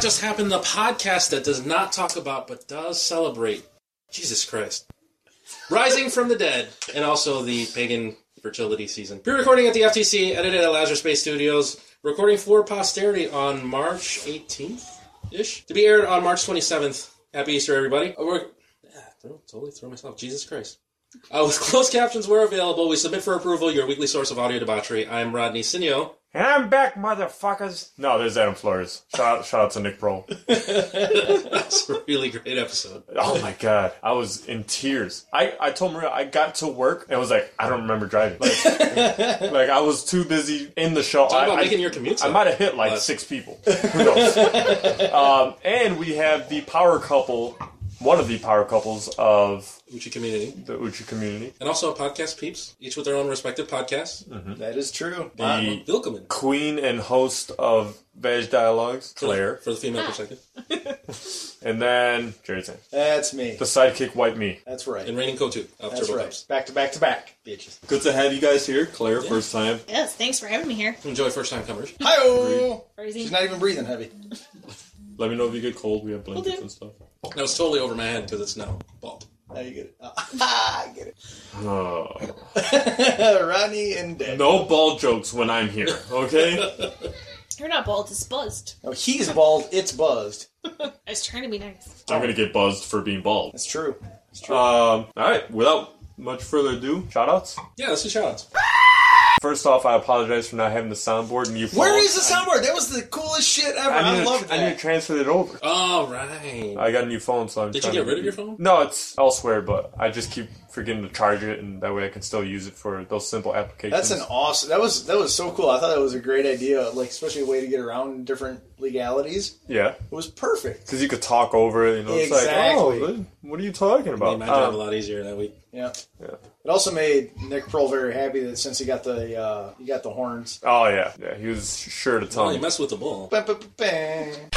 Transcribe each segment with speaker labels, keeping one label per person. Speaker 1: just happened the podcast that does not talk about but does celebrate Jesus Christ rising from the dead and also the pagan fertility season. Pre recording at the FTC, edited at Lazarus Space Studios, recording for posterity on March 18th ish to be aired on March 27th. Happy Easter, everybody. Uh, We're, ah, throw- totally throw myself. Jesus Christ. Uh, with closed captions where available, we submit for approval your weekly source of audio debauchery. I'm Rodney Sinio.
Speaker 2: And I'm back, motherfuckers. No, there's Adam Flores. Shout out, shout out to Nick Prohl.
Speaker 1: That's a really great episode.
Speaker 2: Oh my god, I was in tears. I, I told Maria I got to work and was like, I don't remember driving. Like, like, I was too busy in the show.
Speaker 1: Talk
Speaker 2: I,
Speaker 1: about
Speaker 2: I-
Speaker 1: making your commute.
Speaker 2: I
Speaker 1: suck.
Speaker 2: might have hit like
Speaker 1: Less.
Speaker 2: six people. Who knows? um, and we have the power couple, one of the power couples of
Speaker 1: Uchi community.
Speaker 2: the Uchi community,
Speaker 1: And also podcast peeps, each with their own respective podcasts.
Speaker 3: That is true.
Speaker 1: Uh,
Speaker 3: Ah,
Speaker 2: the
Speaker 1: Vilkeman.
Speaker 2: queen and host of Veg Dialogues, Claire,
Speaker 1: For the female perspective.
Speaker 2: and then Jerry Tan,
Speaker 3: That's me.
Speaker 2: the sidekick, White Me.
Speaker 3: That's
Speaker 1: And
Speaker 3: right.
Speaker 1: Raining Kotu of
Speaker 3: That's
Speaker 1: Turbo
Speaker 3: right.
Speaker 1: Pops.
Speaker 3: Back to back to back, bitches.
Speaker 4: Good to have you guys here, Claire, first time.
Speaker 5: Yes, thanks for having me here.
Speaker 1: Enjoy first time comers.
Speaker 3: Hi
Speaker 5: Crazy.
Speaker 3: She's not even breathing heavy.
Speaker 4: Let me know if you get cold. We have blankets
Speaker 5: do.
Speaker 4: and stuff.
Speaker 1: That was totally over my head because it's now bald.
Speaker 3: Now you get it. Ah, I get
Speaker 2: Oh.
Speaker 3: it. Ronnie and Dad.
Speaker 2: No ball jokes when I'm here, okay?
Speaker 5: You're not bald, it's buzzed.
Speaker 3: No, Oh, he's bald. It's buzzed.
Speaker 5: I was trying to be nice.
Speaker 2: I'm gonna get buzzed for being bald.
Speaker 3: That's true. That's true.
Speaker 2: Um, all right, without much further ado, shoutouts.
Speaker 1: Yeah, let's do shout outs.
Speaker 2: First off, I apologize for not having the soundboard and you.
Speaker 3: Where is the soundboard? That was the coolest shit ever.
Speaker 2: I,
Speaker 3: I,
Speaker 2: need to-
Speaker 3: love
Speaker 2: I need to
Speaker 3: that.
Speaker 2: transfer it over.
Speaker 1: All right.
Speaker 2: I got a new phone, so I'm.
Speaker 1: Did you
Speaker 2: trying
Speaker 1: get
Speaker 2: to-
Speaker 1: rid of your phone?
Speaker 2: No, it's elsewhere, but I just keep forgetting to charge it, and that way I can still use it for those simple applications.
Speaker 3: That's an awesome. That was that was so cool. I thought that was a great idea. Like especially a way to get around different legalities.
Speaker 2: yeah,
Speaker 3: It was perfect.
Speaker 2: because you could talk over it. You know, it's like,
Speaker 3: Exactly.
Speaker 2: oh, what are you talking
Speaker 1: Made
Speaker 2: about?
Speaker 1: my job
Speaker 2: Um,
Speaker 1: a lot easier that week.
Speaker 3: Yeah.
Speaker 2: Yeah.
Speaker 3: It also made Nick Pearl very happy that since he got the uh, he got the horns.
Speaker 2: oh yeah, yeah. He was sure to tell
Speaker 1: Well,
Speaker 2: me.
Speaker 1: you mess with the bull.
Speaker 3: Bam, bam, bam, bam.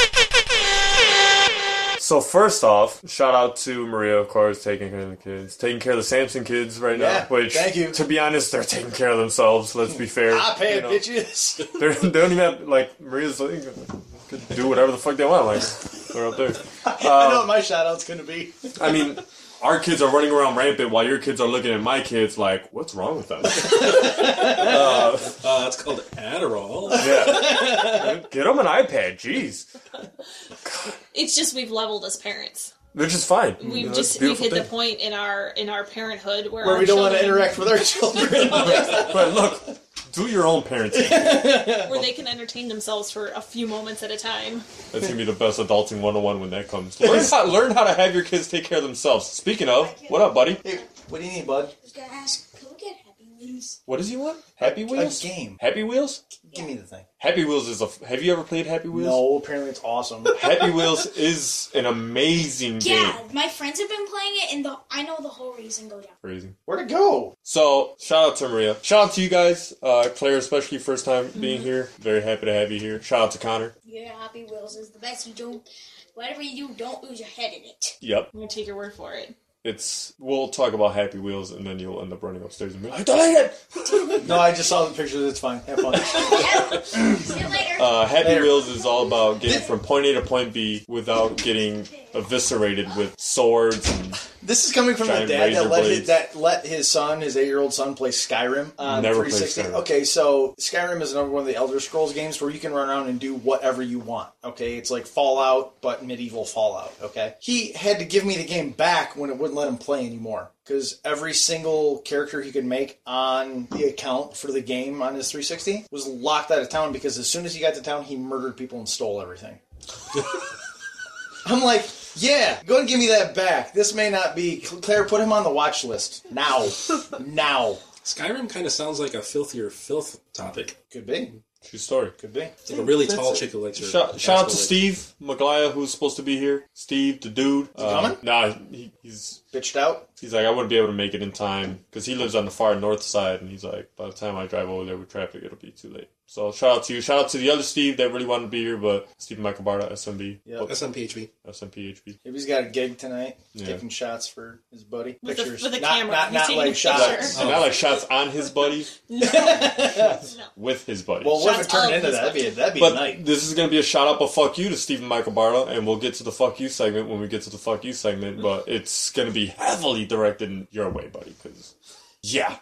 Speaker 2: So first off, shout out to Maria, of course, taking care of the kids, taking care of the Samson kids right
Speaker 3: Yeah,
Speaker 2: now. Which,
Speaker 3: thank you.
Speaker 2: to be honest, they're taking care of themselves. Let's be fair.
Speaker 3: I pay
Speaker 2: you know.
Speaker 3: bitches.
Speaker 2: They're, they don't even have like Maria's like could do whatever the fuck they want. Like they're up there.
Speaker 3: I know what my shout out's gonna be.
Speaker 2: I mean, our kids are running around rampant while your kids are looking at my kids like, what's wrong with them?
Speaker 1: Uh, it's called Adderall.
Speaker 2: yeah, get them an iPad. Jeez,
Speaker 5: It's just we've leveled as parents.
Speaker 2: they're just fine. You
Speaker 5: We've
Speaker 2: know, that's a
Speaker 5: just we've
Speaker 2: beautiful
Speaker 5: hit the
Speaker 2: thing.
Speaker 5: point in our in our parenthood where,
Speaker 3: Where
Speaker 5: our
Speaker 3: we don't want to
Speaker 5: children-
Speaker 3: interact with our children.
Speaker 2: But look, do your own parenting.
Speaker 5: where they can entertain themselves for a few moments at a time.
Speaker 2: That's gonna be the best adulting 101 when that comes. Learn how, learn how to have your kids take care of themselves. Speaking of, what up, buddy?
Speaker 3: Hey, what do you need, bud?
Speaker 6: was gonna ask, can we get Happy Wheels?
Speaker 2: What does he want? Happy Wheels.
Speaker 3: A game.
Speaker 2: Happy Wheels.
Speaker 3: Give me the thing.
Speaker 2: Happy Wheels is a. f- Have you ever played Happy Wheels?
Speaker 3: No, apparently it's awesome.
Speaker 2: Happy Wheels is an amazing
Speaker 6: Yeah,
Speaker 2: game.
Speaker 6: my friends have been playing it, and the I know the whole reason go down.
Speaker 2: Crazy.
Speaker 3: Where'd it go?
Speaker 2: So shout out to Maria. Shout out to you guys, uh, Claire, especially first time
Speaker 3: Mm-hmm.
Speaker 2: being here. Very happy to have you here. Shout out to Connor.
Speaker 6: Yeah, Happy Wheels is the best. You don't, whatever you do, don't lose your head in it.
Speaker 2: Yep.
Speaker 5: I'm gonna take your word for it.
Speaker 2: It's we'll talk about Happy Wheels and then you'll end up running upstairs and be like, delete it.
Speaker 3: No, I just saw the pictures. It's fine. Have fun.
Speaker 6: See you later.
Speaker 2: Uh, Happy
Speaker 3: There.
Speaker 2: Wheels is all about getting from point A to point B without getting eviscerated with swords and
Speaker 3: This is coming from the
Speaker 2: Giant
Speaker 3: dad
Speaker 2: razor
Speaker 3: that let his,
Speaker 2: blades.
Speaker 3: that let his son, his eight year old son, play Skyrim on
Speaker 2: Never played
Speaker 3: 360.
Speaker 2: Skyrim.
Speaker 3: Okay, so Skyrim is another one of the Elder Scrolls games where you can run around and do whatever you want. Okay, it's like Fallout, but medieval Fallout. Okay, he had to give me the game back when it wouldn't let him play anymore because every single character he could make on the account for the game on his 360 was locked out of town because as soon as he got to town, he murdered people and stole everything. I'm like, yeah, go and give me that back. This may not be Claire. Put him on the watch list now. now
Speaker 1: Skyrim kind of sounds like a filthier filth topic.
Speaker 3: could be,
Speaker 2: true story.
Speaker 3: could be.
Speaker 1: It's like a really tall chick who likes her.
Speaker 2: Shout, shout out to
Speaker 1: ass
Speaker 2: Steve Maglaya, who's supposed to be here. Steve, the dude. Is
Speaker 3: coming?
Speaker 2: Nah, he, he's
Speaker 3: Bitched out.
Speaker 2: he's like I wouldn't be able to make it in time because he lives on the far north side, and he's like by the time I drive over there with traffic, it'll be too late. So shout out to you. Shout out to the other Steve that really wanted to be here, but Stephen Michael Barda, SMB,
Speaker 3: Yep.
Speaker 1: That's on PHP.
Speaker 2: SMPHB.
Speaker 3: If he's got a gig tonight,
Speaker 2: Yeah.
Speaker 3: taking shots for his buddy.
Speaker 5: With the-
Speaker 3: Pictures.
Speaker 5: with the
Speaker 3: not,
Speaker 5: camera.
Speaker 3: Not,
Speaker 5: He's
Speaker 3: not
Speaker 5: taking
Speaker 3: like
Speaker 5: a
Speaker 3: shots.
Speaker 5: picture.
Speaker 2: And not like shots on his buddy,
Speaker 5: No.
Speaker 2: with his buddy.
Speaker 3: Well, what if it
Speaker 5: Shots
Speaker 3: turned
Speaker 5: of
Speaker 3: into
Speaker 5: his
Speaker 3: that? That'd be, that'd be
Speaker 2: Oh. but
Speaker 3: night.
Speaker 2: this is gonna be a shout out, but fuck you to Stephen Michael Barda, and we'll get to the fuck you segment when we get to the fuck you segment. But it's gonna be heavily directed in your way, buddy. Because yeah,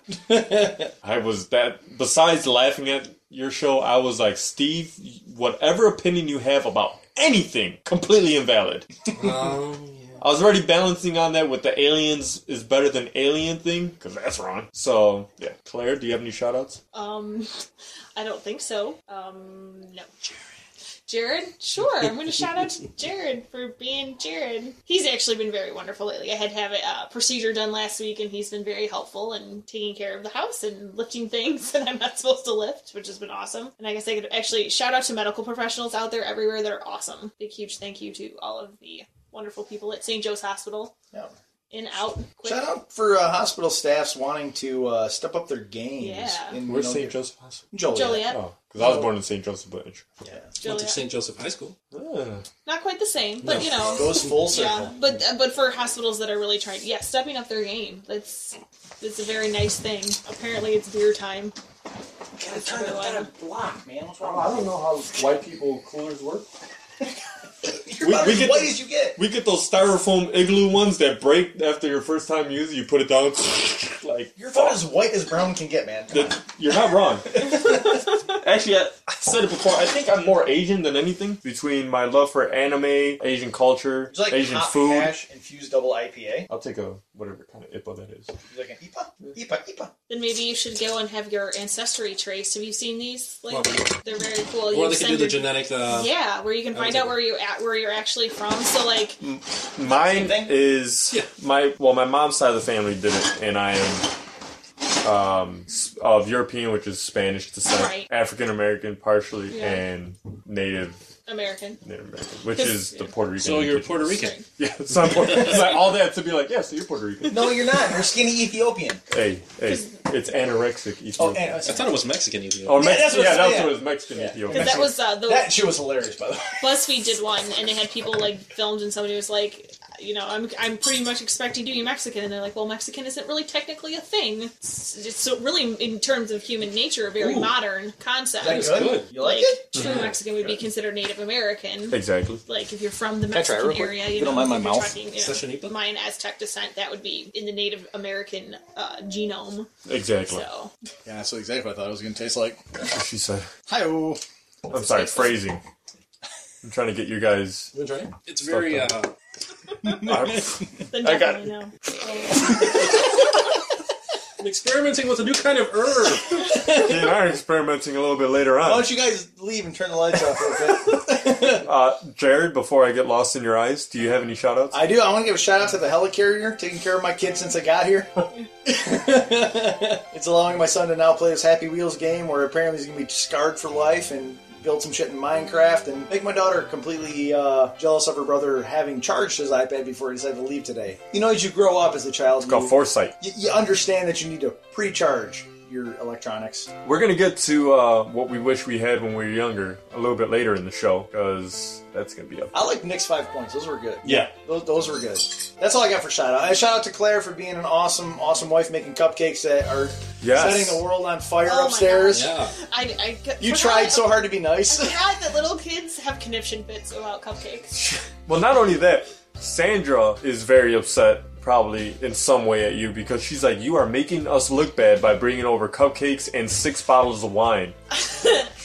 Speaker 2: I was that. Besides laughing at your show, I was like, Steve, whatever opinion you have about anything, completely invalid.
Speaker 1: Um, yeah.
Speaker 2: I was already balancing on that with the aliens is better than alien thing because that's wrong. So yeah, Claire, do you have any shout outs?
Speaker 5: Um, I don't think so. Um, no. Jared. Jared? Sure. I'm going to shout out to Jared for being Jared. He's actually been very wonderful lately. I had to have a uh, procedure done last week, and he's been very helpful in taking care of the house and lifting things that I'm not supposed to lift, which has been awesome. And I guess I could actually shout out to medical professionals out there everywhere. They're awesome. Big, huge thank you to all of the wonderful people at St. Joe's Hospital.
Speaker 3: Yeah.
Speaker 5: In, out, quick.
Speaker 3: Shout out for uh, hospital staffs wanting to uh, step up their games.
Speaker 5: Yeah.
Speaker 3: in, you
Speaker 2: Where's
Speaker 3: know,
Speaker 2: St.
Speaker 3: their-
Speaker 2: Joseph Hospital?
Speaker 3: Joliet.
Speaker 5: Joliet.
Speaker 2: Oh, because I was born in St. Joseph, but
Speaker 3: Yeah.
Speaker 1: Went to
Speaker 5: Joliet.
Speaker 1: St. Joseph High School.
Speaker 2: Ah.
Speaker 5: Not quite the same, but you know.
Speaker 3: Goes full circle.
Speaker 5: Yeah, but uh, but for hospitals that are really trying, yeah, stepping up their game. That's that's a very nice thing. Apparently, it's beer time. That's another one.
Speaker 3: block, man. What's wrong?
Speaker 2: I don't know how white people coolers work.
Speaker 3: You're
Speaker 2: We-
Speaker 3: about
Speaker 2: we
Speaker 3: as
Speaker 2: get
Speaker 3: white
Speaker 2: the-
Speaker 3: as you get.
Speaker 2: We get those styrofoam igloo ones that break after your first time using. You put it down, like
Speaker 3: You're about as white as brown can get, man. Come on.
Speaker 2: that- You're not wrong. Actually, I, I said it before. I think I'm more Asian than anything. Between my love for anime, Asian culture,
Speaker 3: It's like
Speaker 2: Asian
Speaker 3: hot
Speaker 2: food,
Speaker 3: hash infused double IPA.
Speaker 2: I'll take a whatever kind of IPA that is.
Speaker 3: It's like an IPA, IPA, IPA.
Speaker 5: Then maybe you should go and have your ancestry traced. Have you seen these? Like
Speaker 1: Well,
Speaker 5: they're very cool.
Speaker 1: Or
Speaker 5: You
Speaker 1: they could do
Speaker 5: send
Speaker 1: the
Speaker 5: your-
Speaker 1: genetic. Uh,
Speaker 5: yeah, where you can find out where you at, where you're actually from. So like,
Speaker 2: Mine
Speaker 3: Same thing?
Speaker 2: is
Speaker 1: Yeah.
Speaker 2: my well, my mom's side of the family did it, and I am um, s- of European, which is Spanish descent,
Speaker 5: Right.
Speaker 2: African American partially,
Speaker 5: Yeah.
Speaker 2: and Native
Speaker 5: American.
Speaker 2: Native American, which
Speaker 5: 'Cause-
Speaker 2: is the Puerto Rican.
Speaker 1: So you're
Speaker 2: indigenous.
Speaker 1: Puerto Rican.
Speaker 2: Yeah, so I'm Puerto, it's like all that to be like, yeah, so you're Puerto Rican.
Speaker 3: No, you're not. You're skinny Ethiopian.
Speaker 2: hey, hey, it's anorexic
Speaker 3: Oh,
Speaker 2: Ethiopian.
Speaker 3: and
Speaker 1: I thought it was Mexican Ethiopia.
Speaker 2: Oh,
Speaker 3: Yeah, that's what
Speaker 2: yeah,
Speaker 3: I'm
Speaker 2: that was
Speaker 3: saying.
Speaker 2: what it was Mexican
Speaker 3: Yeah.
Speaker 2: Ethiopian.
Speaker 5: Because that was uh, the
Speaker 3: that shit was hilarious, by the way.
Speaker 5: BuzzFeed did one, and they had people like filmed, and somebody was like, you know, I'm I'm pretty much expecting you to be Mexican, and they're like, well, Mexican isn't really technically a thing. It's, it's so really, in terms of human nature, a very
Speaker 1: Ooh.
Speaker 5: modern concept.
Speaker 3: Is that good? Mm-hmm. You like,
Speaker 5: Like
Speaker 3: it?
Speaker 5: true Mexican would be considered Native American.
Speaker 2: Exactly.
Speaker 5: Like if you're from the
Speaker 3: I try it
Speaker 5: Mexican
Speaker 3: real quick?
Speaker 5: area,
Speaker 3: If
Speaker 5: you
Speaker 3: you
Speaker 5: know,
Speaker 3: don't mind my
Speaker 5: if you're
Speaker 3: mouth.
Speaker 5: talking, you know,
Speaker 1: Sessionita?
Speaker 5: Mayan Aztec descent, that would be in the Native American uh, genome.
Speaker 2: Exactly.
Speaker 5: So
Speaker 7: Yeah, that's exactly what I thought it was going to taste like.
Speaker 2: What she said.
Speaker 7: Hi,
Speaker 2: I'm sorry, phrasing. I'm trying to get you guys.
Speaker 1: You wanna try it? It's very. Uh,
Speaker 2: I-
Speaker 5: then
Speaker 2: I got-
Speaker 5: definitely know.
Speaker 1: I'm experimenting with a new kind of herb.
Speaker 2: He and I are experimenting a little bit later
Speaker 3: Why
Speaker 2: on.
Speaker 3: don't you guys leave and turn the lights off real quick?
Speaker 2: Uh, Jared, before I get lost in your eyes, do you have any shout outs?
Speaker 3: I do. I want to give a shout out to the helicarrier taking care of my kids since I got here. it's allowing my son to now play his Happy Wheels game, where apparently he's going to be scarred for life and build some shit in Minecraft and make my daughter completely uh, jealous of her brother having charged his iPad before he decided to leave today. You know, as you grow up as a child,
Speaker 2: Called
Speaker 3: you,
Speaker 2: Foresight.
Speaker 3: you, you understand that you need to pre-charge your electronics.
Speaker 2: We're gonna get to uh, what we wish we had when we were younger a little bit later in the show, because that's gonna be up.
Speaker 3: I like Nick's five points; those were good.
Speaker 2: Yeah.
Speaker 3: Those, those were good. That's all I got for shout out. I shout out to Claire for being an awesome, awesome wife, making cupcakes that are
Speaker 2: Yes.
Speaker 3: setting the world on fire
Speaker 5: Oh my
Speaker 3: upstairs.
Speaker 1: yeah.
Speaker 5: I, I got-
Speaker 3: You
Speaker 5: forgot-
Speaker 3: tried so hard to be
Speaker 5: I
Speaker 3: nice.
Speaker 5: forgot that little kids have conniption fits about cupcakes.
Speaker 2: Well, not only that, Sandra is very upset, probably in some way, at you because she's like, "You are making us look bad by bringing over cupcakes and six bottles of wine."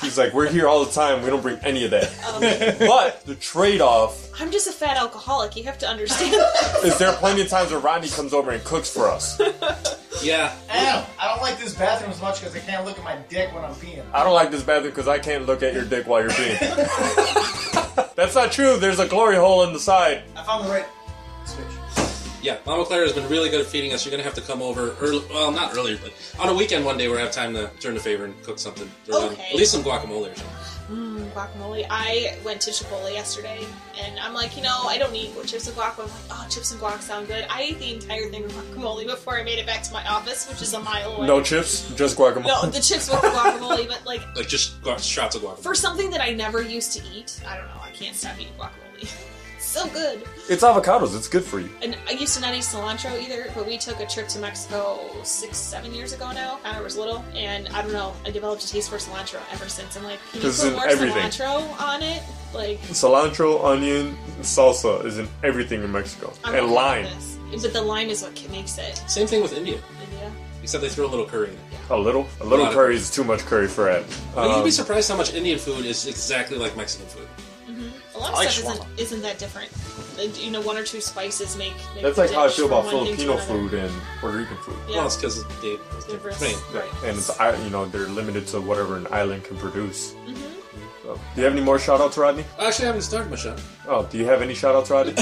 Speaker 2: she's like, "We're here all the time. We don't bring any of that."
Speaker 5: Um.
Speaker 2: but the trade-off
Speaker 5: I'm just a fat alcoholic. You have to understand. that.
Speaker 2: is there are plenty of times where Rodney comes over and cooks for us.
Speaker 1: Yeah.
Speaker 3: Adam, I don't like this bathroom as much because I can't look at my dick when I'm peeing.
Speaker 2: I don't like this bathroom because I can't look at your dick while you're peeing. That's not true. There's a glory hole in the side.
Speaker 3: I found the right switch.
Speaker 1: yeah, Mama Claire has been really good at feeding us. You're gonna have to come over early. Well, not earlier, but on a weekend one day where I have time to turn the favor and cook something. Throw down-
Speaker 5: Okay.
Speaker 1: at least some guacamole or something.
Speaker 5: Mm, guacamole. I went to Chipotle yesterday, and I'm like, you know, I don't need chips and guac. But I'm like, oh, chips and guac sound good. I ate the entire thing of guacamole before I made it back to my office, which is a mile away.
Speaker 2: No chips, just guacamole.
Speaker 5: No, the chips with the guacamole, but like
Speaker 1: Like just gu- shots of guacamole.
Speaker 5: for something that I never used to eat, I don't know. I can't stop eating guacamole. so good.
Speaker 2: It's avocados. It's good for you.
Speaker 5: And I used to not eat cilantro either, but we took a trip to Mexico six, seven years ago now. I was little, and I don't know. I developed a taste for cilantro ever since. I'm like, can you
Speaker 2: 'Cause
Speaker 5: put
Speaker 2: in
Speaker 5: more
Speaker 2: everything.
Speaker 5: cilantro on it? Like,
Speaker 2: Cilantro, onion, salsa is in everything in Mexico,
Speaker 5: I'm
Speaker 2: and
Speaker 5: okay with
Speaker 2: lime.
Speaker 5: this. But the lime is what makes it.
Speaker 1: Same thing with India,
Speaker 5: India.
Speaker 1: except they throw a little curry in it.
Speaker 2: A little, a little
Speaker 1: lot of-
Speaker 2: curry is too much curry for it.
Speaker 1: But you'd
Speaker 2: Um,
Speaker 1: be surprised how much Indian food is exactly like Mexican food.
Speaker 5: A lot of
Speaker 3: like
Speaker 5: stuff
Speaker 3: shawarma.
Speaker 5: isn't, isn't that different. Like, You know, one or two spices make. make
Speaker 2: that's
Speaker 5: the
Speaker 2: like how I
Speaker 5: dish
Speaker 2: feel
Speaker 5: from
Speaker 2: about
Speaker 5: one thing to
Speaker 2: Filipino
Speaker 5: another.
Speaker 2: food and Puerto Rican food.
Speaker 5: Yeah.
Speaker 1: Well, it's because they
Speaker 5: They're
Speaker 1: they're
Speaker 5: vers-
Speaker 1: Spain.
Speaker 5: right.
Speaker 2: and it's I- you know they're limited to whatever an island can produce.
Speaker 5: Mm-hmm.
Speaker 2: So, do you have any more shout outs, Rodney?
Speaker 1: Actually, I haven't started my shot.
Speaker 2: Oh, do you have any shout outs, Rodney?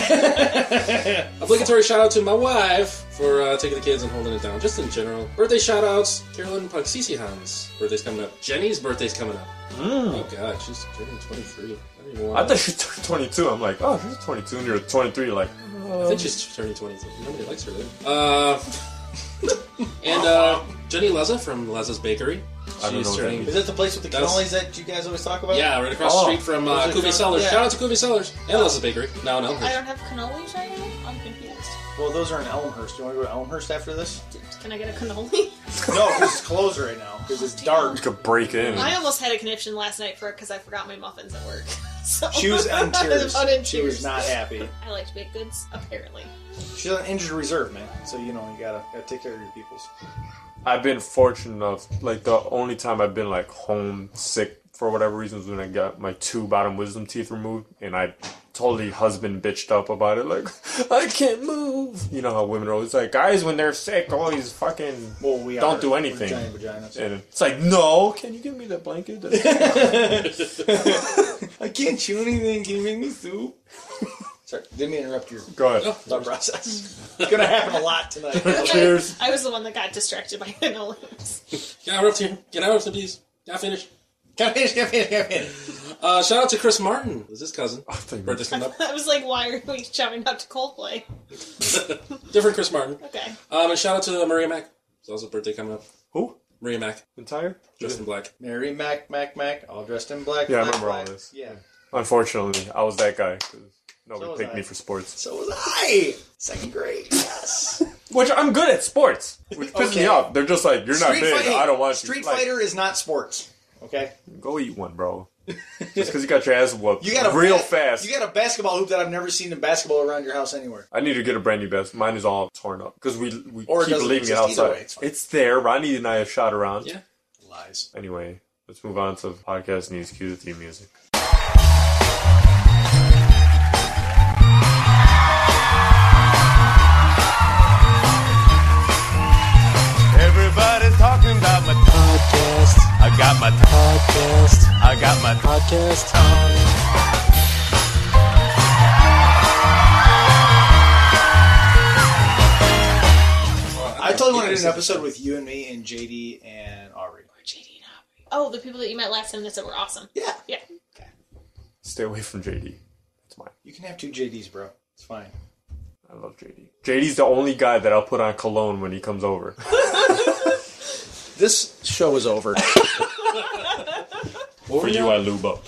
Speaker 1: Obligatory shout out to my wife for uh, taking the kids and holding it down, just in general. Birthday shout outs Carolyn Pugsisi Hans. Birthday's coming up. Jenny's birthday's coming up. Oh, God, she's turning 23. I don't even
Speaker 2: Mm. I
Speaker 1: want
Speaker 2: thought she turned 22. I'm like, oh, she's 22, and you're 23. Like, oh,
Speaker 1: I think she's turning 22. Nobody likes her there. Uh, and uh, Jenny Leza from Leza's Bakery. She's
Speaker 2: I don't know what that
Speaker 1: turning.
Speaker 3: Is that the place with the
Speaker 1: That's-
Speaker 3: cannolis that you guys always talk about?
Speaker 1: Yeah, right across
Speaker 2: Oh.
Speaker 1: the street from uh,
Speaker 3: Was it
Speaker 1: Kuvi
Speaker 3: from-
Speaker 1: Sellers.
Speaker 3: yeah.
Speaker 1: Shout out to Kuvi Sellers and Leza's Bakery. No, no.
Speaker 5: I don't have cannolis right now. I'm confused.
Speaker 3: Well, those are in Elmhurst. Do you want to go to Elmhurst after this?
Speaker 5: Can I get a cannoli?
Speaker 3: No, because it's closed right now. Because it's dark.
Speaker 2: you could break in.
Speaker 5: I almost had a conniption last night for it because I forgot my muffins at work. So
Speaker 3: She was on
Speaker 5: I was
Speaker 3: tears.
Speaker 5: out in
Speaker 3: She was
Speaker 5: tears.
Speaker 3: not happy.
Speaker 5: I like to make goods, apparently.
Speaker 3: She's on injured reserve, man. So you know you gotta gotta take care of your peoples.
Speaker 2: I've been fortunate enough. Like the only time I've been like home sick for whatever reasons when I got my two bottom wisdom teeth removed, and I totally husband bitched up about it. Like I can't move. You know how women are always like, guys when they're sick, always fucking
Speaker 3: Well, we
Speaker 2: Don't
Speaker 3: are-
Speaker 2: do
Speaker 3: we're
Speaker 2: anything.
Speaker 3: Giant vaginas.
Speaker 2: And it's like, no, can you give me that blanket? That's-
Speaker 3: I can't chew anything. Can you make me soup? Sorry, didn't mean to interrupt your
Speaker 2: Go ahead.
Speaker 3: thought process. It's gonna happen a lot tonight.
Speaker 2: Cheers.
Speaker 5: I was the one that got distracted by cannolis.
Speaker 1: Get out of here. Get out of here, please. Not finished.
Speaker 3: Come in, come in, come in.
Speaker 1: Uh, shout out to Chris Martin. Was his cousin.
Speaker 2: thank
Speaker 1: Birthday's coming up.
Speaker 5: I was like, why are we shouting out to Coldplay?
Speaker 1: Different Chris Martin.
Speaker 5: Okay.
Speaker 1: Um, and shout out to Maria Mack. It's also birthday coming up.
Speaker 2: Who?
Speaker 1: Maria Mack,
Speaker 2: Entire?
Speaker 1: dressed in black.
Speaker 3: Mary Mac Mac Mac, all dressed in black.
Speaker 2: Yeah, I
Speaker 3: black,
Speaker 2: remember all
Speaker 3: black.
Speaker 2: this.
Speaker 3: Yeah.
Speaker 2: Unfortunately, I was that guy. 'cause
Speaker 3: So
Speaker 2: Nobody
Speaker 3: was
Speaker 2: picked
Speaker 3: I.
Speaker 2: me for sports.
Speaker 3: So was I. Second grade. Yes.
Speaker 2: Which I'm good at sports. Which pisses
Speaker 3: Okay.
Speaker 2: me off. They're just like, you're not big.
Speaker 3: Fighter-
Speaker 2: I don't want you.
Speaker 3: Street
Speaker 2: Like,
Speaker 3: Fighter is not sports. Okay.
Speaker 2: Go eat one, bro. Just because you got your ass whooped
Speaker 3: You got a
Speaker 2: real
Speaker 3: ba-
Speaker 2: fast.
Speaker 3: You got a basketball hoop that I've never seen in basketball around your house anywhere.
Speaker 2: I need to get a brand new vest. Mine is all torn up because we, we
Speaker 3: Or it
Speaker 2: keep
Speaker 3: doesn't
Speaker 2: leaving it
Speaker 3: exist either
Speaker 2: outside.
Speaker 3: way, it's
Speaker 2: It's,
Speaker 3: fine.
Speaker 2: there. Ronnie and I have shot around.
Speaker 1: Yeah.
Speaker 3: Lies.
Speaker 2: Anyway, let's move on to podcast news. Cue the theme music.
Speaker 8: Everybody's talking about my podcast. I got my podcast. I got my podcast.
Speaker 3: I totally want to do an episode with you and me and JD and Aubrey.
Speaker 5: JD and Aubrey. Oh, the people that you met last time that said were awesome.
Speaker 3: Yeah.
Speaker 5: Yeah.
Speaker 2: Stay away from JD. That's mine.
Speaker 3: You can have two JDs, bro. It's fine.
Speaker 2: I love JD. JD's the only guy that I'll put on cologne when he comes over.
Speaker 3: This show is over.
Speaker 2: For you, uh, I lube up.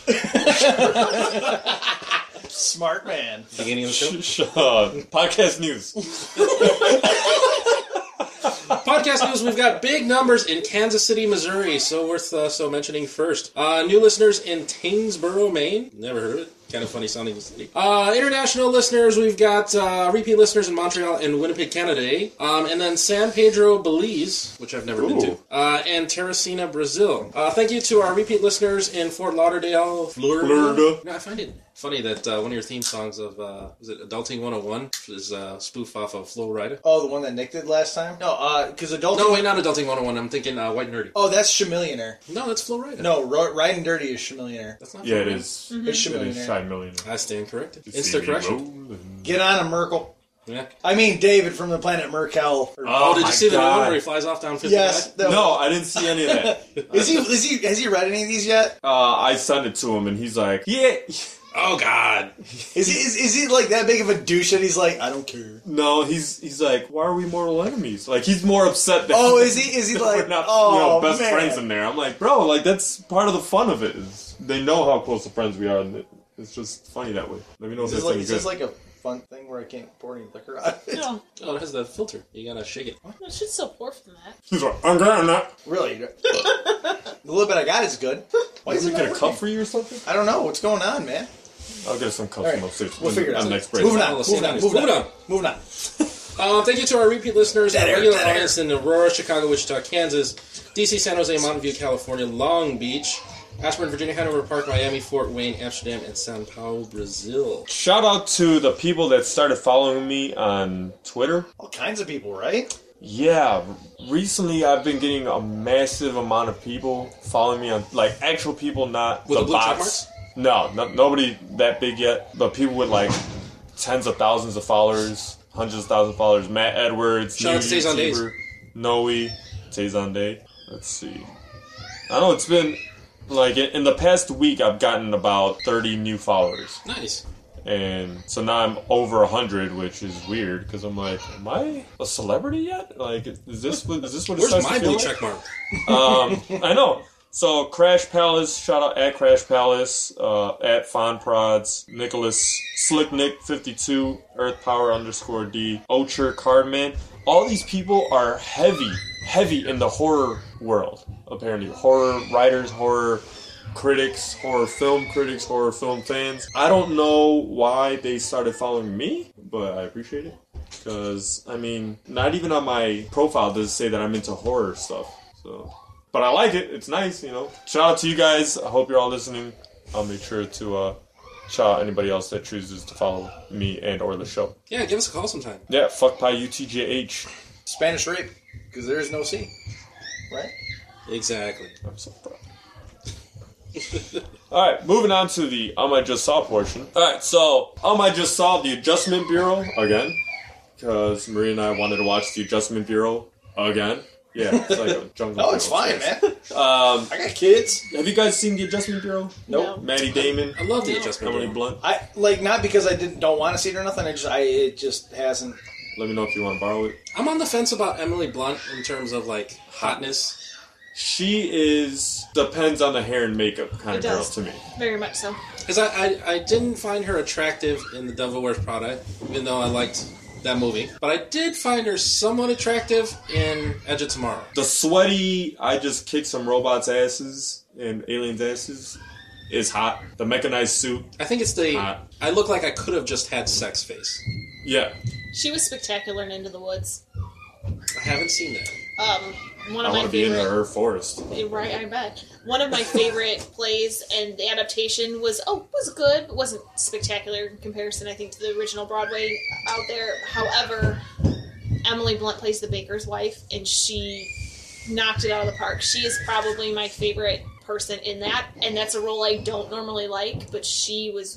Speaker 3: Smart man.
Speaker 1: Beginning of the show.
Speaker 2: Shut up. Podcast news.
Speaker 1: Podcast news: We've got big numbers in Kansas City, Missouri. So worth uh, so mentioning first. Uh, new listeners in Tainsboro, Maine. Never heard of it. Kind of funny sounding city. Uh, international listeners: We've got uh, repeat listeners in Montreal and Winnipeg, Canada. Um, and then San Pedro, Belize, which I've never been to,
Speaker 2: Ooh.
Speaker 1: uh, and Terracina, Brazil. Uh, thank you to our repeat listeners in Fort Lauderdale, Florida.
Speaker 2: Florida.
Speaker 1: You know, I find it funny that uh, one of your theme songs of uh, was it Adulting 101 is uh, spoof off of Flow Rider.
Speaker 3: Oh, the one that Nick did last time? No, uh, because adult.
Speaker 1: No, wait, not Adulting 101. I'm thinking uh, White Nerdy.
Speaker 3: Oh, that's Chamillionaire.
Speaker 1: No, that's Flo Rida.
Speaker 3: No, Ro- Riding Dirty is Chamillionaire.
Speaker 1: That's not
Speaker 2: Yeah, it
Speaker 1: Flo Rida.
Speaker 2: is.
Speaker 3: It's
Speaker 2: It is
Speaker 3: Chamillionaire.
Speaker 2: Shy Millionaire.
Speaker 1: I stand corrected. Insta correction.
Speaker 2: rolling.
Speaker 3: Get on him, Merkel.
Speaker 1: Yeah.
Speaker 3: I mean, David from the planet Merkel. Or-
Speaker 1: Oh, did
Speaker 2: my
Speaker 1: you see the
Speaker 2: God.
Speaker 1: one where he flies off down 50
Speaker 3: yes. that-
Speaker 2: No, I didn't see any of that.
Speaker 3: Is he? Is he? Has he read any of these yet?
Speaker 2: Uh, I sent it to him, and he's like, "Yeah,
Speaker 1: Oh, God.
Speaker 3: Is he? Is, is he like that big of a douche that he's like, I don't care.
Speaker 2: no." He's he's like, "Why are we mortal enemies?" Like he's more upset. That
Speaker 3: Oh, is he? Is he like?
Speaker 2: we're not
Speaker 3: oh,
Speaker 2: you know, best
Speaker 3: man.
Speaker 2: friends in there. I'm like, bro, like that's part of the fun of it. Is they know how close of friends we are, and it, it's just funny that way. Let me know if
Speaker 3: Is this
Speaker 2: that's
Speaker 3: like,
Speaker 2: any
Speaker 3: is this
Speaker 2: good.
Speaker 3: like a fun thing where I can't pour any liquor out of it?
Speaker 5: No,
Speaker 1: Oh, it has the filter. You gotta shake it.
Speaker 5: no, it should still pour from that.
Speaker 2: He's like, "I'm grabbing that."
Speaker 3: Really? the little bit I got is good. Why is
Speaker 2: Did
Speaker 3: it
Speaker 2: we get
Speaker 3: not
Speaker 2: a
Speaker 3: working?
Speaker 2: cup for you or something?
Speaker 3: I don't know what's going on, man.
Speaker 2: I'll get some cups
Speaker 3: All
Speaker 2: from
Speaker 3: right,
Speaker 2: upstairs.
Speaker 3: we'll figure it
Speaker 2: on
Speaker 3: out.
Speaker 2: the next break.
Speaker 3: Moving on,
Speaker 1: Oh, let's
Speaker 3: moving
Speaker 1: see
Speaker 3: on,
Speaker 1: that.
Speaker 3: moving
Speaker 1: Moving
Speaker 3: on,
Speaker 1: on.
Speaker 3: moving on.
Speaker 1: Um, thank you to our repeat listeners, our
Speaker 3: Better,
Speaker 1: regular
Speaker 3: better.
Speaker 1: audience in Aurora, Chicago, Wichita, Kansas, D.C., San Jose, Mountain View, California, Long Beach, Ashburn, Virginia, Hanover Park, Miami, Fort Wayne, Amsterdam, and São Paulo, Brazil.
Speaker 2: Shout out to the people that started following me on Twitter.
Speaker 3: All kinds of people, right?
Speaker 2: Yeah, recently I've been getting a massive amount of people following me on, like actual people, not
Speaker 1: With
Speaker 2: the
Speaker 1: the blue check
Speaker 2: bots. No, no, nobody that big yet, but people with like tens of thousands of followers, hundreds of thousands of followers. Matt Edwards,
Speaker 1: Shout
Speaker 2: new
Speaker 1: out to Tazon Days.
Speaker 2: YouTuber, Noe, Tazon Day. Let's see. I know it's been like in in the past week I've gotten about 30 new followers.
Speaker 1: Nice.
Speaker 2: and so now I'm over a hundred, which is weird because I'm like, am I a celebrity yet? Like, is this what, is this what it
Speaker 1: Where's
Speaker 2: starts
Speaker 1: my
Speaker 2: to feel
Speaker 1: blue
Speaker 2: like?
Speaker 1: check mark?
Speaker 2: Um, I know. So Crash Palace, shout out at Crash Palace, uh, at Fon Prods, Nicholas Slick Nick fifty two, Earth Power underscore D, Ocher Cardman. All these people are heavy, heavy in the horror world. Apparently, horror writers, horror critics, horror film critics, horror film fans. I don't know why they started following me, but I appreciate it because I mean, not even on my profile does it say that I'm into horror stuff. So but I like it. It's nice, you know. Shout out to you guys. I hope you're all listening. I'll make sure to uh, shout out anybody else that chooses to follow me and or the show.
Speaker 1: Yeah, give us a call sometime.
Speaker 2: Yeah, fuck pie UTJH.
Speaker 3: Spanish rape, because there is no C, right?
Speaker 1: Exactly.
Speaker 2: I'm so proud. All right, moving on to the um I just saw portion. All right, so um I just saw the Adjustment Bureau again because Marie and I wanted to watch the Adjustment Bureau again. Yeah, it's like a jungle.
Speaker 3: No, Oh, it's
Speaker 2: Bureau.
Speaker 3: fine, man. Um, I got kids.
Speaker 2: Have you guys seen the Adjustment Bureau?
Speaker 3: Nope.
Speaker 5: No.
Speaker 2: Maddie Damon,
Speaker 1: I love the
Speaker 5: No.
Speaker 1: adjustment.
Speaker 2: Emily
Speaker 1: room.
Speaker 2: Blunt.
Speaker 3: I like not because I didn't don't want to see it or nothing. I just I it just hasn't.
Speaker 2: Let me know if you want to borrow it.
Speaker 1: I'm on the fence about Emily Blunt in terms of like hotness.
Speaker 2: She is depends on the hair and makeup kind
Speaker 5: It
Speaker 2: of girl
Speaker 5: does
Speaker 2: to me.
Speaker 5: Very much so.
Speaker 1: Because I, I, I didn't find her attractive in The Devil Wears Prada, even though I liked that movie. But I did find her somewhat attractive in Edge of Tomorrow.
Speaker 2: The sweaty, I just kick some robots' asses and aliens' asses is hot. The mechanized suit,
Speaker 1: I think it's the
Speaker 2: Hot.
Speaker 1: I look like I could have just had sex face.
Speaker 2: yeah.
Speaker 5: She was spectacular in Into the Woods.
Speaker 1: I haven't seen that.
Speaker 5: Um, one
Speaker 2: I want
Speaker 5: of my
Speaker 2: to be in
Speaker 5: favorite.
Speaker 2: her forest.
Speaker 5: Yeah, Right, I bet. One of my favorite plays and the adaptation was oh was good, but wasn't spectacular in comparison, I think, to the original Broadway out there. However, Emily Blunt plays the baker's wife, and she knocked it out of the park. She is probably my favorite person in that, and that's a role I don't normally like, but she was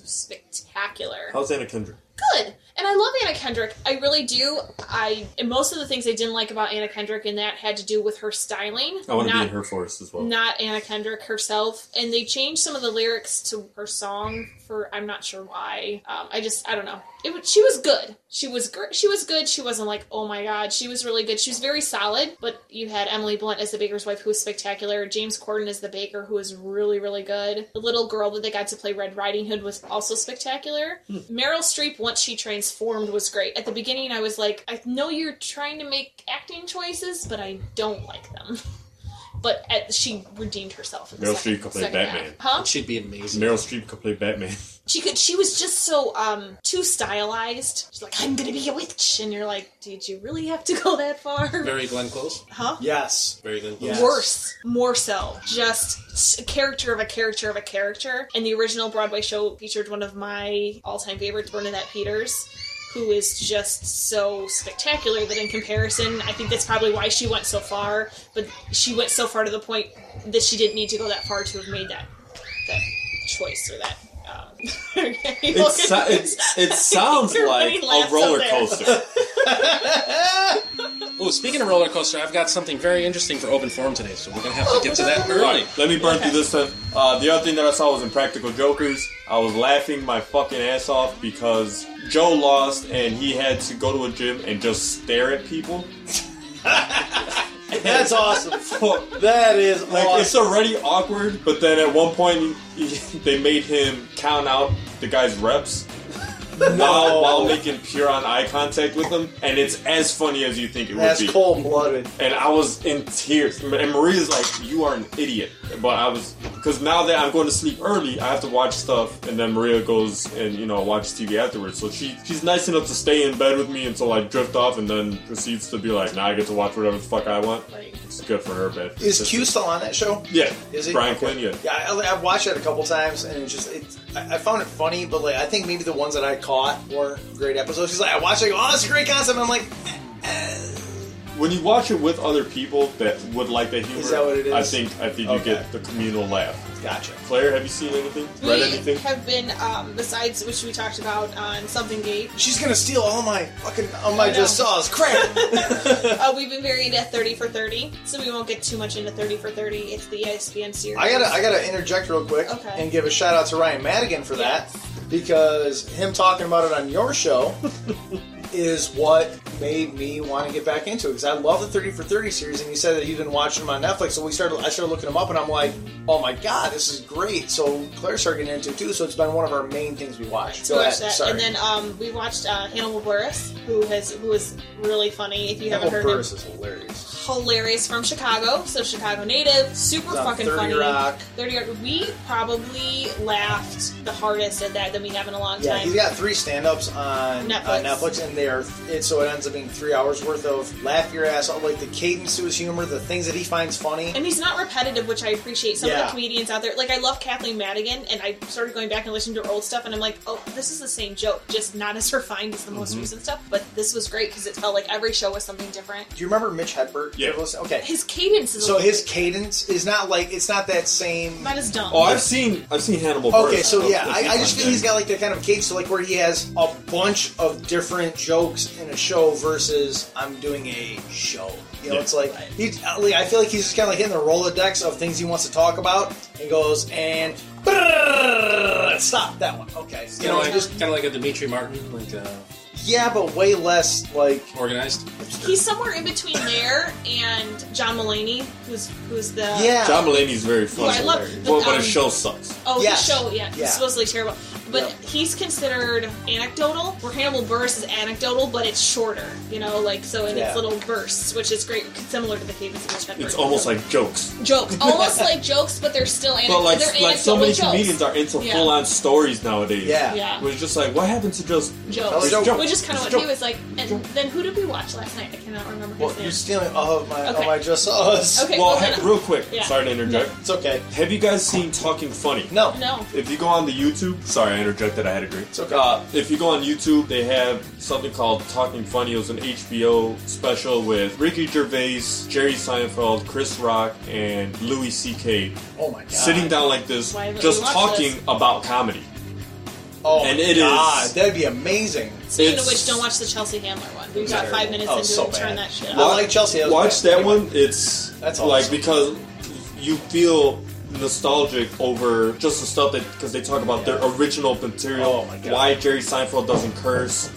Speaker 5: spectacular
Speaker 2: How's Anna Kendrick?
Speaker 5: good. And I love Anna Kendrick. I really do. I and most of the things I didn't like about Anna Kendrick and that had to do with her styling.
Speaker 2: I want to be
Speaker 5: not-
Speaker 2: in her forest as well.
Speaker 5: not Anna Kendrick herself, and they changed some of the lyrics to her song for I'm not sure why. Um, I just I don't know. It was- she was good. She was gr- she was good. She wasn't like oh my god. She was really good. She was very solid. But you had Emily Blunt as the baker's wife, who was spectacular. James Corden as the baker, who was really really good. The little girl that they got to play Red Riding Hood was also spectacular. Meryl Streep once she transformed was great. At the beginning, I was like, I know you're trying to make acting choices, but I don't like them but at, she redeemed herself. In the
Speaker 2: Meryl
Speaker 5: second-
Speaker 2: Streep could play
Speaker 5: second
Speaker 2: Batman.
Speaker 5: half. Huh? She,
Speaker 1: She'd be amazing.
Speaker 2: Meryl Streep could play Batman.
Speaker 5: could. She was just so um too stylized. She's like, I'm gonna be a witch, and you're like, did you really have to go that far?
Speaker 1: Very Glenn Close.
Speaker 5: Huh?
Speaker 3: Yes.
Speaker 1: Very Glenn Close.
Speaker 3: Yes.
Speaker 5: Worse, more so, just a character of a character of a character. And the original Broadway show featured one of my all-time favorites, Bernadette Peters, who is just so spectacular that in comparison, I think that's probably why she went so far. But she went so far to the point that she didn't need to go that far to have made that that choice or that um, okay.
Speaker 2: It, so- it's, it sounds
Speaker 5: Everybody
Speaker 2: like a
Speaker 5: laughs up
Speaker 2: roller
Speaker 5: there.
Speaker 2: coaster.
Speaker 1: Oh, speaking of roller coaster, I've got something very interesting for open forum today, so we're gonna have to get to that early.
Speaker 2: Let me burn through this time. Uh, the other thing that I saw was in Practical Jokers. I was laughing my fucking ass off because Joe lost and he had to go to a gym and just stare at people.
Speaker 3: That's awesome.
Speaker 2: like
Speaker 3: That is
Speaker 2: it's
Speaker 3: awesome.
Speaker 2: already awkward, but then at one point he- they made him count out the guy's reps. While, while making pure on eye contact with them, and it's as funny as you think it would
Speaker 3: That's
Speaker 2: be.
Speaker 3: cold blooded.
Speaker 2: and I was in tears. And Maria's like, "You are an idiot," but I was because now that I'm going to sleep early, I have to watch stuff, and then Maria goes and you know watches TV afterwards. So she she's nice enough to stay in bed with me until I drift off, and then proceeds to be like, "Now I get to watch whatever the fuck I want."
Speaker 5: Right.
Speaker 2: It's good for her, man.
Speaker 3: Is Q still on that show?
Speaker 2: Yeah,
Speaker 3: Is he?
Speaker 2: Brian
Speaker 3: Okay.
Speaker 2: Quinn. Yeah.
Speaker 3: Yeah, I, I watched it a couple times, and it just it, I, I found it funny, but like I think maybe the ones that I caught were great episodes. She's like, I watched it, I go, oh, it's a great concept. And I'm like,
Speaker 2: When you watch it with other people that would like that humor,
Speaker 3: Is that what it
Speaker 2: I
Speaker 3: is?
Speaker 2: think I think
Speaker 3: Okay.
Speaker 2: you get the communal laugh.
Speaker 3: gotcha.
Speaker 2: Claire, have you seen anything?
Speaker 5: We
Speaker 2: Read anything?
Speaker 5: have been, um, besides which we talked about on Something Gate,
Speaker 3: She's gonna steal all my fucking all my
Speaker 5: no.
Speaker 3: just saws. Crap.
Speaker 5: uh, we've been very into 30 for 30, so we won't get too much into 30 for 30. It's the E ESPN series.
Speaker 3: I gotta I gotta interject real quick
Speaker 5: Okay.
Speaker 3: and give a shout out to Ryan Madigan for that because him talking about it on your show is what made me want to get back into it because I love the 30 for 30 series and he said that he'd been watching them on Netflix so we started I started looking them up and I'm like oh my god this is great so Claire started getting into it too so it's been one of our main things we watch
Speaker 5: So we watched that, and then um, we watched uh, Hannibal Burris, who has who is really funny. If you
Speaker 3: Neville
Speaker 5: haven't heard
Speaker 3: Burris is hilarious
Speaker 5: him, hilarious from Chicago, so Chicago native, super
Speaker 3: He's on
Speaker 5: fucking
Speaker 3: 30
Speaker 5: funny.
Speaker 3: Rock.
Speaker 5: Thirty Rock. We probably laughed the hardest at that than we have in a long
Speaker 3: yeah
Speaker 5: time.
Speaker 3: he's got three stand-ups on
Speaker 5: Netflix.
Speaker 3: Netflix, on Netflix and they are it, so it ends up being three hours worth of laugh your ass off like the cadence to his humor the things that he finds funny
Speaker 5: and he's not repetitive, which I appreciate. Some of
Speaker 3: Yeah.
Speaker 5: the comedians out there, like I love Kathleen Madigan, and I started going back and listening to her old stuff, and I'm like, oh, this is the same joke, just not as refined as the most
Speaker 3: Mm-hmm.
Speaker 5: recent stuff. But this was great because it felt like every show was something different.
Speaker 3: Do you remember Mitch Hedberg?
Speaker 2: Yeah.
Speaker 3: Okay.
Speaker 5: His cadence is a
Speaker 3: So
Speaker 5: little-
Speaker 3: his cadence is not like it's not that same.
Speaker 5: not as dumb.
Speaker 2: Oh, I've seen I've seen Hannibal.
Speaker 3: Okay,
Speaker 2: Buress.
Speaker 3: so
Speaker 2: That's-
Speaker 3: yeah,
Speaker 2: that's
Speaker 3: I, I just
Speaker 2: fine,
Speaker 3: feel he's
Speaker 2: man.
Speaker 3: got like the kind of cadence, so like where he has a bunch of different jokes in a show versus I'm doing a show. You know,
Speaker 2: Yeah.
Speaker 3: it's like he. like, I feel like he's just kind of like hitting the rolodex of things he wants to talk about, and goes and stop that one. Okay,
Speaker 1: You know, I just kind of like a Dimitri Martin, like uh,
Speaker 3: yeah, but way less like
Speaker 1: organized.
Speaker 5: He's somewhere in between there and John Mulaney, who's who's the
Speaker 3: yeah.
Speaker 2: John Mulaney's very
Speaker 5: who
Speaker 2: funny.
Speaker 5: I love. the,
Speaker 2: Well, but
Speaker 5: um,
Speaker 2: his show sucks.
Speaker 5: Oh,
Speaker 3: Yes.
Speaker 5: his show, yeah,
Speaker 3: Yeah.
Speaker 5: it's supposedly terrible. But he's considered anecdotal, where Hannibal Buress is anecdotal, but it's shorter, you know, like so in
Speaker 3: Yeah.
Speaker 5: its little bursts, which is great, similar to the cadence of Mitch Hedberg.
Speaker 2: It's almost like jokes.
Speaker 5: jokes, almost like jokes, but they're still anecdotal.
Speaker 2: But like,
Speaker 5: they're
Speaker 2: like so
Speaker 5: anecdotal
Speaker 2: many
Speaker 5: jokes.
Speaker 2: comedians are into
Speaker 5: Yeah.
Speaker 2: full on stories nowadays.
Speaker 3: Yeah.
Speaker 5: Yeah.
Speaker 2: Which is just like, what happened to just
Speaker 5: jokes,
Speaker 3: It's a joke.
Speaker 5: which is kind
Speaker 2: It's
Speaker 5: of what
Speaker 2: a
Speaker 5: he
Speaker 2: joke.
Speaker 5: was like. And then who did we watch last night? I cannot remember his
Speaker 3: Well,
Speaker 5: name.
Speaker 3: you're stealing all of my all
Speaker 5: Okay.
Speaker 3: my just saws.
Speaker 5: Okay,
Speaker 2: well,
Speaker 5: well,
Speaker 2: heck,
Speaker 5: then-
Speaker 2: real quick.
Speaker 5: Yeah.
Speaker 2: Sorry to interject.
Speaker 3: It's okay.
Speaker 2: Have you guys seen Talking Funny?
Speaker 3: No.
Speaker 5: no,
Speaker 2: If you go on the YouTube, sorry, I interjected. I had a drink.
Speaker 3: It's okay.
Speaker 2: Uh, if you go on YouTube, they have something called Talking Funny. It was an HBO special with Ricky Gervais, Jerry Seinfeld, Chris Rock, and Louis C.K.
Speaker 3: Oh my god.
Speaker 2: sitting down like this,
Speaker 5: Why haven't
Speaker 2: just
Speaker 5: we watched
Speaker 2: talking
Speaker 5: this?
Speaker 2: about comedy.
Speaker 3: Oh
Speaker 2: And
Speaker 3: my
Speaker 2: it
Speaker 3: god,
Speaker 2: is-
Speaker 3: that'd be amazing.
Speaker 5: speaking of
Speaker 2: It's-
Speaker 5: which, don't watch the Chelsea Handler one. We've got
Speaker 3: Terrible.
Speaker 5: five minutes
Speaker 3: Oh,
Speaker 5: into
Speaker 3: so
Speaker 5: it. Turn
Speaker 3: bad.
Speaker 5: that shit
Speaker 3: I
Speaker 5: off.
Speaker 2: Wa-
Speaker 3: like Chelsea. That was
Speaker 2: Watch
Speaker 3: bad.
Speaker 2: that one. It's
Speaker 3: That's
Speaker 2: like
Speaker 3: awesome.
Speaker 2: because you feel nostalgic over just the stuff that because they talk about their original material.
Speaker 3: Oh my God.
Speaker 2: Why Jerry Seinfeld doesn't curse.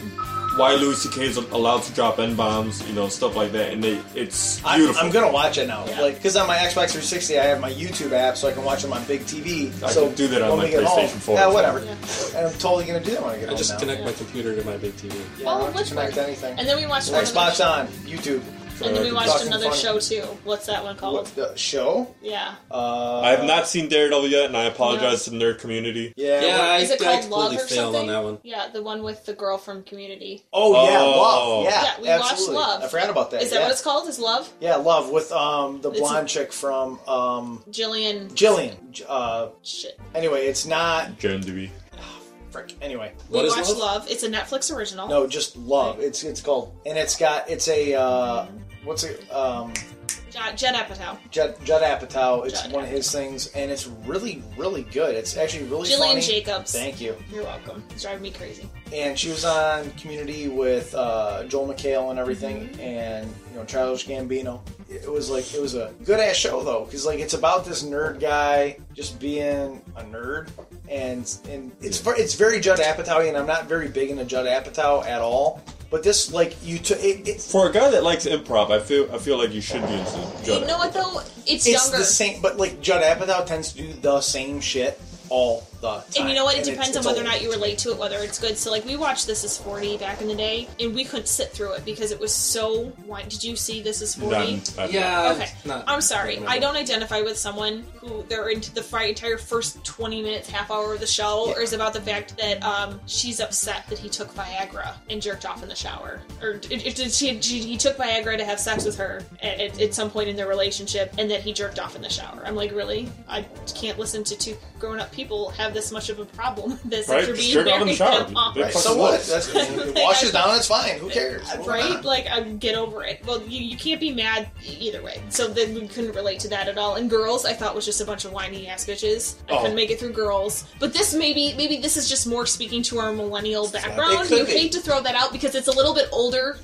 Speaker 2: Why Louis C.K. is allowed to drop n bombs, you know, stuff like that, and they, it's
Speaker 3: I,
Speaker 2: beautiful.
Speaker 3: I'm gonna watch it now, Like
Speaker 5: Yeah.
Speaker 3: 'cause like because on my Xbox 360, I have my YouTube app, so I can watch them on big TV.
Speaker 2: I
Speaker 3: so
Speaker 2: can do that on
Speaker 3: when
Speaker 2: my
Speaker 3: we get
Speaker 2: PlayStation
Speaker 3: home-
Speaker 2: 4.
Speaker 3: Yeah, whatever.
Speaker 5: Yeah.
Speaker 3: And I'm totally gonna do that when I get
Speaker 1: I
Speaker 3: home.
Speaker 1: just
Speaker 3: now.
Speaker 1: connect my computer to my big TV.
Speaker 3: Yeah,
Speaker 5: Well,
Speaker 3: I don't have
Speaker 5: which
Speaker 3: to connect
Speaker 5: one?
Speaker 3: anything.
Speaker 5: And then we watched another
Speaker 3: Xbox
Speaker 5: show.
Speaker 3: on YouTube.
Speaker 5: And then we watched
Speaker 3: Talking
Speaker 5: another
Speaker 3: Funny.
Speaker 5: show too. What's that one called?
Speaker 3: What, the show?
Speaker 5: Yeah.
Speaker 3: Uh,
Speaker 2: I have not seen Daredevil yet, and I apologize to the nerd community.
Speaker 3: Yeah.
Speaker 1: Yeah,
Speaker 3: what-
Speaker 1: I,
Speaker 5: Is it
Speaker 1: I
Speaker 5: called
Speaker 1: completely
Speaker 5: Love or
Speaker 1: failed
Speaker 5: something?
Speaker 1: on that one.
Speaker 5: Yeah, the one with the girl from Community.
Speaker 3: oh yeah,
Speaker 2: Oh.
Speaker 3: love. Yeah,
Speaker 5: yeah, we
Speaker 3: absolutely.
Speaker 5: watched Love.
Speaker 3: I forgot about that.
Speaker 5: Is that
Speaker 3: yeah.
Speaker 5: what it's called? Is Love?
Speaker 3: Yeah, love with um the
Speaker 5: It's-
Speaker 3: blonde chick from um
Speaker 5: Jillian.
Speaker 3: Jillian. J- Uh,
Speaker 5: Shit.
Speaker 3: anyway, it's not
Speaker 2: Jaren Dewey.
Speaker 3: frick. Anyway,
Speaker 1: What
Speaker 5: we
Speaker 1: is
Speaker 5: watched
Speaker 1: Love?
Speaker 5: Love? It's a Netflix original.
Speaker 3: No, just love. It's it's called, and it's got it's a uh, what's it? Um,
Speaker 5: Judd Judd Apatow.
Speaker 3: Judd, Judd Apatow. It's
Speaker 5: Judd
Speaker 3: one of his things, and it's really, really good. It's actually really
Speaker 5: Jillian
Speaker 3: funny.
Speaker 5: Jacobs.
Speaker 3: Thank you.
Speaker 5: You're welcome. It's driving me crazy.
Speaker 3: And she was on Community with uh, Joel McHale and everything,
Speaker 5: Mm-hmm.
Speaker 3: and you know Childish Gambino. It was like it was a good ass show though, because like it's about this nerd guy just being a nerd, and and it's ver- it's very Judd Apatow, and I'm not very big into Judd Apatow at all. But this like you took it, it's
Speaker 2: For a guy that likes improv, I feel I feel like you should be into
Speaker 5: You
Speaker 2: Judd.
Speaker 5: know what though?
Speaker 3: it's
Speaker 5: It's, younger.
Speaker 3: the same, but like Judd Apatow tends to do the same shit all the time.
Speaker 5: And you know what? It
Speaker 3: it's-
Speaker 5: depends on
Speaker 3: it's
Speaker 5: whether or
Speaker 3: old.
Speaker 5: not you relate to it, whether it's good. So, like, we watched This Is 40 back in the day, and we couldn't sit through it because it was so. Why did you see This Is 40?
Speaker 2: Apatow.
Speaker 1: Yeah.
Speaker 5: Okay,
Speaker 1: not-
Speaker 5: I'm sorry.
Speaker 1: not
Speaker 5: I don't identify with someone who they're into the fri- entire first 20 minutes, half hour of the show
Speaker 3: Yeah.
Speaker 5: is about the fact that um, she's upset that he took Viagra and jerked off in the shower, or it, it, it- she, she, he took Viagra to have sex with her at, at, at some point in their relationship, and that he jerked off in the shower. I'm like, really? I can't listen to two grown-up people have this much of a problem. with This
Speaker 2: Right?
Speaker 5: after
Speaker 2: Just
Speaker 5: being
Speaker 2: jerk off in
Speaker 5: married
Speaker 2: the shower.
Speaker 5: that long.
Speaker 2: Big fucking
Speaker 3: So what?
Speaker 2: wuss.
Speaker 3: That's, I mean, if it washes down. It's fine. Who cares? Move
Speaker 5: Uh, right?
Speaker 3: on.
Speaker 5: Like, I get over it. Well, you, you can't be mad e- either way. So then we couldn't relate to that at all. And girls, I thought was just a bunch of whiny ass bitches. I
Speaker 2: Oh.
Speaker 5: couldn't make it through girls. But this maybe maybe this is just more speaking to our millennial background.
Speaker 3: could
Speaker 5: You
Speaker 3: be.
Speaker 5: hate to throw that out because it's a little bit older.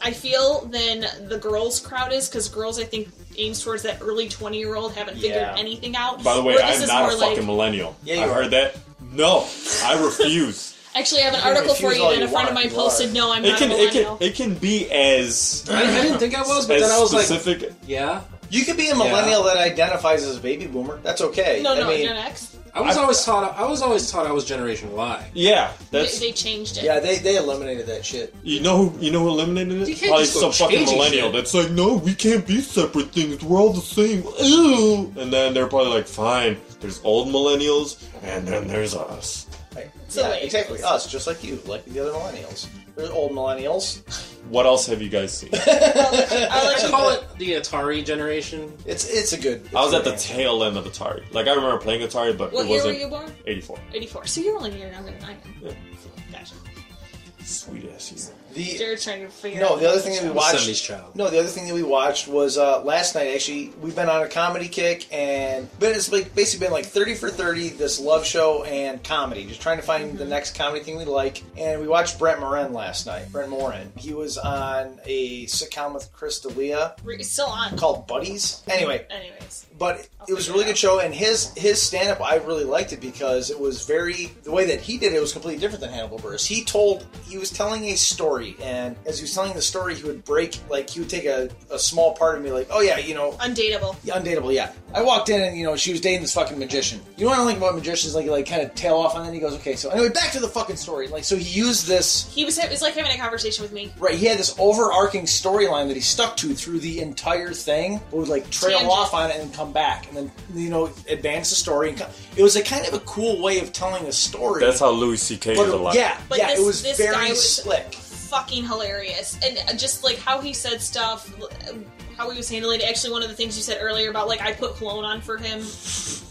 Speaker 5: I feel than the girls crowd is because girls I think aims towards that early twenty year old haven't figured
Speaker 3: Yeah.
Speaker 5: anything out.
Speaker 2: By the way,
Speaker 5: Where this
Speaker 2: I'm
Speaker 5: is
Speaker 2: not a
Speaker 5: more
Speaker 2: fucking
Speaker 5: like-
Speaker 2: millennial.
Speaker 3: Yeah, you
Speaker 2: I
Speaker 3: are.
Speaker 2: heard that. No, I refuse.
Speaker 5: Actually, I have an
Speaker 3: can
Speaker 5: article for
Speaker 3: refuse
Speaker 5: you,
Speaker 3: all
Speaker 5: and
Speaker 3: you
Speaker 5: a friend of
Speaker 3: want,
Speaker 5: mine
Speaker 3: you are.
Speaker 5: posted, "No, I'm
Speaker 2: It
Speaker 5: not
Speaker 2: can
Speaker 5: a
Speaker 2: it
Speaker 5: millennial."
Speaker 2: can it can be as
Speaker 1: I, I didn't think I was, but then I
Speaker 2: as
Speaker 1: was like,
Speaker 2: specific.
Speaker 1: yeah.
Speaker 3: You could be a millennial that identifies as a baby boomer. That's okay.
Speaker 5: no, no,
Speaker 3: I mean,
Speaker 5: Gen X.
Speaker 1: I was
Speaker 2: I-
Speaker 1: always taught. I was always taught I was Generation Y.
Speaker 2: yeah,
Speaker 5: They,
Speaker 2: that's
Speaker 5: they changed it.
Speaker 3: yeah, they, they eliminated that shit.
Speaker 2: you know who you know who eliminated it.
Speaker 1: You can't
Speaker 2: Probably
Speaker 1: just
Speaker 2: some
Speaker 1: go
Speaker 2: fucking
Speaker 1: changing
Speaker 2: millennial
Speaker 1: shit.
Speaker 2: that's like, no, we can't be separate things. We're all the same. Ew. And then they're probably like, fine. There's old millennials, and then there's us.
Speaker 3: Like,
Speaker 5: So,
Speaker 3: yeah,
Speaker 5: like-
Speaker 3: exactly. Us, just like you, like the other millennials. There's old millennials.
Speaker 2: What else have you guys seen?
Speaker 5: I like
Speaker 1: I call it the Atari generation.
Speaker 3: It's it's a good.
Speaker 2: I was at the tail end of Atari. Like I remember playing Atari, but
Speaker 5: What
Speaker 2: it
Speaker 5: year were
Speaker 2: wasn't
Speaker 5: you born?
Speaker 2: 84.
Speaker 5: 84. So you're only a year younger than I am. Gotcha.
Speaker 2: Sweet ass year.
Speaker 3: the
Speaker 5: Jared's trying to figure
Speaker 3: no.
Speaker 5: out.
Speaker 3: The other thing that we
Speaker 1: I'm a
Speaker 3: watched.
Speaker 1: 70s child.
Speaker 3: No, the other thing that we watched was uh, last night. Actually, we've been on a comedy kick, and but it's like basically been like thirty for thirty, this love show and comedy, just trying to find the next comedy thing we like. And we watched Brent Moren last night. Brent Moren, he was on a sitcom with Chris D'Elia
Speaker 5: We're still on.
Speaker 3: called Buddies. Anyway,
Speaker 5: Anyways.
Speaker 3: but
Speaker 5: I'll
Speaker 3: it was a
Speaker 5: figure
Speaker 3: really
Speaker 5: it out.
Speaker 3: good show and his his stand-up i really liked it because it was very the way that he did it was completely different than hannibal burris he told he was telling a story and as he was telling the story he would break like he would take a, a small part of me like oh yeah you know
Speaker 5: Undateable.
Speaker 3: undateable yeah i walked in and you know she was dating this fucking magician you know what i like about magicians like like kind of tail off and then he goes okay so anyway back to the fucking story like so he used this
Speaker 5: He was, it was like having a conversation with me.
Speaker 3: Right, he had this overarching storyline that he stuck to through the entire thing, but would like trail
Speaker 5: Tangent.
Speaker 3: off on it and come back, and then you know advance the story. And co- it was a kind of a cool way of telling a story.
Speaker 2: That's how Louis C.K.
Speaker 3: but
Speaker 2: is alive.
Speaker 3: yeah,
Speaker 5: But
Speaker 3: yeah,
Speaker 5: this-
Speaker 3: it was
Speaker 5: this
Speaker 3: very
Speaker 5: guy was-
Speaker 3: slick.
Speaker 5: Fucking hilarious. And uh, just like how he said stuff, uh, how he was handling it. Actually, one of the things you said earlier about like I put cologne on for him,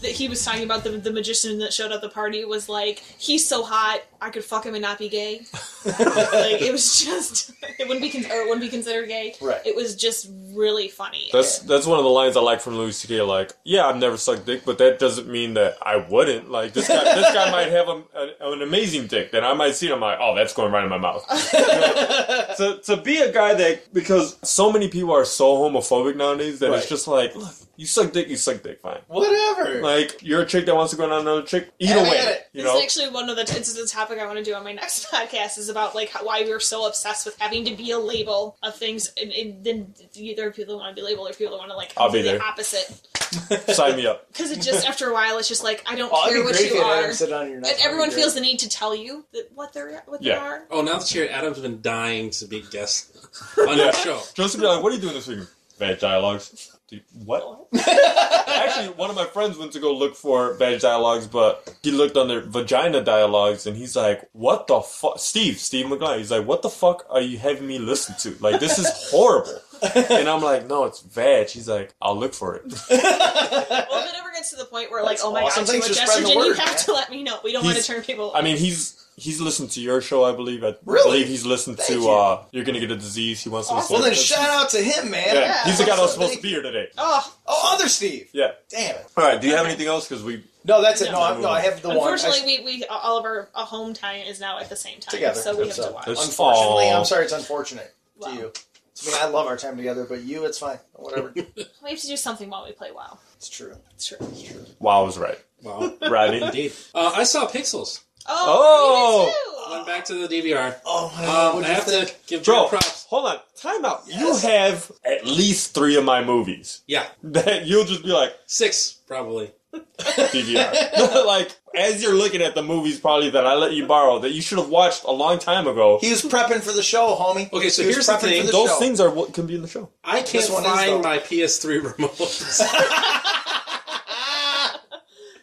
Speaker 5: that he was talking about the, the magician that showed up at the party was like, he's so hot, I could fuck him and not be gay. like it was just, it wouldn't be, con- or it wouldn't be considered gay.
Speaker 3: Right.
Speaker 5: It was just really funny.
Speaker 2: That's that's one of the lines I like from Louis C.K. Like, yeah, I've never sucked dick, but that doesn't mean that I wouldn't. Like, this guy, this guy might have a, a- an amazing dick that I might see. And I'm like, oh, that's going right in my mouth. You know? to to be a guy that because so many people are so homophobic nowadays that
Speaker 3: Right.
Speaker 2: it's just like, look, you suck dick, you suck dick, fine.
Speaker 3: Whatever.
Speaker 2: Like, you're a chick that wants to go on another chick. Either
Speaker 3: Have at
Speaker 2: way,
Speaker 3: it.
Speaker 2: you
Speaker 5: this
Speaker 2: know.
Speaker 5: is actually one of the it's the topic I want to do on my next podcast is about like how, why we're so obsessed with having to be a label of things, and, and then there are people who want to be labeled, or people who want to like
Speaker 2: I'll be
Speaker 5: do the
Speaker 2: there.
Speaker 5: opposite.
Speaker 2: Sign me up.
Speaker 5: Because it just after a while, it's just like I don't
Speaker 3: Oh,
Speaker 5: care
Speaker 3: it'd be
Speaker 5: what
Speaker 3: great if
Speaker 5: you
Speaker 3: you had
Speaker 5: are.
Speaker 3: Adam sit on your
Speaker 5: And
Speaker 3: neck.
Speaker 5: everyone
Speaker 3: That'd be
Speaker 5: feels the
Speaker 3: great.
Speaker 5: need to tell you that what they're what they
Speaker 2: Yeah.
Speaker 5: are.
Speaker 1: Oh, now that you're Adam's been dying to be guest on your show.
Speaker 2: Just to be like, what are you doing this weekend? Bad dialogues. Dude, what? Actually, one of my friends went to go look for Vag Dialogues, but he looked under Vagina Dialogues, and he's like, "What the fuck, Steve? Steve McGuire? He's like, "What the fuck are you having me listen to? Like, this is horrible." and I'm like, "No, it's Vag." He's like, "I'll look for it."
Speaker 5: Well, if it ever gets to the point where like,
Speaker 3: That's
Speaker 5: oh my
Speaker 3: awesome.
Speaker 5: god,
Speaker 3: Thanks
Speaker 5: too
Speaker 3: for
Speaker 5: much
Speaker 3: spreading the
Speaker 5: estrogen, you
Speaker 3: word,
Speaker 5: have
Speaker 3: man.
Speaker 5: to let me know. We don't want to
Speaker 2: He's-
Speaker 5: turn people.
Speaker 2: I mean, he's he's listened to your show, I believe. I
Speaker 3: Really?
Speaker 2: believe he's listened
Speaker 3: Thank
Speaker 2: to
Speaker 3: you.
Speaker 2: uh You're Gonna Get a Disease. He wants to listen
Speaker 3: Well,
Speaker 2: to
Speaker 3: then shout out to him, man.
Speaker 2: yeah. he's the guy that was
Speaker 3: Awesome.
Speaker 2: supposed to be here today.
Speaker 5: Oh,
Speaker 3: Oh, other Steve.
Speaker 2: Yeah.
Speaker 3: Damn it.
Speaker 2: All right. Do you have anything else? Because we
Speaker 3: No, that's it. No,
Speaker 5: No.
Speaker 3: I'm, no I have the one.
Speaker 5: unfortunately,
Speaker 3: I-
Speaker 5: we, we all of our a home time is now at the same time,
Speaker 3: Together.
Speaker 5: so we
Speaker 3: That's
Speaker 5: have to
Speaker 3: it.
Speaker 5: watch.
Speaker 2: That's-
Speaker 3: unfortunately,
Speaker 2: Aw.
Speaker 3: I'm sorry. It's unfortunate
Speaker 5: Wow.
Speaker 3: to you. To me, I love our time together, but you, it's fine. Whatever.
Speaker 5: We have to do something while we play WoW.
Speaker 3: it's true.
Speaker 5: It's true.
Speaker 2: wow was right.
Speaker 1: Wow.
Speaker 2: Right. indeed.
Speaker 1: Indeed. Uh, I saw Pixels.
Speaker 5: Oh, me too.
Speaker 1: Went back to the DVR.
Speaker 3: Oh,
Speaker 1: Um, I
Speaker 3: what'd you
Speaker 1: have
Speaker 3: think?
Speaker 1: to give Joe
Speaker 2: Bro,
Speaker 1: props.
Speaker 2: hold on. Time out.
Speaker 3: Yes.
Speaker 2: You have at least three of my movies
Speaker 1: Yeah,
Speaker 2: that you'll just be like
Speaker 1: six probably.
Speaker 2: DVR. like as you're looking at the movies, probably that I let you borrow that you should have watched a long time ago.
Speaker 3: He was prepping for the show, homie.
Speaker 1: Okay, so
Speaker 3: He was
Speaker 1: here's the
Speaker 3: prepping
Speaker 1: thing.
Speaker 3: for
Speaker 2: Those
Speaker 3: show.
Speaker 2: things are what can be in the show.
Speaker 1: I can't
Speaker 3: one is, though.
Speaker 1: find my PS3 remote,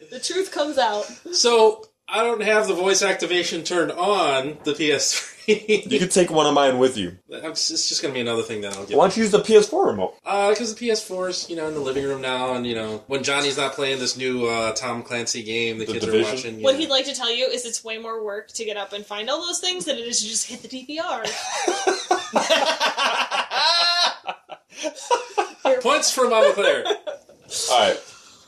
Speaker 5: The truth comes out.
Speaker 1: so I don't have the voice activation turned on the PS3.
Speaker 2: You could take one of mine with you.
Speaker 1: I'm just- it's just gonna be another thing that I'll get.
Speaker 2: Why don't you use the PS4 remote?
Speaker 1: Uh, because the PS4's you know in the living room now, and you know when Johnny's not playing this new uh, Tom Clancy game, the,
Speaker 2: The
Speaker 1: kids
Speaker 2: Division?
Speaker 1: are watching. you
Speaker 5: What
Speaker 1: know.
Speaker 5: he'd like to tell you is it's way more work to get up and find all those things than it is to just hit the DVR.
Speaker 1: Points for Mama Claire.
Speaker 2: All right,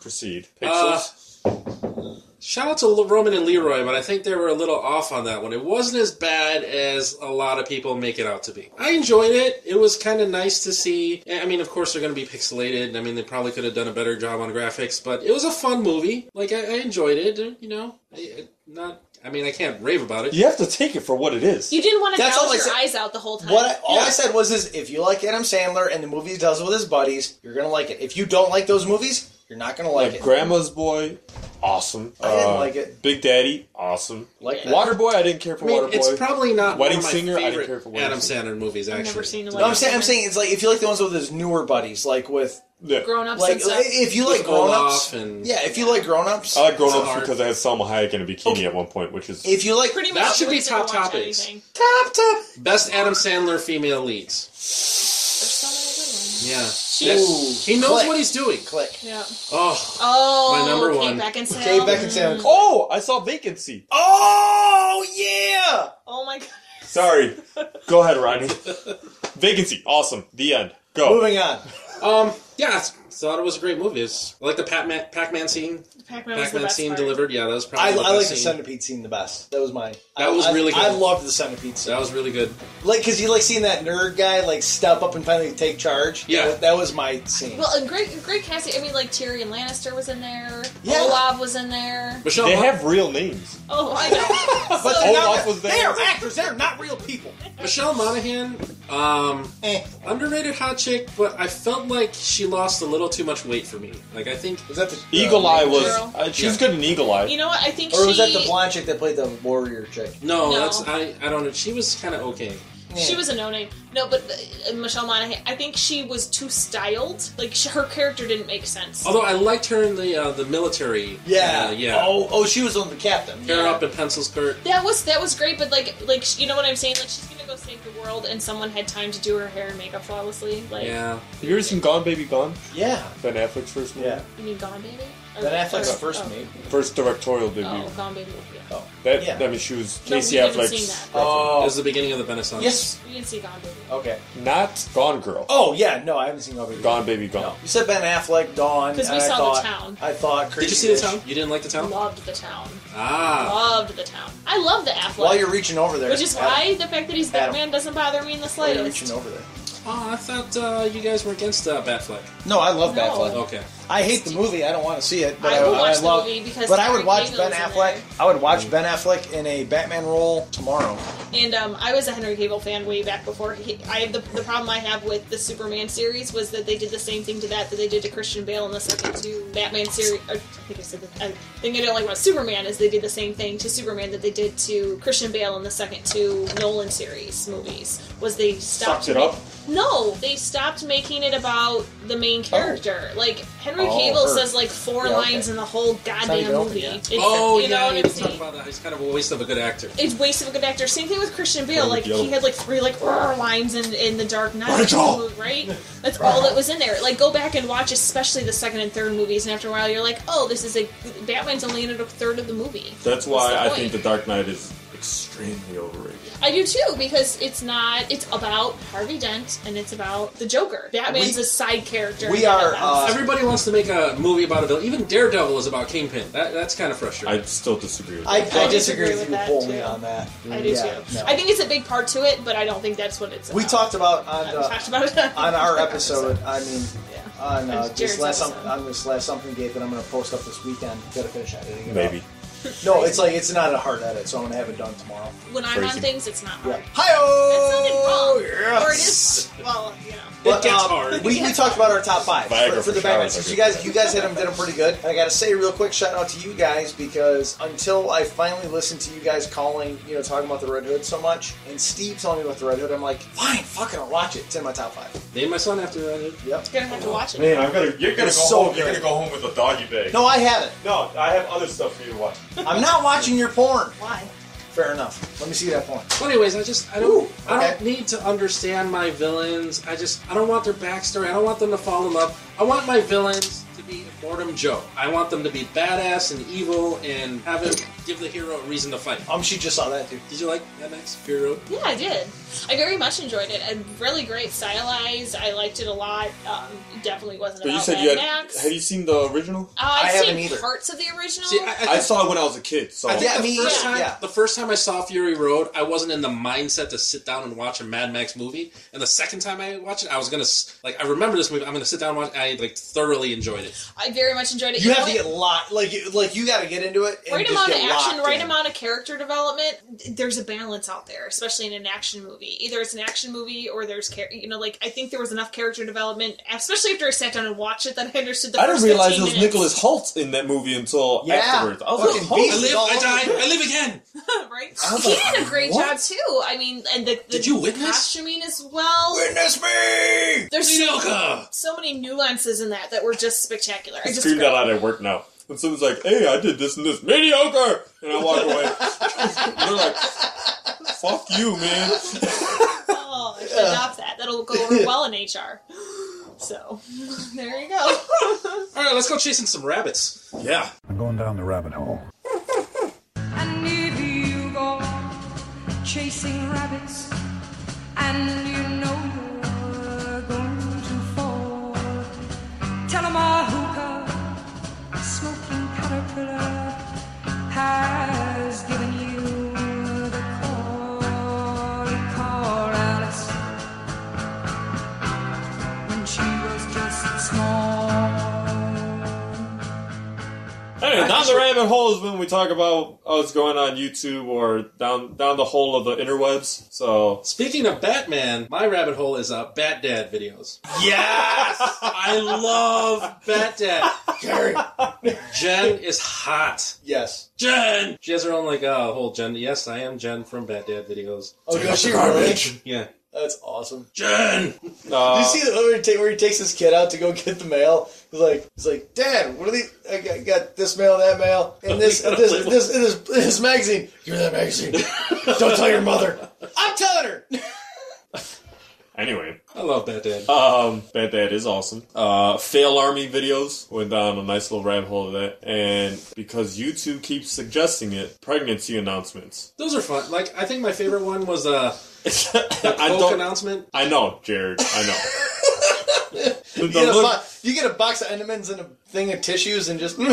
Speaker 2: proceed.
Speaker 1: Uh,
Speaker 2: Pixels.
Speaker 1: Shout out to Le- Roman and Leroy, but I think they were a little off on that one. It wasn't as bad as a lot of people make it out to be. I enjoyed it. It was kind of nice to see. I mean, of course, they're going to be pixelated. I mean, they probably could have done a better job on graphics, but it was a fun movie. Like, I, I enjoyed it. You know, I, I- not. I mean, I can't rave about it.
Speaker 2: you have to take it for what it is.
Speaker 5: you didn't want to
Speaker 3: That's all
Speaker 5: gouge
Speaker 3: I
Speaker 5: your
Speaker 3: said.
Speaker 5: eyes out the whole time.
Speaker 3: What I, all I
Speaker 1: Yeah.
Speaker 3: said was, is if you like Adam Sandler and the movies he does with his buddies, you're gonna like it. If you don't like those movies, you're not gonna like
Speaker 2: Like
Speaker 3: it.
Speaker 2: Grandma's Boy, awesome.
Speaker 3: I didn't
Speaker 2: Uh,
Speaker 3: like it.
Speaker 2: Big Daddy, awesome.
Speaker 3: Like that.
Speaker 2: Waterboy, I didn't care for
Speaker 1: I mean,
Speaker 2: Waterboy.
Speaker 1: it's probably not
Speaker 2: Wedding
Speaker 1: one of my
Speaker 2: Singer, I didn't
Speaker 1: favorite
Speaker 2: care for Wedding
Speaker 1: Adam
Speaker 2: Singer.
Speaker 1: Sandler movies. Actually,
Speaker 5: never seen a
Speaker 1: To
Speaker 5: Wedding
Speaker 1: be
Speaker 3: No, I'm
Speaker 1: honest.
Speaker 3: saying, I'm saying it's like if you like the ones with his newer buddies, like with
Speaker 2: yeah.
Speaker 5: Grown ups
Speaker 3: like
Speaker 5: and stuff.
Speaker 3: if you like
Speaker 1: With
Speaker 3: grown
Speaker 1: Olaf
Speaker 3: ups,
Speaker 1: and
Speaker 3: yeah, if you like grown ups,
Speaker 2: I like Grown
Speaker 1: It's
Speaker 2: Ups
Speaker 1: hard.
Speaker 2: because I had Salma Hayek in a bikini at one point, which is
Speaker 3: if you like
Speaker 5: Pretty much
Speaker 1: That should be
Speaker 5: you can
Speaker 1: top
Speaker 5: watch
Speaker 1: topics.
Speaker 5: anything.
Speaker 3: top top,
Speaker 1: best Adam Sandler female leads.
Speaker 5: There's so
Speaker 1: Yeah,
Speaker 5: Jeez.
Speaker 1: he knows
Speaker 3: Click.
Speaker 1: what he's doing.
Speaker 3: click.
Speaker 5: many good ones. Yeah.
Speaker 1: Oh,
Speaker 5: Oh,
Speaker 1: My number
Speaker 5: Kate
Speaker 1: one.
Speaker 5: Beckinsale.
Speaker 3: Kate Beckinsale. Oh,
Speaker 2: oh, I saw Vacancy.
Speaker 3: oh yeah,
Speaker 5: Oh my god.
Speaker 2: Sorry, go ahead, Rodney. Vacancy, awesome. The end. Go.
Speaker 3: moving on.
Speaker 1: Um, yeah, I thought it was a great movie. It's I like the Pac-Man, Pac-Man scene.
Speaker 5: Pac-Man was the
Speaker 1: Pac-Man
Speaker 5: best
Speaker 1: scene
Speaker 5: part.
Speaker 1: delivered. Yeah, that was
Speaker 3: I,
Speaker 1: probably
Speaker 3: I
Speaker 1: the best
Speaker 3: like the
Speaker 1: scene.
Speaker 3: centipede scene the best. That was mine.
Speaker 1: That was
Speaker 3: I-
Speaker 1: really good.
Speaker 3: I loved the centipede scene.
Speaker 1: That was really good.
Speaker 3: Like, cause you like seeing that nerd guy like step up and finally take charge.
Speaker 1: Yeah.
Speaker 3: that, that was my scene.
Speaker 5: Well, a great, great casting. I mean, like Tyrion Lannister was in there.
Speaker 3: Yeah.
Speaker 5: Olaf was in there.
Speaker 1: Michelle,
Speaker 2: They
Speaker 1: Mon-
Speaker 2: have real names.
Speaker 5: Oh, I know.
Speaker 3: but
Speaker 5: so-
Speaker 3: they're not-
Speaker 2: Olaf was there.
Speaker 3: They are actors. They're not real people.
Speaker 1: Michelle Monaghan, um,
Speaker 3: Eh.
Speaker 1: underrated hot chick, but I felt like she lost a little too much weight for me. Like I think
Speaker 3: Was that the
Speaker 2: Eagle
Speaker 3: uh,
Speaker 2: Eye was.
Speaker 5: Girl.
Speaker 2: Uh, she's
Speaker 1: Yeah.
Speaker 2: good in Eagle Eye.
Speaker 5: you know what? I think
Speaker 3: Or was
Speaker 5: she
Speaker 3: that the blonde chick that played the warrior chick? Eh.
Speaker 1: no,
Speaker 5: No.
Speaker 1: that's I. I don't know. She was kind of okay.
Speaker 5: she was a no name. No, but the, uh, Michelle Monaghan. I think she was too styled. Like sh her character didn't make sense.
Speaker 1: Although I liked her in the uh, the military.
Speaker 3: Yeah.
Speaker 1: uh, yeah.
Speaker 3: Oh, oh, she was on the captain.
Speaker 1: Hair up and pencil skirt.
Speaker 5: That was that was great, but like like sh- you know what I'm saying? Like she's gonna go save the world, and someone had time to do her hair and makeup flawlessly. Like
Speaker 1: Yeah,
Speaker 2: Have you ever seen Gone Baby Gone?
Speaker 3: Yeah.
Speaker 2: Ben Affleck's first movie.
Speaker 3: Yeah.
Speaker 5: you mean Gone Baby? Or-
Speaker 3: Ben Affleck's
Speaker 5: or-
Speaker 3: first
Speaker 5: oh,
Speaker 3: mate.
Speaker 2: First directorial debut.
Speaker 5: Oh, Gone Baby. Yeah.
Speaker 2: That
Speaker 3: Yeah.
Speaker 2: I mean, she was
Speaker 5: No,
Speaker 2: Casey
Speaker 5: we haven't
Speaker 2: Affleck's
Speaker 5: seen that.
Speaker 1: it
Speaker 3: Oh.
Speaker 1: was the beginning of the Renaissance.
Speaker 3: Yes.
Speaker 5: We didn't see Gone Baby.
Speaker 3: Okay.
Speaker 2: not Gone Girl.
Speaker 3: Oh yeah. No, I haven't seen Gone Baby.
Speaker 2: Gone Baby Gone.
Speaker 3: No. You said Ben Affleck, Dawn.
Speaker 5: 'Cause we
Speaker 3: and I
Speaker 5: saw The
Speaker 3: thought-
Speaker 5: Town.
Speaker 3: I thought.
Speaker 1: Did
Speaker 3: Crazy
Speaker 1: you see the
Speaker 3: Bitch.
Speaker 1: town? You didn't like the town?
Speaker 5: Loved the town.
Speaker 1: Ah,
Speaker 5: Loved the town. I love the Affleck.
Speaker 3: While you're reaching over there,
Speaker 5: Which is
Speaker 3: Adam,
Speaker 5: why the fact that he's
Speaker 3: Adam.
Speaker 5: Batman doesn't bother me in the
Speaker 3: While you're reaching
Speaker 5: slightest.
Speaker 3: over there.
Speaker 1: oh, I thought uh, you guys were against uh, Batfleck.
Speaker 3: No, I love
Speaker 5: No.
Speaker 3: Batfleck.
Speaker 1: Okay.
Speaker 3: I hate the movie. I don't want to see it. But
Speaker 5: I
Speaker 3: I,
Speaker 5: will
Speaker 3: I,
Speaker 5: watch the
Speaker 3: love,
Speaker 5: movie because
Speaker 3: But I would
Speaker 5: Terry
Speaker 3: watch
Speaker 5: Crews
Speaker 3: Ben
Speaker 5: is in
Speaker 3: Affleck.
Speaker 5: there.
Speaker 3: I would watch Ben Affleck in a Batman role tomorrow.
Speaker 5: And um, I was a Henry Cable fan way back before. He, I the, the problem I have with the Superman series was that they did the same thing to that that they did to Christian Bale in the second two Batman series. I think I said the I thing I don't like about Superman is they did the same thing to Superman that they did to Christian Bale in the second two Nolan series movies. Was they stopped
Speaker 2: Sucked it up.
Speaker 5: No, they stopped making it about the main character. Like Henry
Speaker 3: Oh,
Speaker 5: Cable
Speaker 3: her.
Speaker 5: says, like four
Speaker 3: Yeah, okay.
Speaker 5: lines in the whole
Speaker 3: not even
Speaker 5: goddamn
Speaker 3: open
Speaker 5: movie.
Speaker 3: yet.
Speaker 5: It's-
Speaker 1: Oh
Speaker 5: you know
Speaker 1: yeah,
Speaker 5: what
Speaker 1: you
Speaker 5: I'm
Speaker 1: was talking
Speaker 5: saying?
Speaker 1: about that. He's kind of a waste of a good actor.
Speaker 5: it's waste of a good actor. Same thing with Christian Bale. Like
Speaker 2: yellow.
Speaker 5: he had like three like "Rrr" lines in, in the Dark Knight,
Speaker 2: Rachel!
Speaker 5: right? That's all that was in there. Like go back and watch, especially the second and third movies, and after a while you're like, oh, this is a Batman's only in a third of the movie.
Speaker 2: That's
Speaker 5: What's
Speaker 2: why
Speaker 5: the
Speaker 2: I
Speaker 5: point?
Speaker 2: think The Dark Knight is extremely overrated.
Speaker 5: I do too because it's not. It's about Harvey Dent and it's about the Joker. Batman's
Speaker 3: We-
Speaker 5: a side character.
Speaker 3: we
Speaker 5: in
Speaker 3: are,
Speaker 5: Batman's.
Speaker 3: uh,
Speaker 1: Everybody wants to make a movie about a villain. Even Daredevil is about Kingpin. That, that's kind of frustrating.
Speaker 2: I still disagree with
Speaker 3: I,
Speaker 2: that.
Speaker 3: I disagree
Speaker 5: disagree
Speaker 3: with
Speaker 5: with
Speaker 3: you
Speaker 5: that,
Speaker 3: wholly
Speaker 5: too.
Speaker 3: on that.
Speaker 5: I do
Speaker 3: Yeah,
Speaker 5: too.
Speaker 3: no.
Speaker 5: I think it's a big part to it, but I don't think that's what it's.
Speaker 3: we
Speaker 5: about.
Speaker 3: talked about on
Speaker 5: Uh, we
Speaker 3: uh,
Speaker 5: talked about it
Speaker 3: on our episode. I mean,
Speaker 5: Yeah.
Speaker 3: on uh,
Speaker 5: Jared's
Speaker 3: this last some,
Speaker 5: episode.
Speaker 3: on this last something gate that I'm going to post up this weekend. Got to finish editing. it
Speaker 2: Maybe.
Speaker 3: up. No, it's like it's not a hard edit, so I'm going to have it done tomorrow.
Speaker 5: When I'm on
Speaker 2: Crazy.
Speaker 5: things, it's not
Speaker 3: Yeah.
Speaker 5: hard.
Speaker 3: Hi-oh!
Speaker 5: That sounded wrong.
Speaker 3: Yes.
Speaker 5: Or it is. Well, you know.
Speaker 3: But,
Speaker 1: gets
Speaker 3: um,
Speaker 1: hard.
Speaker 3: We, we talked about our top five
Speaker 2: Viagra
Speaker 3: for, for
Speaker 2: for
Speaker 3: the Batman
Speaker 2: showers,
Speaker 3: series.
Speaker 2: I
Speaker 3: You
Speaker 2: agree.
Speaker 3: guys, you guys hit them, did them pretty good. I got to say real quick, shout out to you guys because until I finally listened to you guys calling, you know, talking about the Red Hood so much, and Steve telling me about the Red Hood, I'm like, fine, fucking, I'll watch it. It's in my top five.
Speaker 1: They and my son have to write it.
Speaker 3: Yep.
Speaker 5: Gonna have to watch it.
Speaker 2: Man, I'm gonna. You're gonna
Speaker 3: It's
Speaker 2: go
Speaker 3: so
Speaker 2: home. You're
Speaker 3: good.
Speaker 2: gonna go home with a doggy bag.
Speaker 3: No, I haven't.
Speaker 2: no, I have other stuff for you to watch.
Speaker 3: I'm not watching your porn.
Speaker 5: Why?
Speaker 3: Fair enough. Let me see that porn.
Speaker 1: Well, anyways, I just I don't
Speaker 3: Ooh,
Speaker 1: I don't
Speaker 3: okay.
Speaker 1: need to understand my villains. I just I don't want their backstory. I don't want them to fall in love. I want my villains to be Mortem Joe. I want them to be badass and evil and have it give the hero a reason to fight.
Speaker 3: Um, she just saw that dude.
Speaker 1: Did you like that, Max? Fear Road?
Speaker 5: Yeah, I did. I very much enjoyed it. And really great stylized. I liked it a lot. Um, it definitely wasn't
Speaker 2: But
Speaker 5: about
Speaker 2: you said
Speaker 5: Mad
Speaker 2: you had.
Speaker 5: Max.
Speaker 2: Have you seen the original?
Speaker 5: Uh, I've
Speaker 3: I haven't
Speaker 5: seen
Speaker 3: either.
Speaker 5: parts of the original.
Speaker 1: See, I, I,
Speaker 2: I saw it when I was a kid. So
Speaker 1: I think
Speaker 3: Yeah,
Speaker 1: the
Speaker 3: me
Speaker 1: first
Speaker 5: either,
Speaker 1: time
Speaker 3: yeah.
Speaker 1: the first time I saw Fury Road, I wasn't in the mindset to sit down and watch a Mad Max movie. And the second time I watched it, I was gonna s- like I remember this movie. I'm gonna sit down and watch. I like thoroughly enjoyed it.
Speaker 5: I very much enjoyed it.
Speaker 3: You
Speaker 5: know
Speaker 3: have to
Speaker 5: what?
Speaker 3: get locked, like, you- like you got to get into it. And
Speaker 5: right
Speaker 3: just
Speaker 5: amount of
Speaker 3: get
Speaker 5: action,
Speaker 3: locked
Speaker 5: right
Speaker 3: in.
Speaker 5: amount of character development. There's a balance out there, especially in an action movie. Either it's an action movie or there's char- you know, like I think there was enough character development, especially after I sat down and watched it, that I understood the.
Speaker 2: I didn't
Speaker 5: first
Speaker 2: realize it
Speaker 5: 15
Speaker 2: was
Speaker 5: minutes.
Speaker 2: Nicholas Holt in that movie until
Speaker 3: Yeah.
Speaker 2: afterwards. I was like,
Speaker 3: Fucking
Speaker 2: holy
Speaker 1: I
Speaker 3: beast.
Speaker 1: live,
Speaker 3: all
Speaker 1: I
Speaker 3: over
Speaker 1: die,
Speaker 3: the-
Speaker 1: I live again.
Speaker 5: right?
Speaker 2: I was
Speaker 5: He
Speaker 2: like,
Speaker 5: had a great
Speaker 2: what?
Speaker 5: job too. I mean, and the, the
Speaker 1: Did you witness?
Speaker 5: costuming as well?
Speaker 3: Witness me.
Speaker 5: There's so,
Speaker 1: Sinoka.
Speaker 5: so many nuances in that that were just spectacular. I
Speaker 2: I
Speaker 5: just
Speaker 2: screamed that out at work now. And someone's like, hey, I did this and this. Mediocre! And I walk away. They're like, fuck you, man.
Speaker 5: Oh, I should adopt that. That'll go over well in HR. So there you go.
Speaker 1: All right, let's go chasing some rabbits.
Speaker 2: Yeah.
Speaker 8: I'm going down the rabbit hole.
Speaker 9: And if you go chasing rabbits, and you know you're going to fall, tell 'em a hookah, smoking caterpillar, has given you the call, the call Alice. When she was just small.
Speaker 2: Anyway, down the rabbit hole is when we talk about what's going on YouTube or down down the hole of the interwebs. So
Speaker 1: Speaking of Batman, my rabbit hole is uh, Bat Dad videos.
Speaker 3: Yes,
Speaker 1: I love Bat Dad.
Speaker 3: Gary.
Speaker 1: Jen is hot.
Speaker 3: Yes.
Speaker 1: Jen. She has her own like uh, whole Jen. Yes, I am Jen from Bat Dad videos.
Speaker 3: Oh, does she really?
Speaker 1: Yeah,
Speaker 3: That's awesome.
Speaker 1: Jen.
Speaker 2: uh,
Speaker 3: Did you see the where he, ta- where he takes his kid out to go get the mail? He's like, he's like, Dad, what are these? I got, got this mail, that mail, and this, and this, and this, and this, and this magazine. Give me that magazine. Don't tell your mother. I'm telling her.
Speaker 2: anyway,
Speaker 1: I love Bat Dad.
Speaker 2: um, Bad Dad is awesome. Uh, Fail Army videos went down a nice little rabbit hole of that, and because YouTube keeps suggesting it, pregnancy announcements.
Speaker 1: Those are fun. Like I think my favorite one was uh,
Speaker 2: I
Speaker 1: Coke
Speaker 2: don't.
Speaker 1: announcement.
Speaker 2: I know, Jared. I know. The
Speaker 3: You get, a
Speaker 2: look-
Speaker 3: bo- you get a box of Endermans and a thing of tissues and just.
Speaker 2: I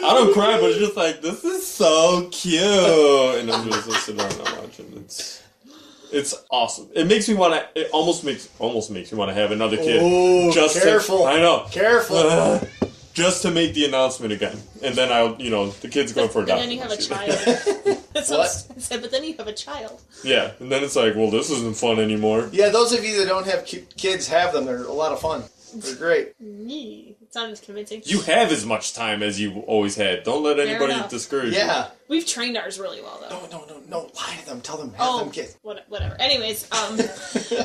Speaker 2: don't cry, but it's just like this is so cute, and I'm just like sitting there and I'm watching. It's it's awesome. It makes me want to. It almost makes almost makes me want to have another kid.
Speaker 3: Ooh,
Speaker 2: just
Speaker 3: Oh, careful.
Speaker 2: To, I know.
Speaker 3: Careful.
Speaker 2: Uh, just to make the announcement again, and then I'll you know the kid's going for
Speaker 5: But
Speaker 2: adoption.
Speaker 5: then you have a child. That's what, I said. But then you have a child.
Speaker 2: Yeah, and then it's like, well, this isn't fun anymore.
Speaker 3: Yeah, those of you that don't have ki- kids have them. They're a lot of fun. They're great.
Speaker 5: Yee. It sounded convincing.
Speaker 2: You have as much time as you always had. Don't let anybody
Speaker 5: enough.
Speaker 2: discourage you.
Speaker 3: Yeah.
Speaker 5: We've trained ours really well,
Speaker 2: Oh,
Speaker 5: though.
Speaker 3: No, no, no, no. Lie to them. Tell them. Have
Speaker 5: Oh,
Speaker 3: them kids.
Speaker 5: what- whatever. Anyways, um,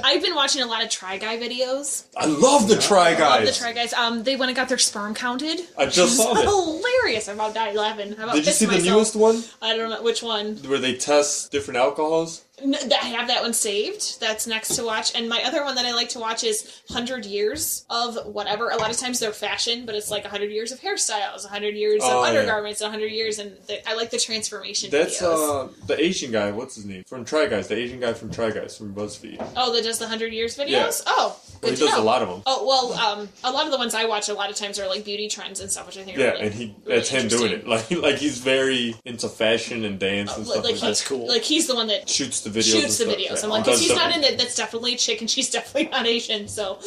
Speaker 5: I've been watching a lot of Try Guy videos.
Speaker 2: I love the Try
Speaker 5: Love the
Speaker 2: Guys.
Speaker 5: Try Guys. Um, they went and got their sperm counted.
Speaker 2: I just saw that.
Speaker 5: Hilarious! I'm about to die laughing. I'm about
Speaker 2: Did you
Speaker 5: piss
Speaker 2: see the
Speaker 5: myself.
Speaker 2: newest one
Speaker 5: I don't know which one.
Speaker 2: where they test different alcohols?
Speaker 5: No, that- I have that one saved. That's next to watch. And my other one that I like to watch is 100 years of whatever. A lot of times they're fashion, but it's like 100 years of hairstyles, 100 years
Speaker 2: Oh,
Speaker 5: of
Speaker 2: yeah.
Speaker 5: undergarments, 100 years. And the, I like the transformation
Speaker 2: That's
Speaker 5: videos.
Speaker 2: uh the Asian guy. What's his name from Try Guys? The Asian guy from Try Guys from BuzzFeed.
Speaker 5: oh, that does the hundred years videos.
Speaker 2: Yeah.
Speaker 5: Oh, good
Speaker 2: Well, he
Speaker 5: to
Speaker 2: does
Speaker 5: know.
Speaker 2: a lot of them.
Speaker 5: Oh well, um, a lot of the ones I watch a lot of times are like beauty trends and stuff, which I think are
Speaker 2: Yeah,
Speaker 5: really,
Speaker 2: and he
Speaker 5: really
Speaker 2: that's him doing it.
Speaker 5: interesting. Oh,
Speaker 2: Like like he's very into fashion and dance and
Speaker 5: Like,
Speaker 2: stuff.
Speaker 5: like,
Speaker 2: Like that.
Speaker 5: he- Like he's the one that
Speaker 2: Shoots the videos.
Speaker 5: shoots the
Speaker 2: and stuff.
Speaker 5: videos.
Speaker 2: Yeah,
Speaker 5: I'm like,
Speaker 2: does
Speaker 5: if he's
Speaker 2: stuff.
Speaker 5: not in it, that's definitely chick, and she's definitely not Asian. So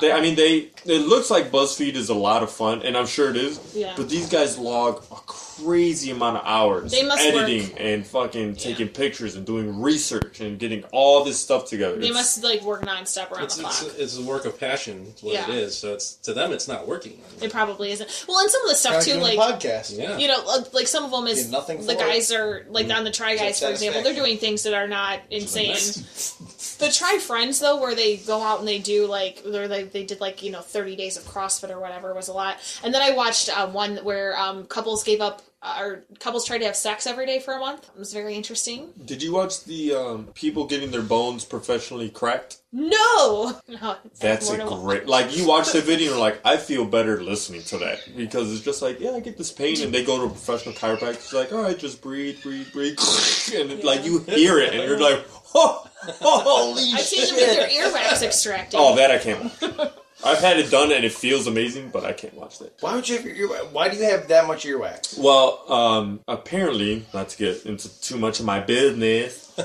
Speaker 2: They, I mean, they. It looks like BuzzFeed is a lot of fun, and I'm sure it is.
Speaker 5: Yeah.
Speaker 2: But these guys log a crazy amount of hours
Speaker 5: They must
Speaker 2: editing and fucking taking pictures and doing research and getting all this stuff together.
Speaker 5: they
Speaker 2: It's-
Speaker 5: must like work nonstop around
Speaker 1: It's,
Speaker 5: the clock.
Speaker 1: it's, it's a work of passion, is what
Speaker 5: Yeah.
Speaker 1: it is. So it's to them, it's not working.
Speaker 5: it probably isn't. Well, and some of the stuff too,
Speaker 3: doing
Speaker 5: like
Speaker 3: a podcast.
Speaker 1: Yeah.
Speaker 5: you know, uh, like some of them is
Speaker 3: Get nothing
Speaker 5: the
Speaker 3: for
Speaker 5: guys are like on the Try Guys, for example, they're
Speaker 3: satisfaction.
Speaker 5: doing things that are not insane.
Speaker 1: Nice.
Speaker 5: The Try Friends though, where they go out and they do like, or they they did like you know thirty days of CrossFit or whatever was a lot. And then I watched uh, one where um, couples gave up. Uh, or couples tried to have sex every day for a month. It was very interesting.
Speaker 2: Did you watch the um, people getting their bones professionally cracked?
Speaker 5: No, no it's
Speaker 2: That's
Speaker 5: more
Speaker 2: a
Speaker 5: to watch.
Speaker 2: great. Like you watch the video, and you're like, I feel better listening to that because it's just like, yeah, I get this pain, and they go to a professional chiropractor. It's like, all right, just breathe, breathe, breathe, and it, like you hear it, and you're like, oh, holy
Speaker 5: I've seen them with
Speaker 2: shit!
Speaker 5: their earwax extracted.
Speaker 2: Oh, that I can't. watch. I've had it done, and it feels amazing, but I can't watch that.
Speaker 3: Why would you have your earwax? Why do you have that much earwax?
Speaker 2: Well, um, apparently, not to get into too much of my business, uh,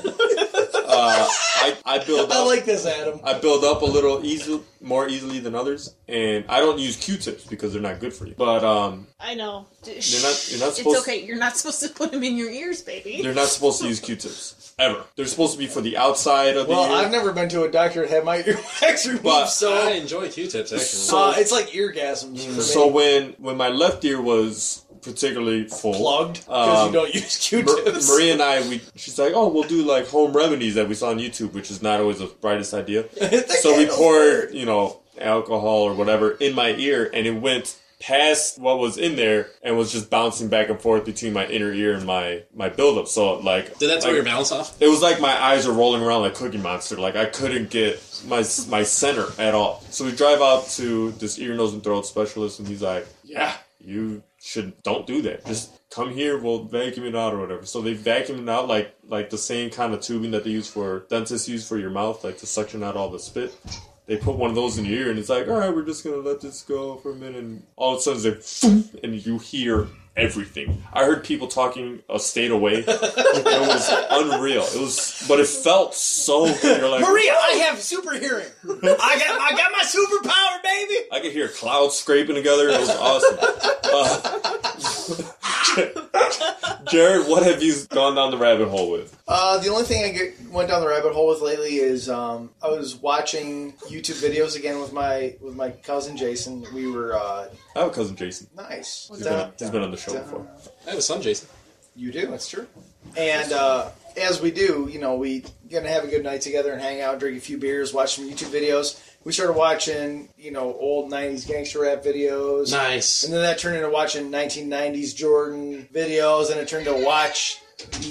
Speaker 2: I, I build.
Speaker 3: I
Speaker 2: up-
Speaker 3: like this, Adam.
Speaker 2: I build up a little easy, more easily than others, and I don't use Q-tips because they're not good for you. But um,
Speaker 5: I know.
Speaker 2: you're not you're not supposed
Speaker 5: It's okay. You're not supposed to put them in your ears, baby.
Speaker 2: you're not supposed to use Q-tips ever. They're supposed to be for the outside of
Speaker 3: Well,
Speaker 2: the ear.
Speaker 3: I've never been to a doctor that had my earwax removed,
Speaker 2: But
Speaker 1: I
Speaker 3: so
Speaker 1: enjoy Q-tips actually.
Speaker 2: So-
Speaker 3: uh, it's like eargasms for me.
Speaker 2: so when when my left ear was particularly full,
Speaker 3: plugged
Speaker 2: um,
Speaker 3: because you don't use
Speaker 2: Mar-
Speaker 3: Q-tips.
Speaker 2: Maria and I, we she's like, oh, we'll do like home remedies that we saw on YouTube, which is not always the brightest idea. so we poured, you know, alcohol or whatever in my ear, and it went past what was in there and was just bouncing back and forth between my inner ear and my my buildup. So like,
Speaker 1: Did that throw
Speaker 2: like,
Speaker 1: your balance off?
Speaker 2: It was like my eyes were rolling around like Cookie Monster. Like I couldn't get my my center at all. So we drive out to this ear, nose, and throat specialist, and he's like, "Yeah, you should don't do that. Just come here. We'll vacuum it out or whatever." So they vacuum it out like like the same kind of tubing that they use for dentists use for your mouth, like to suction out all the spit. They put one of those in your ear, and it's like, "All right, we're just gonna let this go for a minute." And all of a sudden, it's like, "Thump," and you hear everything. I heard people talking a state away. It was unreal. It was, but it felt so good. You're like,
Speaker 3: Maria, I have super hearing. I got I got my superpower, baby.
Speaker 2: I could hear clouds scraping together. It was awesome. Uh, Jared, what have you gone down the rabbit hole with?
Speaker 3: Uh, the only thing I get, went down the rabbit hole with lately is um, I was watching YouTube videos again with my with my cousin Jason. We were uh,
Speaker 2: I have a cousin Jason.
Speaker 3: nice.
Speaker 2: He's been, he's been on the show before.
Speaker 1: I have a son, Jason.
Speaker 3: You do. That's true. And uh, as we do, you know, we gonna have a good night together and hang out, drink a few beers, watch some YouTube videos. We started watching, you know, old '90s gangster rap videos.
Speaker 1: Nice.
Speaker 3: And then that turned into watching 1990s Jordan videos, and it turned to watch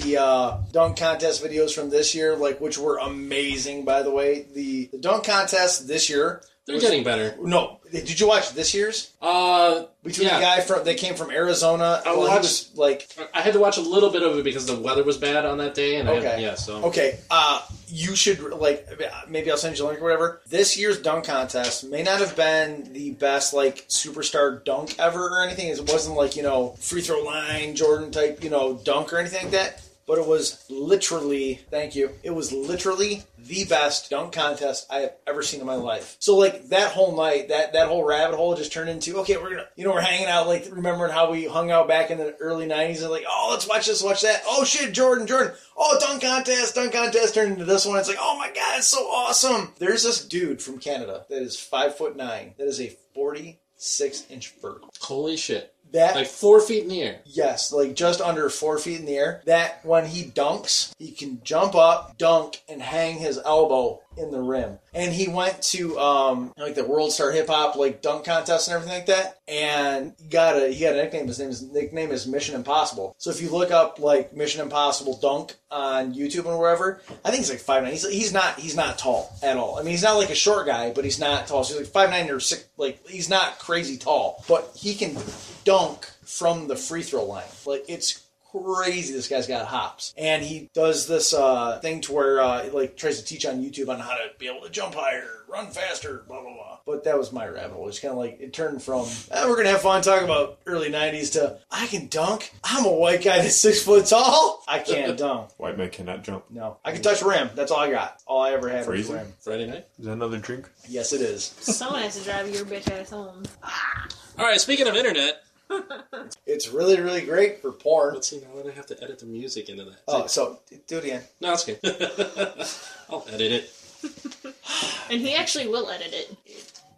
Speaker 3: the uh, dunk contest videos from this year, like which were amazing, by the way. The, the dunk contest this year.
Speaker 1: They're getting better.
Speaker 3: No, did you watch this year's?
Speaker 1: Uh,
Speaker 3: Between
Speaker 1: yeah.
Speaker 3: the guy from that came from Arizona.
Speaker 1: I
Speaker 3: he
Speaker 1: watched-
Speaker 3: was, like
Speaker 1: I had to watch a little bit of it because the weather was bad on that day, and I
Speaker 3: Okay.
Speaker 1: had, yeah, so
Speaker 3: Okay, uh, you should like maybe I'll send you a link or whatever. This year's dunk contest may not have been the best like superstar dunk ever or anything. It wasn't like you know free throw line Jordan type you know dunk or anything like that. But it was literally, thank you. It was literally the best dunk contest I have ever seen in my life. So like that whole night, that that whole rabbit hole just turned into okay, we're gonna, you know, we're hanging out like remembering how we hung out back in the early '90s and like, oh, let's watch this, watch that. Oh shit, Jordan, Jordan. Oh, dunk contest, dunk contest turned into this one. It's like, oh my god, it's so awesome. There's this dude from Canada that is five foot nine. That is a forty-six inch vertical.
Speaker 1: holy shit,
Speaker 3: That
Speaker 1: like four feet in the air.
Speaker 3: Yes, like just under four feet in the air. That when he dunks, he can jump up, dunk, and hang his elbow in the rim. And he went to um like the World Star Hip Hop like dunk contest and everything like that. And he got a he got a nickname. His name is nickname is Mission Impossible. So if you look up like Mission Impossible dunk on YouTube and wherever, I think he's like five nine. He's he's not he's not tall at all. I mean he's not like a short guy, but he's not tall. So he's like five nine or six like he's not crazy tall. But he can dunk from the free throw line. Like it's crazy. This guy's got hops, and he does this uh, thing to where uh, it, like tries to teach on YouTube on how to be able to jump higher, run faster, blah blah blah. But that was my rabbit hole. It's kind of like it turned from "Ah, we're gonna have fun talking about early '90s to I can dunk. I'm a white guy that's six foot tall. I can't dunk.
Speaker 2: White man cannot jump.
Speaker 3: No, I can touch rim. That's all I got. All I ever had
Speaker 2: Freezing?
Speaker 3: was rim.
Speaker 1: Friday night.
Speaker 2: Is that another drink?
Speaker 3: Yes, it is.
Speaker 5: Someone has to drive your bitch ass home.
Speaker 1: All right. Speaking of internet,
Speaker 3: It's really really great for porn.
Speaker 1: let's see. Now that I have to edit the music into that.
Speaker 3: Oh, so do it again.
Speaker 1: No, it's okay. I'll edit it.
Speaker 5: And he actually will edit it.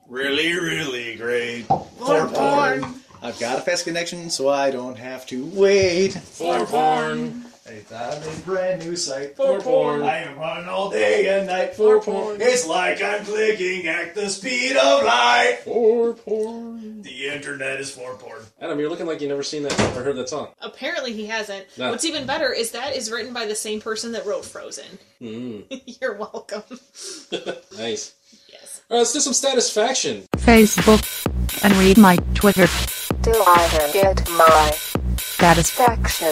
Speaker 7: Really, really great.
Speaker 3: Porn,
Speaker 7: porn.
Speaker 3: I've got a fast connection, so I don't have to wait.
Speaker 1: For porn.
Speaker 3: I found a brand new site
Speaker 1: For porn.
Speaker 3: I am on all day and night for porn. It's like I'm clicking at the speed of light.
Speaker 1: For porn.
Speaker 3: The internet is for porn.
Speaker 1: Adam, you're looking like you never seen that or heard that song.
Speaker 5: Apparently, he hasn't.
Speaker 1: No.
Speaker 5: What's even better is that is written by the same person that wrote Frozen.
Speaker 2: Hmm.
Speaker 5: You're welcome.
Speaker 1: Nice.
Speaker 5: Yes.
Speaker 1: All right, let's do some satisfaction.
Speaker 10: Facebook, and read my Twitter.
Speaker 9: Do I get my
Speaker 10: Satisfaction,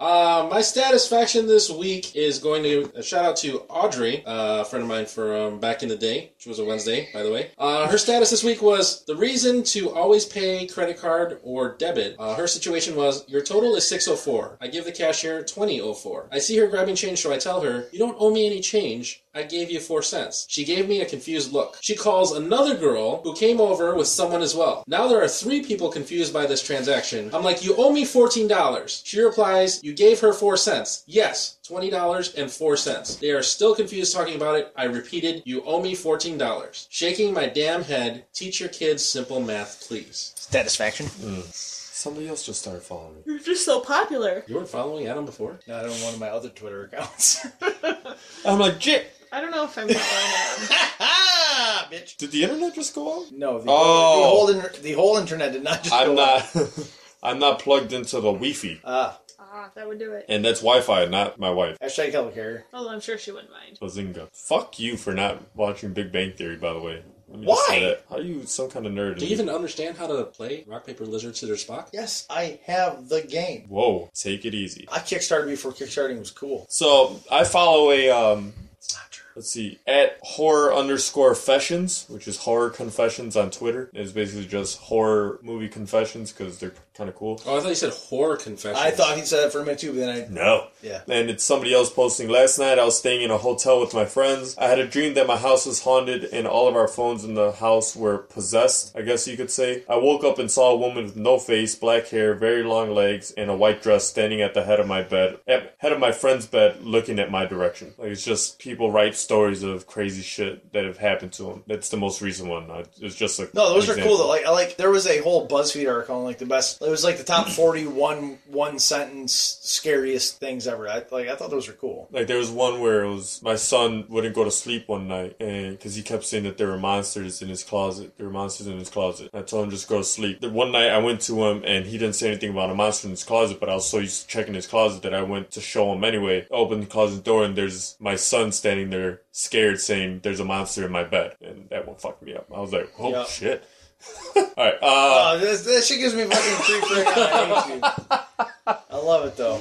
Speaker 1: Uh, my satisfaction this week is going to a shout out to Audrey, uh, a friend of mine from back in the day, which was a Wednesday, by the way. Uh, her status this week was the reason to always pay credit card or debit. Uh, her situation was your total is 604. I give the cashier 2004. I see her grabbing change, so I tell her, You don't owe me any change. I gave you four cents. She gave me a confused look. She calls another girl who came over with someone as well. Now there are three people confused by this transaction. I'm like, you owe me $14. She replies, you gave her four cents. Yes, $20.04. They are still confused talking about it. I repeated, you owe me $14. Shaking my damn head, teach your kids simple math, please.
Speaker 3: Satisfaction.
Speaker 2: Somebody else just started following me.
Speaker 5: You're just so popular.
Speaker 1: You weren't following Adam before?
Speaker 3: Not on one of my other Twitter accounts.
Speaker 2: I'm like, Jit.
Speaker 5: I don't know if I'm going to.
Speaker 3: ah, bitch.
Speaker 2: Did the internet just go out?
Speaker 3: No, the,
Speaker 2: Oh.
Speaker 3: whole, the, whole inter- the whole internet did not just
Speaker 2: I'm
Speaker 3: go
Speaker 2: not. I'm not plugged into the Wi-Fi,
Speaker 3: Ah,
Speaker 5: Ah, that would do it.
Speaker 2: and that's Wi-Fi, not my wife.
Speaker 3: hashtag helicarrier.
Speaker 5: Although I'm sure she wouldn't mind.
Speaker 2: Bazinga! Fuck you for not watching Big Bang Theory, by the way. Let me
Speaker 3: Why?
Speaker 2: just say that. How are you some kind of nerd?
Speaker 1: Do you even understand how to play rock, paper, lizard, scissors, Spock?
Speaker 3: Yes, I have the game.
Speaker 2: Whoa! Take it easy.
Speaker 3: I kickstarted before kickstarting was cool.
Speaker 2: So I follow a um.
Speaker 3: It's not true.
Speaker 2: Let's see, at horror underscore fashions, which is horror confessions on Twitter. It's basically just horror movie confessions because they're kind of cool.
Speaker 1: Oh, I thought you said whore confession.
Speaker 3: I thought he said it for a minute too, but then I
Speaker 2: No.
Speaker 3: Yeah.
Speaker 2: And it's somebody else posting. Last night I was staying in a hotel with my friends. I had a dream that my house was haunted and all of our phones in the house were possessed, I guess you could say. I woke up and saw a woman with no face, black hair, very long legs, and a white dress standing at the head of my bed, at head of my friend's bed, looking at my direction. Like it's just people write stories of crazy shit that have happened to them. That's the most recent one. I, it's just a
Speaker 3: No, those
Speaker 2: an
Speaker 3: are cool
Speaker 2: example.
Speaker 3: though. Like, I like there was a whole BuzzFeed article on like the best. It was like the top forty-one one sentence scariest things ever. I, like I thought those were cool.
Speaker 2: Like there was one where it was my son wouldn't go to sleep one night, and because he kept saying that there were monsters in his closet, there were monsters in his closet. I told him just go to sleep. The one night I went to him, and he didn't say anything about a monster in his closet, but I was so used to checking his closet that I went to show him anyway. I opened the closet door, and there's my son standing there, scared, saying, "There's a monster in my bed," and that one fucked me up. I was like, "Oh
Speaker 3: Yeah.
Speaker 2: shit!" All right, uh,
Speaker 3: Oh, this, that shit gives me fucking creep right now. I hate you. I love it though.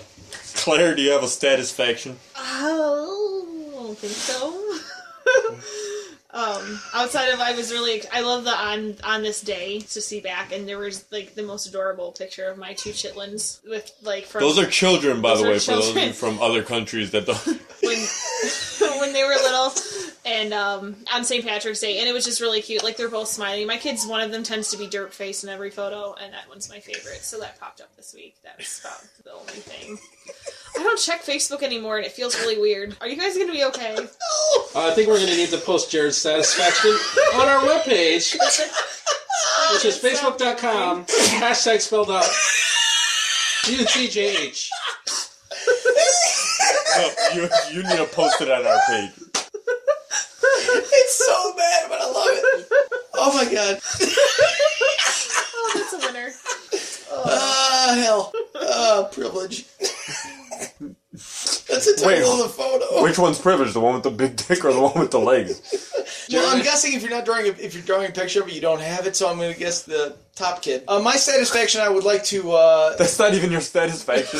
Speaker 2: Claire, do you have a satisfaction?
Speaker 5: Oh, I don't think so. um, outside of I was really I love the on on this day to see back, and there was like the most adorable picture of my two chitlins with like from
Speaker 2: Those are children, by
Speaker 5: Those
Speaker 2: the
Speaker 5: are
Speaker 2: way, for those of
Speaker 5: children.
Speaker 2: you from other countries that don't.
Speaker 5: when when they were little and um on St. Patrick's Day and it was just really cute. Like they're both smiling. My kids one of them tends to be dirt faced in every photo and that one's my favorite. So that popped up this week. That was about the only thing. I don't check Facebook anymore and it feels really weird. Are you guys gonna be okay?
Speaker 1: Uh, I think we're going to need to post Jared's satisfaction on our webpage,
Speaker 3: Oh,
Speaker 1: which is facebook.com, hashtag spelled out UTJH.
Speaker 2: No, you, you need to post it on our page.
Speaker 3: It's so bad, but I love it. Oh my god.
Speaker 5: Oh, that's a winner.
Speaker 3: Ah, hell. Ah, privilege. That's a title
Speaker 2: Wait.
Speaker 3: of the photo.
Speaker 2: Which one's privileged? The one with the big dick or the one with the legs?
Speaker 3: Well, I'm guessing if you're not drawing a, if you're drawing a picture of it, you don't have it. So I'm going to guess the top kid. Uh, my satisfaction, I would like to. Uh,
Speaker 2: That's not even your satisfaction.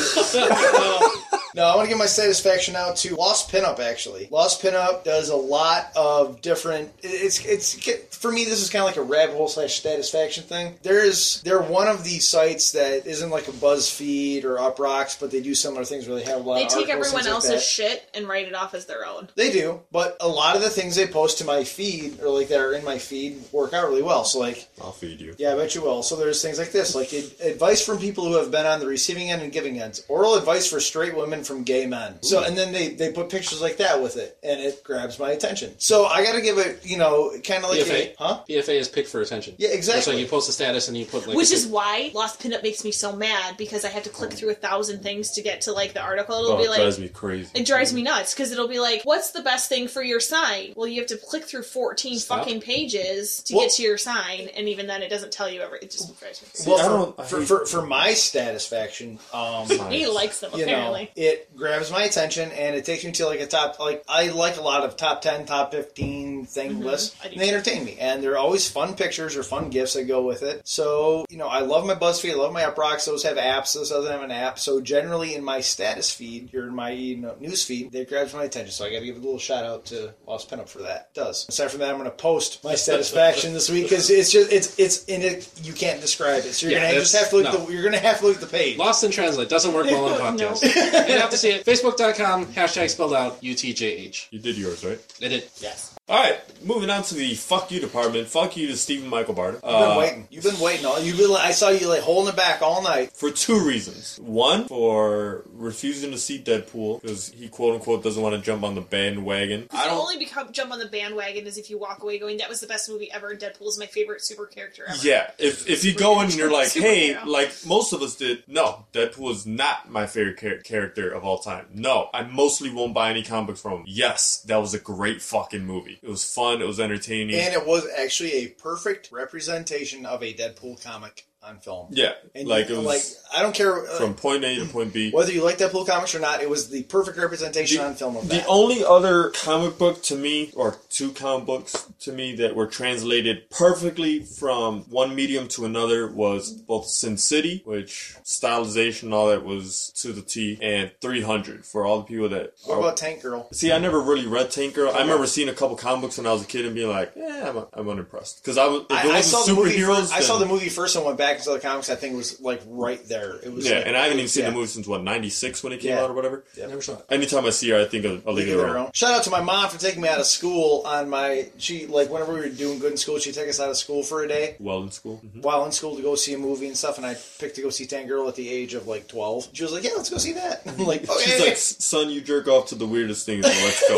Speaker 3: no, I want to give my satisfaction out to Lost Pinup. Actually, Lost Pinup does a lot of different. It's it's for me. This is kind of like a rabbit hole slash satisfaction thing. There is they're one of these sites that isn't like a BuzzFeed or UpRocks, but they do similar things where they have a lot.
Speaker 5: They
Speaker 3: of
Speaker 5: take
Speaker 3: Uh, articles,
Speaker 5: everyone
Speaker 3: things like
Speaker 5: else's
Speaker 3: that.
Speaker 5: shit and write it off as their own.
Speaker 3: They do, but a lot of the things they post to my feed or like that are in my feed work out really well. So like
Speaker 2: I'll feed you.
Speaker 3: yeah, I bet you will. So there's things like this, like ad- advice from people who have been on the receiving end and giving ends, oral advice for straight women from gay men. So and then they they put pictures like that with it, and it grabs my attention. So I got to give it, you know, kind of like
Speaker 1: PFA,
Speaker 3: a huh?
Speaker 1: PFA is pick for attention.
Speaker 3: Yeah, exactly.
Speaker 1: It's like you post a status and you put like.
Speaker 5: Which
Speaker 1: a
Speaker 5: is why Lost Pinup makes me so mad because I have to click through a thousand things to get to like the article. It'll
Speaker 2: Oh,
Speaker 5: be
Speaker 2: it
Speaker 5: like
Speaker 2: drives me crazy.
Speaker 5: it drives me nuts because it'll be like, "What's the best thing for your sign?" Well, you have to click through fourteen
Speaker 1: Stop.
Speaker 5: fucking pages to
Speaker 3: Well-
Speaker 5: get to your sign, and even then, it doesn't tell you every. It just drives me.
Speaker 3: well,
Speaker 2: I
Speaker 3: for,
Speaker 2: don't- I
Speaker 3: for,
Speaker 2: hate-
Speaker 3: for for my satisfaction, um,
Speaker 5: He likes them
Speaker 3: you
Speaker 5: apparently.
Speaker 3: know, it grabs my attention and it takes me to like a top, like I like a lot of top 10, top 15 thing lists.
Speaker 5: Mm-hmm. I do
Speaker 3: And they
Speaker 5: too.
Speaker 3: entertain me. And they're always fun pictures or fun gifts that go with it. So, you know, I love my BuzzFeed, I love my UpRocks. Those have apps, those doesn't have an app. So generally in my status feed or in my you know, news feed, that grabs my attention. So I got to give a little shout out to Lost Pinup for that. It does. Aside from that, I'm going to post my satisfaction this week because it's just, it's, it's in it. You can't describe it. So you're
Speaker 1: Yeah,
Speaker 3: going to
Speaker 1: that's-
Speaker 3: just have to look
Speaker 1: no.
Speaker 3: at the, you're going to have to look at the page.
Speaker 1: Lost in Translate doesn't work well on
Speaker 5: No.
Speaker 1: podcasts. you have to see it. Facebook.com, hashtag spelled out UTJH.
Speaker 2: You did yours, right?
Speaker 1: It did.
Speaker 5: Yes.
Speaker 2: All right, moving on to the fuck you department. Fuck you to Stephen Michael Barta.
Speaker 3: You've been
Speaker 2: Uh,
Speaker 3: waiting. You've been waiting all. You've been. like- I saw you like holding it back all night.
Speaker 2: for two reasons. One, for refusing to see Deadpool because he quote unquote doesn't want to jump on the bandwagon.
Speaker 5: You only become jump on the bandwagon is if you walk away going, "That was the best movie ever." and Deadpool is my favorite super character ever.
Speaker 2: Yeah, if if you go in and you're like, hey,
Speaker 5: Superhero.
Speaker 2: like most of us did, no, Deadpool is not my favorite char- character of all time. No, I mostly won't buy any comic books from him. Yes, that was a great fucking movie. It was fun. It was entertaining.
Speaker 3: And it was actually a perfect representation of a Deadpool comic on film.
Speaker 2: yeah,
Speaker 3: And
Speaker 2: like
Speaker 3: you-
Speaker 2: it was
Speaker 3: like I don't care uh,
Speaker 2: from point A to point B.
Speaker 3: whether you like Deadpool comics or not. It was the perfect representation
Speaker 2: The-
Speaker 3: on film of
Speaker 2: The
Speaker 3: that.
Speaker 2: only other comic book to me, or two comic books to me, that were translated perfectly from one medium to another was both Sin City, which stylization and all that was to the T, and 300 for all the people that.
Speaker 3: what
Speaker 2: are-
Speaker 3: about Tank Girl?
Speaker 2: See, I never really read Tank Girl. I remember seeing a couple comic books when I was a kid and being like, "Yeah, I'm, I'm unimpressed." Because I was, if it
Speaker 3: I, I saw
Speaker 2: wasn't
Speaker 3: the movie.
Speaker 2: superheroes,
Speaker 3: First, I saw the
Speaker 2: then-
Speaker 3: movie first and went back into the comics. I think it was like right there. It was
Speaker 2: Yeah,
Speaker 3: like-
Speaker 2: and I haven't even seen
Speaker 3: yeah.
Speaker 2: the movie since what '96 when it came
Speaker 3: Yeah.
Speaker 2: out or whatever.
Speaker 1: Never saw it.
Speaker 2: Anytime I see her, I think of A League of Their Own.
Speaker 3: Shout out to my mom for taking me out of school on my. She like whenever we were doing good in school, she would take us out of school for a day.
Speaker 2: Well, in school, Mm-hmm.
Speaker 3: while in school to go see a movie and stuff, and I picked to go see Tangirl at the age of like twelve. She was like, "Yeah, let's go see that." I'm like, "Okay."
Speaker 2: She's like, son, you jerk off to the weirdest things. So let's go.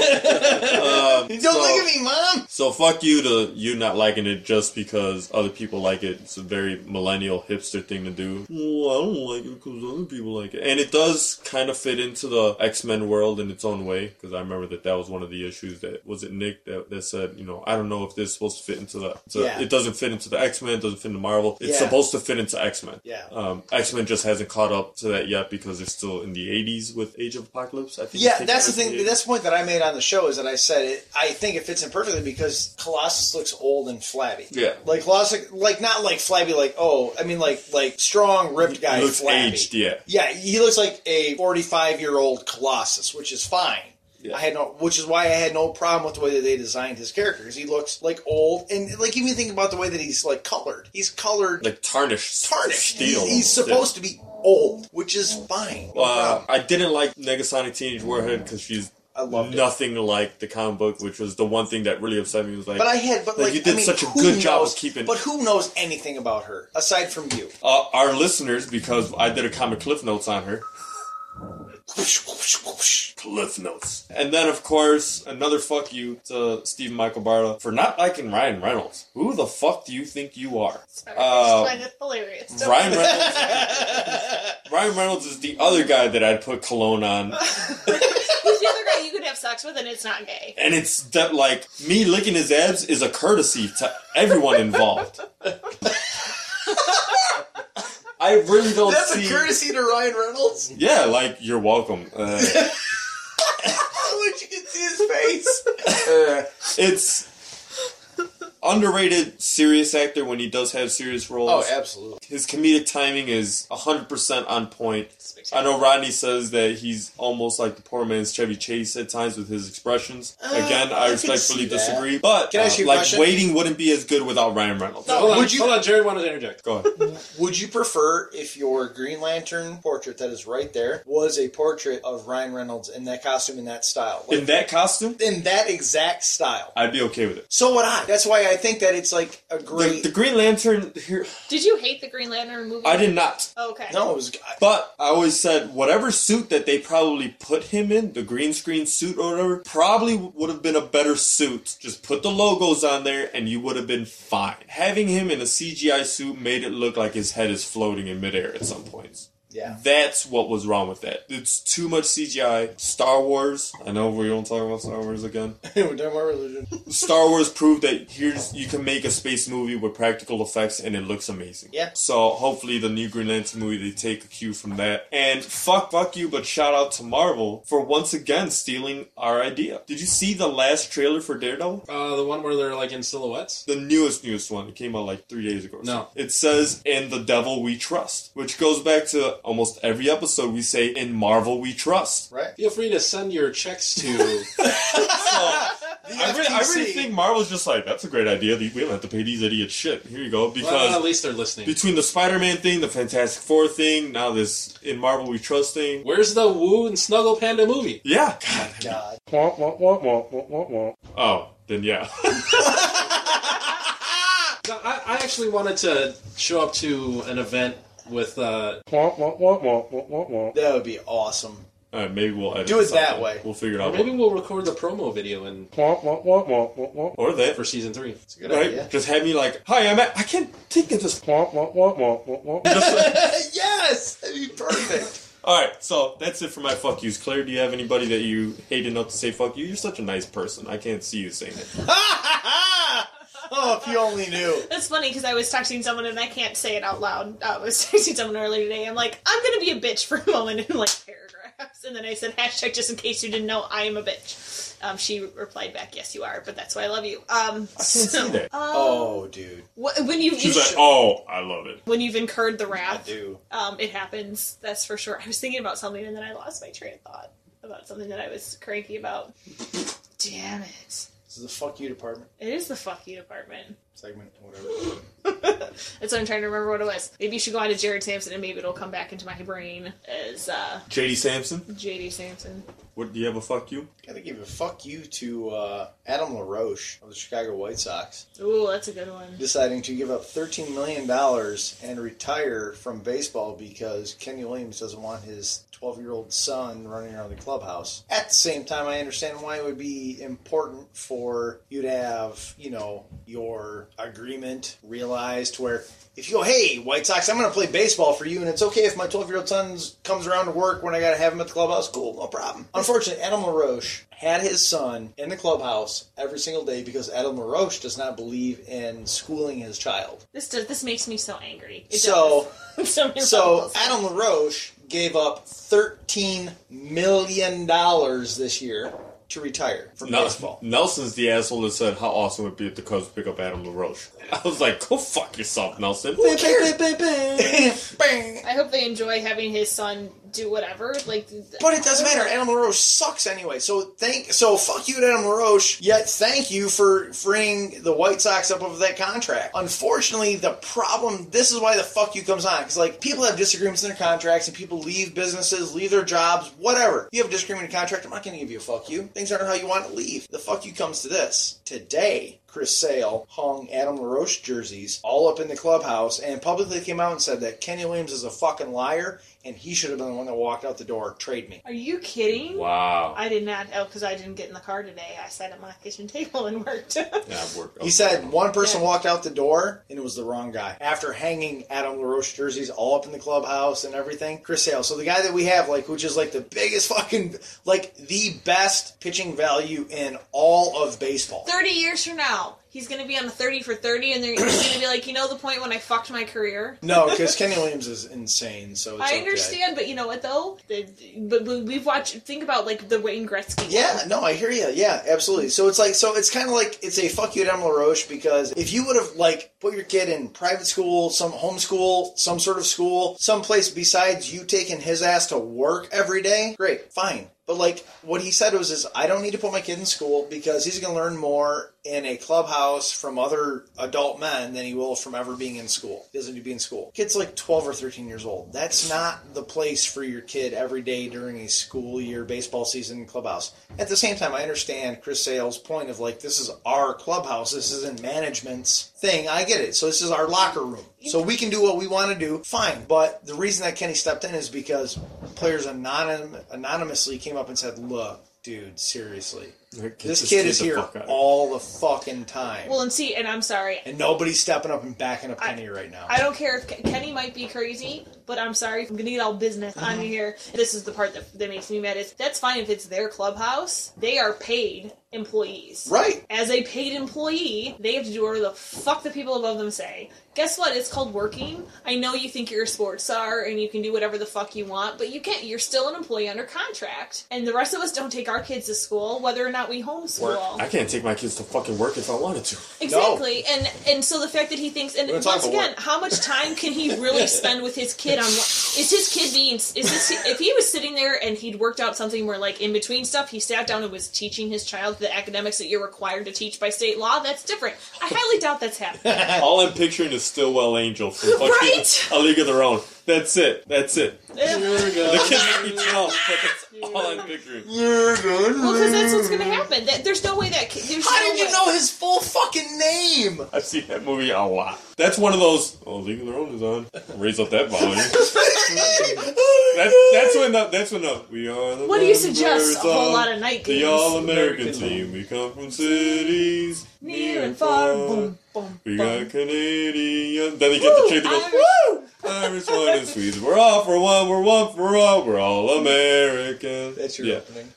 Speaker 2: um,
Speaker 3: "Don't
Speaker 2: so,
Speaker 3: look at me, mom."
Speaker 2: So fuck you to you not liking it just because other people like it. It's a very millennial hipster thing to do. Well, I don't like it because other people like it, and it does kind of fit into the X Men world in its own way. Because I remember that that was one of the issues that was it Nick that, that said, you know, I don't know if this is supposed to fit into the. to-
Speaker 3: Yeah.
Speaker 2: It doesn't fit into the X Men. It doesn't fit into Marvel. It's
Speaker 3: Yeah.
Speaker 2: supposed to fit into X Men.
Speaker 3: Yeah.
Speaker 2: Um, X Men just hasn't caught up to that yet because they're still in the '80s with Age of Apocalypse. I think.
Speaker 3: Yeah,
Speaker 2: it's
Speaker 3: that's the
Speaker 2: taking place in
Speaker 3: thing.
Speaker 2: 80s.
Speaker 3: That's the point that I made on the show is that I said it. I think it fits in perfectly because Colossus looks old and flabby.
Speaker 2: Yeah.
Speaker 3: like Colossus, like not like flabby, like oh, I mean like like strong, ripped guy.
Speaker 2: He looks
Speaker 3: flabby.
Speaker 2: aged, yeah.
Speaker 3: yeah, he looks like a forty-five-year-old Colossus, which is fine.
Speaker 2: Yeah.
Speaker 3: I had no, which is why I had no problem with the way that they designed his character because he looks like old and like even think about the way that he's like colored. He's colored
Speaker 2: like tarnished,
Speaker 3: tarnished.
Speaker 2: steel.
Speaker 3: He's,
Speaker 2: almost,
Speaker 3: he's supposed to be old, which is fine.
Speaker 2: Yeah.
Speaker 3: No
Speaker 2: Uh,
Speaker 3: problem.
Speaker 2: I didn't like Negasonic Teenage Warhead because she's
Speaker 3: I loved it.
Speaker 2: nothing like the comic book, which was the one thing that really upset me. Was like,
Speaker 3: But I had, but like,
Speaker 2: you
Speaker 3: I
Speaker 2: did
Speaker 3: mean,
Speaker 2: such a
Speaker 3: who
Speaker 2: good job
Speaker 3: knows-
Speaker 2: of keeping
Speaker 3: But who knows anything about her aside from you?
Speaker 2: uh, our listeners because I did a comic cliff notes on her. Cliff notes, and then of course another fuck you to Steve Michael Barta for not liking Ryan Reynolds. Who the fuck do you think you are?
Speaker 5: Sorry,
Speaker 2: Uh,
Speaker 5: I just find it hilarious. Don't-
Speaker 2: Ryan Reynolds.
Speaker 3: Uh,
Speaker 2: Ryan Reynolds is the other guy that I'd put cologne on.
Speaker 5: Who's the other guy you you could have sex with and it's not gay.
Speaker 2: And it's that like me licking his abs is a courtesy to everyone involved. I really don't
Speaker 3: That's
Speaker 2: see.
Speaker 3: a courtesy to Ryan Reynolds.
Speaker 2: yeah, like you're welcome. Uh,
Speaker 3: Which you can see his face. Uh.
Speaker 2: it's underrated serious actor when he does have serious roles.
Speaker 3: oh, absolutely.
Speaker 2: His comedic timing is 100% on point. I
Speaker 5: Spectacular.
Speaker 2: know Rodney says that he's almost like the poor man's Chevy Chase at times with his expressions. Again, I,
Speaker 3: Uh, I can
Speaker 2: respectfully
Speaker 3: see that.
Speaker 2: disagree. But
Speaker 3: Can I
Speaker 2: uh,
Speaker 3: ask you a
Speaker 2: like
Speaker 3: question?
Speaker 2: waiting wouldn't be as good without Ryan Reynolds.
Speaker 3: No.
Speaker 1: Hold on,
Speaker 3: Would you-
Speaker 1: hold on. Jared wanted to interject.
Speaker 2: Go ahead.
Speaker 3: Would you prefer if your Green Lantern portrait that is right there was a portrait of Ryan Reynolds in that costume in that style? Like,
Speaker 2: In that costume,
Speaker 3: in that exact style.
Speaker 2: I'd be okay with it.
Speaker 3: So would I. That's why I think that it's like a
Speaker 2: The,
Speaker 3: great.
Speaker 2: the Green Lantern here,
Speaker 5: Did you hate the Green Lantern movie? Oh,
Speaker 2: I did not.
Speaker 5: Okay.
Speaker 3: no, it was. I-
Speaker 2: But I always said whatever suit that they probably put him in, the green screen suit or whatever, probably would have been a better suit. Just put the logos on there and you would have been fine. Having him in a CGI suit made it look like his head is floating in midair at some points.
Speaker 3: yeah.
Speaker 2: That's what was wrong with that. It's too much CGI. Star Wars. I know we don't talk about Star Wars again.
Speaker 3: Don't worry, religion.
Speaker 2: Star Wars proved that here's you can make a space movie with practical effects and it looks amazing.
Speaker 3: Yeah.
Speaker 2: So hopefully the new Green Lantern movie they take a cue from that. And fuck fuck you, but shout out to Marvel for once again stealing our idea. Did you see the last trailer for Daredevil?
Speaker 1: Uh, the one where they're like in silhouettes.
Speaker 2: The newest, newest one. It came out like three days ago. or
Speaker 1: No.
Speaker 2: something. It says, In the Devil We Trust, which goes back to almost every episode we say, In Marvel We Trust.
Speaker 3: Right.
Speaker 1: Feel free to send your checks to.
Speaker 2: So, I really, I really
Speaker 3: FTC.
Speaker 2: think Marvel's just like, That's a great idea. We don't have to pay these idiots shit. Here you go. Because.
Speaker 1: well, at least they're listening.
Speaker 2: between the Spider-Man thing, the Fantastic Four thing, now this in Marvel We Trust thing.
Speaker 1: Where's the Woo and Snuggle Panda movie?
Speaker 2: Yeah.
Speaker 3: God.
Speaker 2: Oh, then yeah.
Speaker 1: No, I, I actually wanted to show up to an event with uh,
Speaker 3: That would be awesome.
Speaker 2: All right, maybe we'll edit
Speaker 3: Do it
Speaker 2: something.
Speaker 3: that way.
Speaker 2: We'll figure it out.
Speaker 1: Maybe we'll record the promo video and
Speaker 2: Or that.
Speaker 1: for season three.
Speaker 3: Good
Speaker 2: Right?
Speaker 3: idea.
Speaker 2: Just have me like, hi, I'm at, I can't think of this.
Speaker 3: yes! That'd be perfect.
Speaker 2: All right, so that's it for my fuck yous. Claire, do you have anybody that you hate enough to say fuck you? You're such a nice person. I can't see you saying it.
Speaker 3: oh, if you only knew.
Speaker 5: That's funny because I was texting someone and I can't say it out loud. Uh, I was texting someone earlier today. I'm like, I'm gonna be a bitch for a moment in like paragraphs, and then I said hashtag just in case you didn't know I am a bitch. Um, she replied back, "Yes, you are, but that's why I love you." Um,
Speaker 2: I can't see that.
Speaker 3: Oh, dude.
Speaker 5: wh- when you've
Speaker 2: She's
Speaker 5: you-
Speaker 2: like, oh, I love it.
Speaker 5: when you've incurred the
Speaker 3: I
Speaker 5: wrath,
Speaker 3: do.
Speaker 5: um, it happens. That's for sure. I was thinking about something and then I lost my train of thought about something that I was cranky about. Damn it!
Speaker 3: This is the fuck you department
Speaker 5: It is the fuck you department.
Speaker 3: segment, whatever.
Speaker 5: That's what I'm trying to remember what it was. Maybe you should go on to Jared Sampson and maybe it'll come back into my brain as uh,
Speaker 2: JD Sampson,
Speaker 5: JD Sampson.
Speaker 2: what do you have a fuck you?
Speaker 3: Gotta give a fuck you to uh, Adam LaRoche of the Chicago White Sox
Speaker 5: Ooh, that's a good one.
Speaker 3: deciding to give up $13 million and retire from baseball because Kenny Williams doesn't want his 12 year old son running around the clubhouse. At the same time, I understand why it would be important for you to have, you know, your agreement realized where. If you go, hey, White Sox, I'm going to play baseball for you, and it's okay if my 12 year old son comes around to work when I got to have him at the clubhouse, cool, no problem. Unfortunately, Adam LaRoche had his son in the clubhouse every single day because Adam LaRoche does not believe in schooling his child.
Speaker 5: This does, this makes me so angry. It
Speaker 3: so,
Speaker 5: does. so, many
Speaker 3: so
Speaker 5: levels.
Speaker 3: Adam LaRoche gave up $13 million this year to retire from
Speaker 2: Nel-
Speaker 3: baseball.
Speaker 2: Nelson's the asshole that said how awesome it would be if the Cubs pick up Adam LaRoche. I was like, go fuck yourself, Nelson.
Speaker 3: Bang!
Speaker 5: I hope they enjoy having his son do whatever. Like,
Speaker 3: But it doesn't matter. Adam LaRoche sucks anyway. So thank so fuck you to Adam LaRoche. Yet thank you for freeing the White Sox up over that contract. Unfortunately, the problem this is why the fuck you comes on because like people have disagreements in their contracts and people leave businesses, leave their jobs, whatever. You have a disagreement in a contract. I'm not going to give you a fuck you. Things aren't how you want to leave. The fuck you comes to this today. Chris Sale hung Adam LaRoche jerseys all up in the clubhouse and publicly came out and said that Kenny Williams is a fucking liar and he should have been the one that walked out the door. Trade me.
Speaker 5: Are you kidding?
Speaker 1: Wow.
Speaker 5: I did not. Oh, because I didn't get in the car today. I sat at my kitchen table and worked.
Speaker 2: Yeah, I've worked.
Speaker 3: He said one person walked out the door and it was the wrong guy. After hanging Adam LaRoche jerseys all up in the clubhouse and everything, Chris Sale. So the guy that we have, like, which is like the biggest fucking, like the best pitching value in all of baseball.
Speaker 5: 30 years from now, he's going to be on the 30 for 30, and they're going to be like, you know, the point when I fucked my career?
Speaker 3: No, because Kenny Williams is insane. So it's
Speaker 5: I
Speaker 3: okay.
Speaker 5: understand, but you know what, though? The, but but we've watched, think about, like, the Wayne Gretzky. one.
Speaker 3: Yeah, no, I hear you. Yeah, absolutely. So it's like, so it's kind of like it's a fuck you to Emma LaRoche because if you would have like put your kid in private school, some homeschool, some sort of school, someplace besides you taking his ass to work every day, great, fine. But like what he said was, is I don't need to put my kid in school because he's going to learn more in a clubhouse from other adult men than he will from ever being in school. He doesn't need to be in school. Kid's like 12 or 13 years old. That's not the place for your kid every day during a school year baseball season in clubhouse. At the same time, I understand Chris Sale's point of like, this is our clubhouse. This isn't management's thing. I get it. So this is our locker room. So we can do what we want to do. Fine. But the reason that Kenny stepped in is because players anonym, anonymously came up and said, look, dude, seriously. This kid is here all the fucking time.
Speaker 5: Well, and see, and I'm sorry.
Speaker 3: and nobody's stepping up and backing up Kenny right now.
Speaker 5: I don't care if Ke- Kenny might be crazy, but I'm sorry if I'm gonna get all business
Speaker 3: Uh-huh.
Speaker 5: on you here. This is the part that, that makes me mad. Is that's fine if it's their clubhouse. They are paid employees,
Speaker 3: Right.
Speaker 5: As a paid employee, they have to do whatever the fuck the people above them say. Guess what? It's called working. I know you think you're a sports star and you can do whatever the fuck you want, but you can't. You're still an employee under contract, and the rest of us don't take our kids to school, whether or not we homeschool.
Speaker 2: I can't take my kids to fucking work if I wanted to.
Speaker 5: Exactly, and and so the fact that he thinks, and
Speaker 2: We're gonna
Speaker 5: once
Speaker 2: talk
Speaker 5: again,
Speaker 2: about
Speaker 5: how much time can he really spend with his kid on? What, is his kid being? Is this, if he was sitting there and he'd worked out something where, like, in between stuff, he sat down and was teaching his child the academics that you're required to teach by state law? That's different. I highly doubt that's happening.
Speaker 2: All I'm picturing is Stillwell Angel from fucking
Speaker 5: Right?
Speaker 2: A League of Their Own. That's it. That's it.
Speaker 5: we
Speaker 2: The kids are each off, but that's all I'm picturing.
Speaker 5: Well, because that's what's going to happen. That, there's no way that kid. There's
Speaker 3: How
Speaker 5: no
Speaker 3: did you
Speaker 5: way.
Speaker 3: know his full fucking name?
Speaker 2: I've seen that movie a lot. That's one of those. Oh, League of Their Own is on. Raise up that volume. That's, that's when the. That's when the. We are the.
Speaker 5: What do you
Speaker 2: Denver
Speaker 5: suggest? A whole
Speaker 2: Zone,
Speaker 5: lot of night games.
Speaker 2: um, The All American team. We come from cities
Speaker 5: Near and far, boom, boom.
Speaker 2: We got Canadian. Then they get the chick that goes, Woo! Irish, wine, and Swedes. We're all for one. We're one for all. We're all American. That's your
Speaker 3: opening.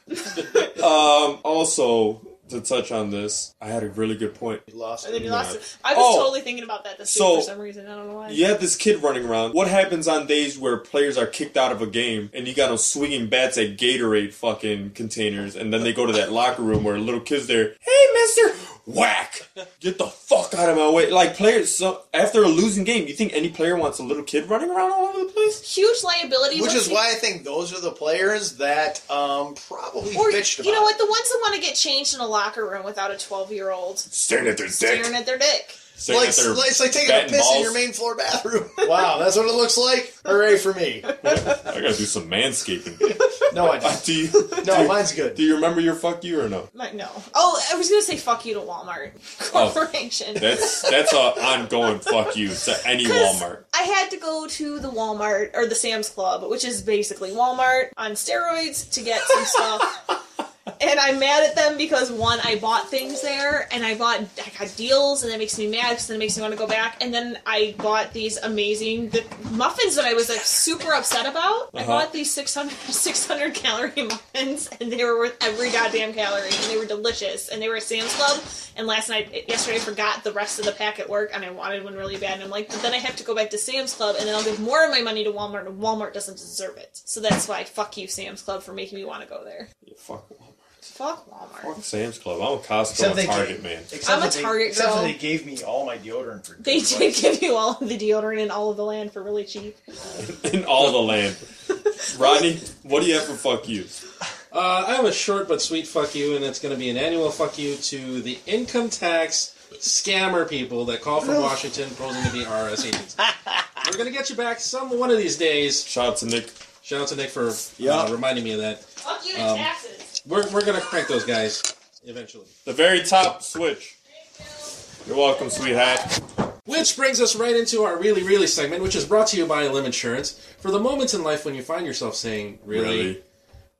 Speaker 2: um, also, to touch on this, I had a really good point.
Speaker 3: You lost.
Speaker 5: And then you lost it.
Speaker 2: Yeah.
Speaker 5: I was
Speaker 2: Oh,
Speaker 5: totally thinking about that this
Speaker 2: so-
Speaker 5: week for some reason. I don't know why.
Speaker 2: You have this kid running around. What happens on days where players are kicked out of a game and you got them swinging bats at Gatorade fucking containers and then they go to that locker room where little kids there, hey, mister, whack! Get the fuck out of my way. Like, players, so after a losing game, you think any player wants a little kid running around all over the place?
Speaker 5: Huge liability.
Speaker 3: Which
Speaker 5: once
Speaker 3: is
Speaker 5: you-
Speaker 3: why I think those are the players that um, probably
Speaker 5: Or,
Speaker 3: bitched about.
Speaker 5: you know
Speaker 3: it.
Speaker 5: what? The ones that want to get changed in a locker room without a 12 year old
Speaker 2: Staring at their
Speaker 5: staring at their dick.
Speaker 2: Staring
Speaker 3: like,
Speaker 2: at their
Speaker 3: it's like taking a
Speaker 2: batting
Speaker 3: piss in
Speaker 2: balls.
Speaker 3: your main floor bathroom. wow, that's what it looks like. Hooray for me!
Speaker 2: I gotta do some manscaping. Uh,
Speaker 3: No, I don't.
Speaker 2: do you,
Speaker 3: No,
Speaker 2: do you-
Speaker 3: mine's good.
Speaker 2: Do you remember your fuck you or no?
Speaker 5: Like, no. Oh, I was going to say fuck you to Walmart Corporation.
Speaker 2: That's that's a ongoing fuck you to any
Speaker 5: 'Cause
Speaker 2: Walmart.
Speaker 5: I had to go to the Walmart or the Sam's Club, which is basically Walmart on steroids, to get some stuff. and I'm mad at them because one, I bought things there, and I bought I got deals, and that makes me mad because then it makes me want to go back. And then I bought these amazing the muffins that I was like super upset about. I
Speaker 2: Uh-huh.
Speaker 5: bought these 600, 600 calorie muffins, and they were worth every goddamn calorie, and they were delicious. And they were at Sam's Club. And last night, eh, yesterday, I forgot the rest of the pack at work, and I wanted one really bad. And I'm like, but then I have to go back to Sam's Club, and then I'll give more of my money to Walmart, and Walmart doesn't deserve it. So that's why fuck you, Sam's Club, for making me want to go there.
Speaker 2: Fuck Walmart.
Speaker 5: Fuck Walmart.
Speaker 2: Fuck Sam's Club. I'm a Costco
Speaker 3: Except
Speaker 2: and
Speaker 3: they
Speaker 2: Target
Speaker 3: gave-
Speaker 2: man.
Speaker 3: except
Speaker 5: I'm a
Speaker 3: that they-
Speaker 5: Target
Speaker 3: Except
Speaker 5: girl.
Speaker 3: that they gave me all my deodorant for.
Speaker 5: They did give you all of the deodorant and all of the land for really cheap.
Speaker 2: In all the land. Rodney, what do you have for fuck you?
Speaker 1: Uh, I have a short but sweet fuck you, and it's going to be an annual fuck you to the income tax scammer people that call from Washington posing to be IRS agents. E. We're going to get you back some one of these days.
Speaker 2: Shout out to Nick.
Speaker 1: Shout out to Nick for uh,
Speaker 2: Yeah.
Speaker 1: reminding me of that.
Speaker 5: Fuck you
Speaker 1: to Um,
Speaker 5: taxes.
Speaker 1: We're, we're going to crank those guys eventually.
Speaker 2: The very top switch. You're welcome, sweetheart.
Speaker 1: Which brings us right into our really, really segment, which is brought to you by Lim Insurance. For the moments in life when you find yourself saying, really,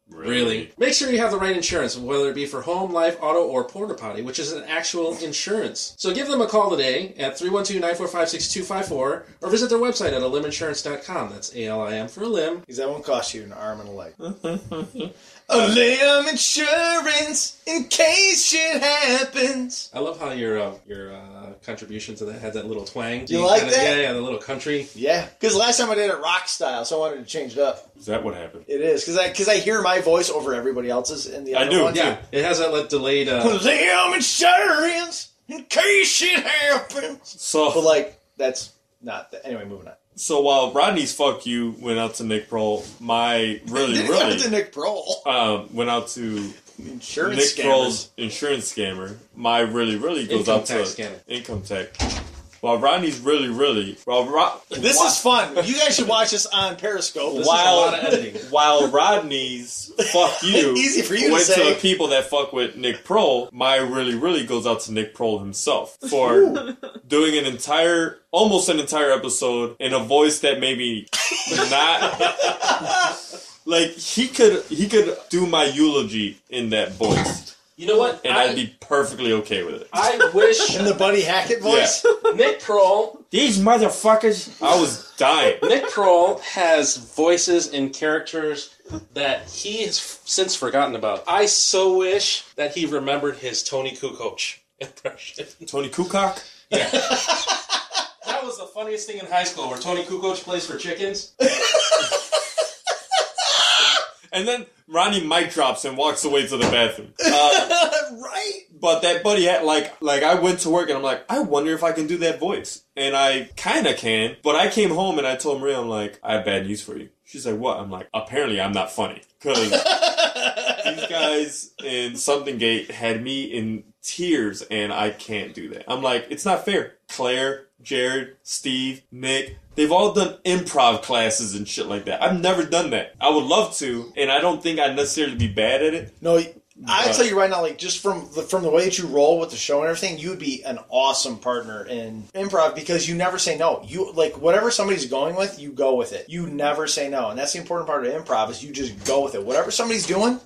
Speaker 1: really, make sure you have the right insurance, whether it be for home, life, auto, or porta potty, which is an actual insurance. So give them a call today at 312 945 6254 or visit their website at aliminsurance.com. That's A L I M for limb.
Speaker 3: Because that won't cost you an arm and a leg.
Speaker 2: Uh,
Speaker 3: a limb insurance in case shit happens.
Speaker 1: I love how your uh, your uh, contribution to that had that little twang.
Speaker 3: You like
Speaker 1: kinda-
Speaker 3: that?
Speaker 1: Yeah, yeah, the little country.
Speaker 3: Yeah, because last time I did it rock style, so I wanted to change it up.
Speaker 2: Is that what happened?
Speaker 3: It is because I because I hear my voice over everybody else's in the
Speaker 2: I
Speaker 3: other
Speaker 2: do,
Speaker 3: one.
Speaker 1: Yeah, it has that like delayed. Uh,
Speaker 3: Limb insurance in case shit happens.
Speaker 2: So,
Speaker 3: But like that's not the, anyway. Moving on.
Speaker 2: so while Rodney's fuck you went out to Nick Prohl, my really,
Speaker 3: Didn't go to
Speaker 2: really
Speaker 3: Nick Broll.
Speaker 2: um, went out to
Speaker 3: Insurance
Speaker 2: Nick
Speaker 3: scammers.
Speaker 2: Prohl's insurance scammer. My really, really goes
Speaker 1: Income
Speaker 2: out to
Speaker 1: tax scammer.
Speaker 2: income tax. While Rodney's really, really, while Ro-
Speaker 3: This
Speaker 2: whi-
Speaker 3: is fun. You guys should watch this on Periscope.
Speaker 1: This is a lot of
Speaker 2: while
Speaker 1: editing.
Speaker 2: while Rodney's fuck you
Speaker 3: Easy for you to
Speaker 2: went
Speaker 3: say.
Speaker 2: the people that fuck with Nick Prohl, my really really goes out to Nick Prohl himself for doing an entire almost an entire episode in a voice that maybe not like he could he could do my eulogy in that voice
Speaker 1: you know what?
Speaker 2: and I, would be perfectly okay with it.
Speaker 1: I wish
Speaker 3: And the Buddy Hackett voice.
Speaker 1: Nick Kroll.
Speaker 8: These motherfuckers.
Speaker 2: I was dying.
Speaker 1: Nick Kroll has voices and characters that he has f- since forgotten about. I so wish that he remembered his Tony Kukoc impression.
Speaker 2: Tony Kukoc.
Speaker 1: That was the funniest thing in high school, where Tony Kukoc plays for chickens.
Speaker 2: And then Ronnie mic drops and walks away to the bathroom. Uh,
Speaker 3: right?
Speaker 2: But that buddy had like like I went to work and I'm like, I wonder if I can do that voice. And I kinda can. But I came home and I told Maria, I'm like, I have bad news for you. She's like, What? I'm like, apparently I'm not funny. Cause these guys in Something Gate had me in tears and I can't do that. I'm like, it's not fair. Claire, Jared, Steve, Nick, they've all done improv classes and shit like that. I've never done that. I would love to, and I don't think I'd necessarily be bad at it.
Speaker 3: No, I tell you right now, like just from the, from the way that you roll with the show and everything, you'd be an awesome partner in improv because you never say no. You like whatever somebody's going with, you go with it. You never say no, and that's the important part of improv is you just go with it. Whatever somebody's doing,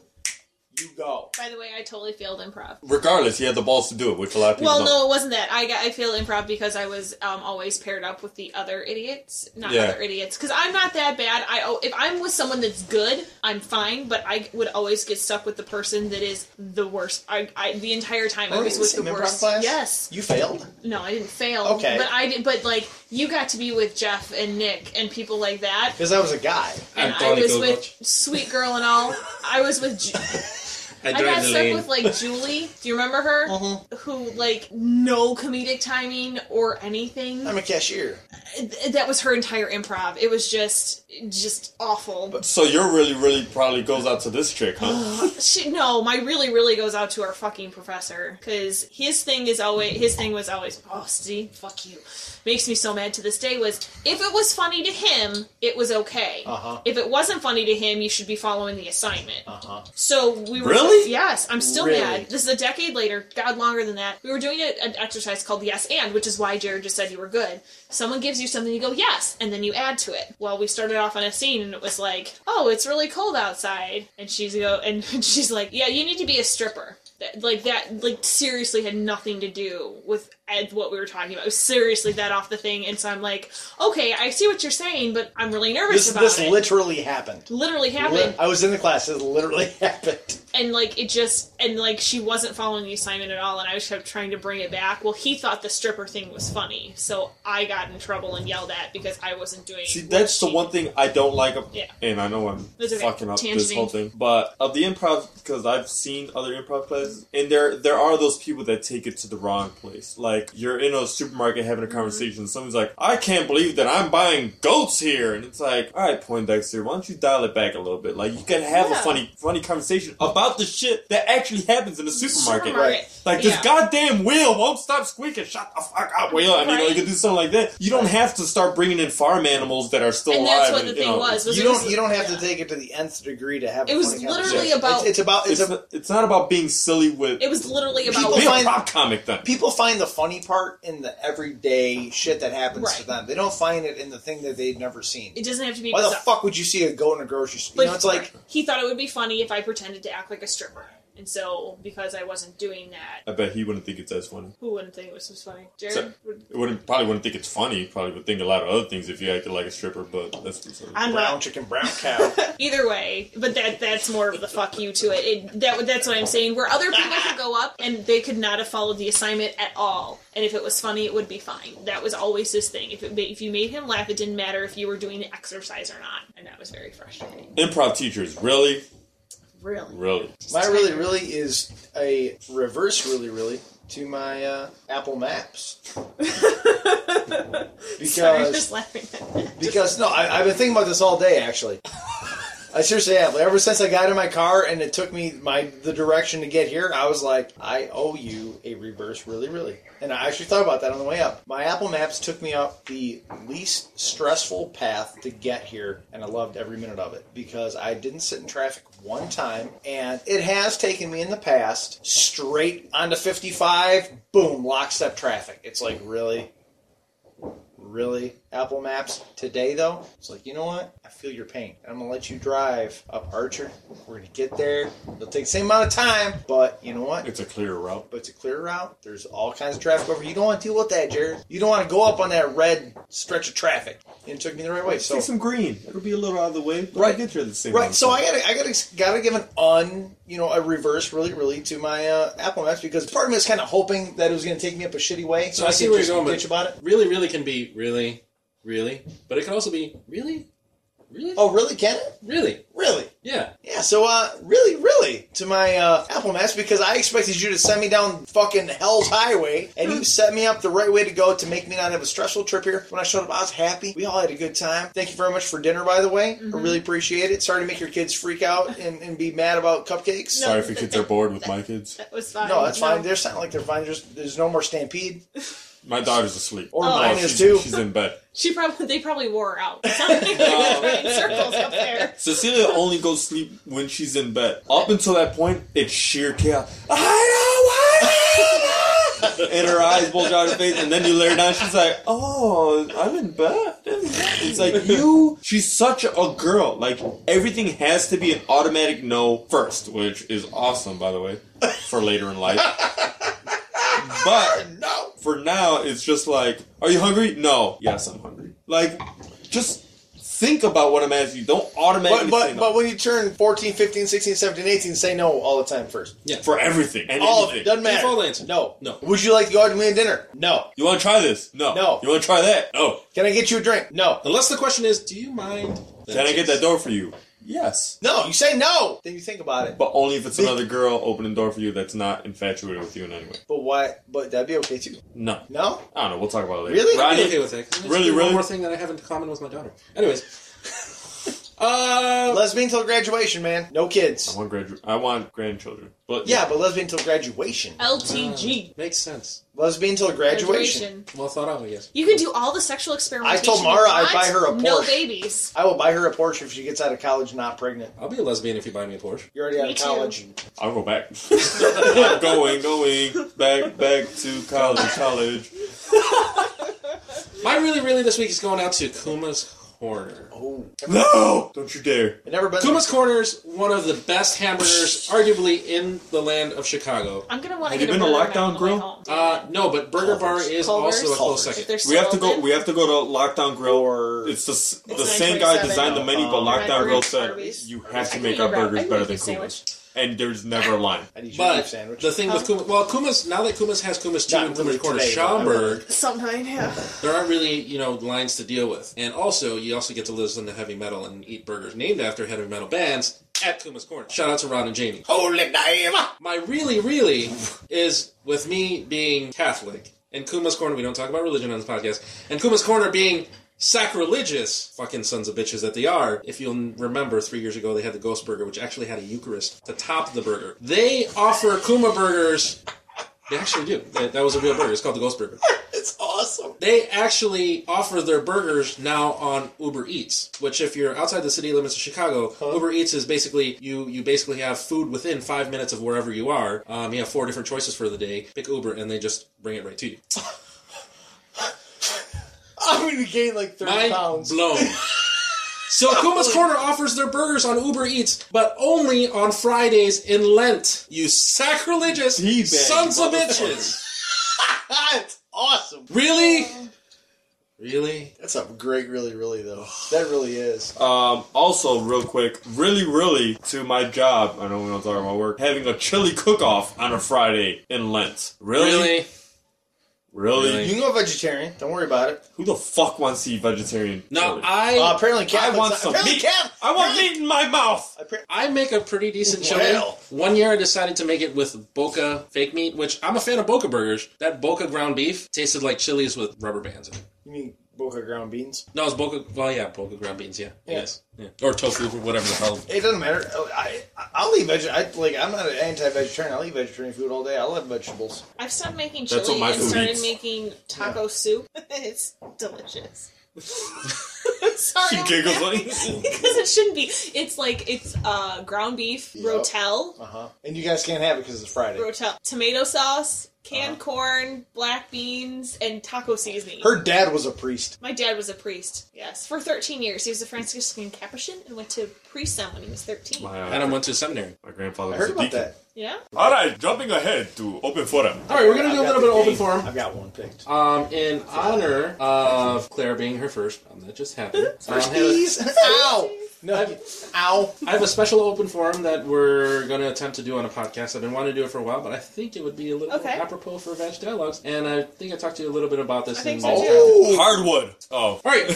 Speaker 3: you go.
Speaker 5: By the way, I totally failed improv.
Speaker 2: Regardless, he had the balls to do it, which a lot of people don't.
Speaker 5: Well, no, it wasn't that. I got, I failed improv because I was um, always paired up with the other idiots, not
Speaker 2: Yeah.
Speaker 5: other idiots. Because I'm not that bad. I oh, if I'm with someone that's good, I'm fine. But I would always get stuck with the person that is the worst. I, I the entire
Speaker 3: Oh,
Speaker 5: time I was with the
Speaker 3: Improv
Speaker 5: worst.
Speaker 3: class?
Speaker 5: Yes.
Speaker 3: you failed.
Speaker 5: No, I didn't fail.
Speaker 3: Okay.
Speaker 5: But I did. But like you got to be with Jeff and Nick and people like that.
Speaker 3: Because I was a guy.
Speaker 5: And
Speaker 1: I'm
Speaker 5: I
Speaker 1: Tony
Speaker 5: was
Speaker 1: Kukoc.
Speaker 5: with sweet girl and all. I was with. Ju- I got stuck with like Julie. Do you remember her? Who like no comedic timing or anything.
Speaker 3: I'm a cashier.
Speaker 5: Th- that was her entire improv. It was just just awful.
Speaker 2: So your really, really probably goes out to this chick, huh?
Speaker 5: she, no, my really really goes out to our fucking professor because his thing is always his thing was always oh Steve fuck you makes me so mad to this day was if it was funny to him it was okay
Speaker 3: Uh-huh.
Speaker 5: if it wasn't funny to him you should be following the assignment
Speaker 3: Uh-huh.
Speaker 5: so we were
Speaker 2: Really?
Speaker 5: yes I'm still
Speaker 3: Really?
Speaker 5: mad this is Oh, a decade later God longer than that we were doing a, an exercise called yes and which is why Jared just said you were good someone gives you something you go yes and then you add to it well we started off on a scene and it was like oh it's really cold outside and she's go and she's like yeah you need to be a stripper that, like that like seriously had nothing to do with ed, what we were talking about it was seriously that off the thing and so i'm like okay i see what you're saying but i'm really nervous
Speaker 3: This
Speaker 5: about
Speaker 3: this
Speaker 5: it
Speaker 3: literally happened.
Speaker 5: literally happened
Speaker 3: Li- I was in the class. This literally happened.
Speaker 5: and like it just and like she wasn't following the assignment at all and i was kept trying to bring it back well he thought the stripper thing was funny so i got in trouble and yelled at because i wasn't doing
Speaker 2: See, that's the one thing I don't like. ab-
Speaker 5: Yeah.
Speaker 2: And I know I'm
Speaker 5: That's okay.
Speaker 2: fucking up this
Speaker 5: Tangenting.
Speaker 2: whole thing, but of the improv, because I've seen other improv classes, and there there are those people that take it to the wrong place. Like you're in a supermarket having
Speaker 5: Mm-hmm.
Speaker 2: a conversation, and someone's like, "I can't believe that I'm buying goats here," and it's like, "All right, Poindexter, why don't you dial it back a little bit? Like you can have a
Speaker 5: Yeah.
Speaker 2: funny funny conversation about about the shit that actually happens in the supermarket.
Speaker 5: Supermarket.
Speaker 2: Like this
Speaker 5: Yeah.
Speaker 2: goddamn wheel won't stop squeaking. Shut the fuck up, wheel! And you know you
Speaker 5: Right.
Speaker 2: can do something like that. You don't have to start bringing in farm animals that are still
Speaker 5: And
Speaker 2: alive.
Speaker 5: that's what the
Speaker 2: and,
Speaker 5: thing
Speaker 2: you know,
Speaker 5: was. was
Speaker 3: you
Speaker 5: it was-
Speaker 3: don't you don't have to take it to the nth degree to have
Speaker 5: It
Speaker 3: a
Speaker 5: was
Speaker 3: funny
Speaker 5: literally
Speaker 3: conversation.
Speaker 5: about-
Speaker 3: it's, it's about it's,
Speaker 2: It's,
Speaker 3: a,
Speaker 2: n- it's not about being silly with.
Speaker 5: It was literally about
Speaker 3: People
Speaker 2: be a
Speaker 3: find-
Speaker 2: prop comic then.
Speaker 3: people find the funny part in the everyday shit that happens to
Speaker 5: Right.
Speaker 3: them. They don't find it in the thing that they've never seen.
Speaker 5: it doesn't have to be.
Speaker 3: Why the
Speaker 5: bizarre.
Speaker 3: fuck would you see a goat in a grocery store?
Speaker 5: But
Speaker 3: you know, it's like
Speaker 5: he thought it would be funny if I pretended to act like a stripper, and so because I wasn't doing that,
Speaker 2: I bet he wouldn't think it's as funny.
Speaker 5: who wouldn't think it was was funny? Jared
Speaker 2: So-
Speaker 5: would.
Speaker 2: It wouldn't probably wouldn't think it's funny. Probably would think a lot of other things if you acted like a stripper. But that's
Speaker 5: I'm
Speaker 3: brown
Speaker 5: not.
Speaker 3: chicken, brown cow.
Speaker 5: Either way, but that that's more of the fuck you to it. it that that's what I'm saying. Where other people could go up and they could not have followed the assignment at all, and if it was funny, it would be fine. That was always his thing. If it ma- if you made him laugh, it didn't matter if you were doing the exercise or not, and that was very frustrating.
Speaker 2: improv teachers really,
Speaker 5: Really,
Speaker 2: really.
Speaker 3: my really really is a reverse really really to my uh, Apple Maps
Speaker 5: Sorry, I'm
Speaker 3: because
Speaker 5: just laughing. At that.
Speaker 3: because no, I, I've been thinking about this all day actually. I seriously have. Like, ever since I got in my car and it took me my the direction to get here, I was like, I owe you a reverse, really, really. And I actually thought about that on the way up. My Apple Maps took me up the least stressful path to get here, and I loved every minute of it because I didn't sit in traffic one time. And it has taken me in the past straight onto 55, boom, lockstep traffic. It's like really. Really? Apple Maps today, though? It's like, you know what? I feel your pain. I'm going to let you drive up Archer. We're going to get there. It'll take the same amount of time, but you know what?
Speaker 2: It's a clear route.
Speaker 3: But it's a clear route. There's all kinds of traffic over. You don't want to deal with that, Jared. You don't want to go up on that red stretch of traffic. And it took me the right way. So
Speaker 2: Take some green. It'll be a little out of the way. But
Speaker 3: Right.
Speaker 2: I get there the same. amount
Speaker 3: Right,
Speaker 2: of
Speaker 3: so
Speaker 2: time.
Speaker 3: I gotta, I gotta, gotta give an un, you know, a reverse, really, really, to my uh, Apple Maps because part of me was kind of hoping that it was gonna take me up a shitty way, so
Speaker 1: I
Speaker 3: I,
Speaker 1: see
Speaker 3: could
Speaker 1: where
Speaker 3: just
Speaker 1: you're going, but-
Speaker 3: bitch about it.
Speaker 1: Really, really can be really, really, but it can also be really, really,
Speaker 3: Oh, really? Can it?
Speaker 1: really.
Speaker 3: Really?
Speaker 1: Yeah.
Speaker 3: Yeah, so uh, really, really, to my uh, Apple Maps because I expected you to send me down fucking Hell's Highway, and you set me up the right way to go to make me not have a stressful trip here. When I showed up, I was happy. We all had a good time. Thank you very much for dinner, by the way. I really appreciate it. Sorry to make your kids freak out and, and be mad about cupcakes.
Speaker 5: No.
Speaker 2: Sorry if your kids are bored with my kids.
Speaker 5: That was fine.
Speaker 3: No, that's fine. They're sounding like they're fine. There's, there's no more stampede.
Speaker 2: My daughter's asleep.
Speaker 3: Or
Speaker 5: Oh.
Speaker 3: mine
Speaker 2: she's,
Speaker 3: is too.
Speaker 2: She's in bed.
Speaker 5: She probably they probably wore her out. It's not like they were running circles up there.
Speaker 2: Cecilia only goes to sleep when she's in bed. Up until that point, it's sheer chaos. I don't want to leave!" And her eyes bulge out of her face, and then you lay her down. She's like, "Oh, I'm in bed." It's like you. She's such a girl. Like everything has to be an automatic no first, which is awesome, by the way, for later in life. But
Speaker 3: No.
Speaker 2: for now, it's just like, are you hungry? No. Yes, I'm hungry. Like, just think about what I'm asking you. Don't
Speaker 3: But,
Speaker 2: automatically say
Speaker 3: but,
Speaker 2: no.
Speaker 3: but when you turn 14, 15, 16, 17, 18, say no all the time first.
Speaker 2: for everything. And
Speaker 3: All of it.
Speaker 2: anything.
Speaker 3: Doesn't matter.
Speaker 1: Default answer.
Speaker 3: No.
Speaker 1: No.
Speaker 3: Would you like to go out to me and dinner? No.
Speaker 2: You want to try this? No.
Speaker 3: No.
Speaker 2: You want to try that? No.
Speaker 3: Can I get you a drink? No.
Speaker 1: Unless the question is, do you mind?
Speaker 2: Can I get that door for you? Yes.
Speaker 3: No, you say no. Then you think about it.
Speaker 2: But only if it's another girl opening the door for you that's not infatuated with you in any way.
Speaker 3: But why? But that'd be okay too.
Speaker 2: No.
Speaker 3: No.
Speaker 2: I don't know. We'll talk about it later.
Speaker 3: Really?
Speaker 1: I'm
Speaker 2: Ronnie,
Speaker 1: okay with it. 'cause it's
Speaker 2: Really,
Speaker 1: One
Speaker 2: really?
Speaker 1: more thing that I have in common with my daughter. Anyways. Uh,
Speaker 3: Lesbian till graduation, man. No
Speaker 2: I
Speaker 3: kids.
Speaker 2: want gradu- I want grandchildren. But
Speaker 3: Yeah, but lesbian till graduation.
Speaker 5: LTG.
Speaker 1: makes sense.
Speaker 3: Lesbian till graduation.
Speaker 5: Graduation.
Speaker 1: Well thought out, I guess.
Speaker 5: You can do all the sexual experimentation.
Speaker 3: I told
Speaker 5: you
Speaker 3: Mara I'd
Speaker 5: want,
Speaker 3: buy her a
Speaker 5: No
Speaker 3: Porsche.
Speaker 5: babies.
Speaker 3: I will buy her a Porsche if she gets out of college not pregnant.
Speaker 1: I'll be a lesbian if you buy me a Porsche.
Speaker 3: You're already out
Speaker 5: Me
Speaker 3: of
Speaker 5: too.
Speaker 3: college.
Speaker 2: I'll go back. I'm going, going back, back to college, college.
Speaker 1: My really, really this week is going out to Kuma's Corner.
Speaker 3: Oh,
Speaker 2: No! Don't you dare.
Speaker 3: I've never been.
Speaker 1: Kuma's Corner is one of the best hamburgers, arguably, in the land of Chicago.
Speaker 5: I'm gonna want to
Speaker 2: Have
Speaker 5: get
Speaker 2: you
Speaker 5: a
Speaker 2: been to
Speaker 5: burger
Speaker 2: Lockdown
Speaker 5: on the way
Speaker 2: Grill?
Speaker 5: home.
Speaker 1: Uh, no, but Burger Bar is
Speaker 5: Culver's?
Speaker 1: also a close
Speaker 3: Culver's.
Speaker 1: second.
Speaker 5: They're
Speaker 2: We have to
Speaker 5: still
Speaker 2: go.
Speaker 5: open.
Speaker 2: We have to go to Lockdown Grill.
Speaker 3: Or-
Speaker 2: it's the s- the
Speaker 5: It's
Speaker 2: same guy
Speaker 5: 927.
Speaker 2: designed the menu, but
Speaker 3: Um,
Speaker 5: Right,
Speaker 2: Lockdown Grill
Speaker 5: burgers,
Speaker 2: said
Speaker 5: Arby's.
Speaker 2: you have to
Speaker 5: I
Speaker 2: make
Speaker 5: can
Speaker 2: our
Speaker 5: eat a- I
Speaker 2: burgers
Speaker 5: can
Speaker 2: better
Speaker 5: eat
Speaker 2: than
Speaker 5: a sandwich.
Speaker 2: Kuma's, and there's never a line.
Speaker 3: I need you
Speaker 1: But
Speaker 3: beef sandwich. Um,
Speaker 1: the thing with Kuma, well, Kuma's now that Kuma's has Kuma's two
Speaker 3: Not
Speaker 1: and
Speaker 3: really
Speaker 1: Kuma's Corner
Speaker 3: today, but I
Speaker 1: Schaumburg,
Speaker 5: Sometime, yeah.
Speaker 1: there aren't really you know lines to deal with. And also, you also get to listen to heavy metal and eat burgers named after heavy metal bands at Kuma's Corner. Shout out to Ron and Jamie.
Speaker 3: Holy name.
Speaker 1: My really, really is with me being Catholic and Kuma's Corner. We don't talk about religion on this podcast. And Kuma's Corner being sacrilegious fucking sons of bitches that they are. If you'll remember, three years ago they had the Ghost Burger, which actually had a Eucharist to top the burger. They offer Kuma burgers. They actually do. That, that was a real burger. It's called the Ghost Burger.
Speaker 3: It's awesome.
Speaker 1: They actually offer their burgers now on Uber Eats, which if you're outside the city limits of Chicago, Uber Eats is basically you you basically have food within five minutes of wherever you are. Um, you have four different choices for the day. Pick Uber, and they just bring it right to you.
Speaker 3: I'm gonna gain like thirty
Speaker 1: Mind
Speaker 3: pounds.
Speaker 1: blown. So Kuma's Corner offers their burgers on Uber Eats, but only on Fridays in Lent. You sacrilegious
Speaker 2: Teabag,
Speaker 1: sons of bitches!
Speaker 3: it's awesome.
Speaker 1: Really? Really?
Speaker 3: That's a great, really, really though. That really is.
Speaker 2: Um, also, real quick, really, really to my job. I know we don't talk about work. Having a chili cook-off on a Friday in Lent. Really?
Speaker 1: Really?
Speaker 2: Really?
Speaker 1: Really?
Speaker 3: You can go vegetarian. Don't worry about it.
Speaker 2: Who the fuck wants to eat vegetarian?
Speaker 1: No,
Speaker 2: chili?
Speaker 1: I
Speaker 3: Uh, apparently,
Speaker 2: I
Speaker 3: Catholics.
Speaker 2: want some
Speaker 3: apparently
Speaker 2: meat.
Speaker 3: Catholic-
Speaker 2: I want meat in my mouth.
Speaker 3: appar-
Speaker 1: I make a pretty decent chili.
Speaker 3: Well.
Speaker 1: One year I decided to make it with Boca fake meat, which I'm a fan of Boca burgers. That Boca ground beef tasted like chilies with rubber bands in it.
Speaker 3: You mean Boca ground beans?
Speaker 1: No, it's Boca. Well, yeah, Boca ground beans. Yeah,
Speaker 3: Yeah.
Speaker 1: yes, yeah. or tofu or whatever the hell.
Speaker 3: It doesn't matter. Oh, I, I I'll eat veg. I like. I'm not an anti-vegetarian. I'll eat vegetarian food all day. I love vegetables.
Speaker 5: I've stopped making
Speaker 2: That's what
Speaker 5: chili
Speaker 2: my
Speaker 5: and
Speaker 2: food
Speaker 5: started
Speaker 2: eats.
Speaker 5: making taco soup. It's delicious. Sorry,
Speaker 2: She
Speaker 5: I'm
Speaker 2: giggles
Speaker 5: laughing.
Speaker 2: like-
Speaker 5: because it shouldn't be. It's like it's uh, ground beef,
Speaker 3: Yep.
Speaker 5: rotel,
Speaker 3: Uh huh. And you guys can't have it because it's Friday.
Speaker 5: rotel, tomato sauce, canned
Speaker 2: Uh-huh.
Speaker 5: corn, black beans, and taco seasoning.
Speaker 3: Her dad was a priest.
Speaker 5: My dad was a priest. Yes, for 13 years, he was a Franciscan Capuchin and went to pre-seminary when he was 13.
Speaker 2: My, uh,
Speaker 1: Adam went to seminary.
Speaker 2: my grandfather
Speaker 3: I
Speaker 2: was
Speaker 3: heard
Speaker 2: a
Speaker 3: about
Speaker 2: deacon.
Speaker 3: that.
Speaker 5: Yeah,
Speaker 2: All right, jumping ahead to open forum.
Speaker 1: All right, we're gonna do a little
Speaker 3: I've
Speaker 1: bit
Speaker 3: got
Speaker 1: of
Speaker 3: the
Speaker 1: open
Speaker 3: game.
Speaker 1: forum.
Speaker 3: I've got one picked.
Speaker 1: Um, in honor of Claire being her first, um, that just happened. Um, I have a-
Speaker 3: Please. Ow. No. Ow.
Speaker 1: I have a special open forum that we're going to attempt to do on a podcast. I've been wanting to do it for a while, but I think it would be a little
Speaker 5: Okay.
Speaker 1: apropos for Vag Dialogues. And I think I talked to you a little bit about this.
Speaker 5: I think
Speaker 1: in-
Speaker 5: so, too.
Speaker 3: Oh.
Speaker 2: Hardwood. Oh,
Speaker 1: All right,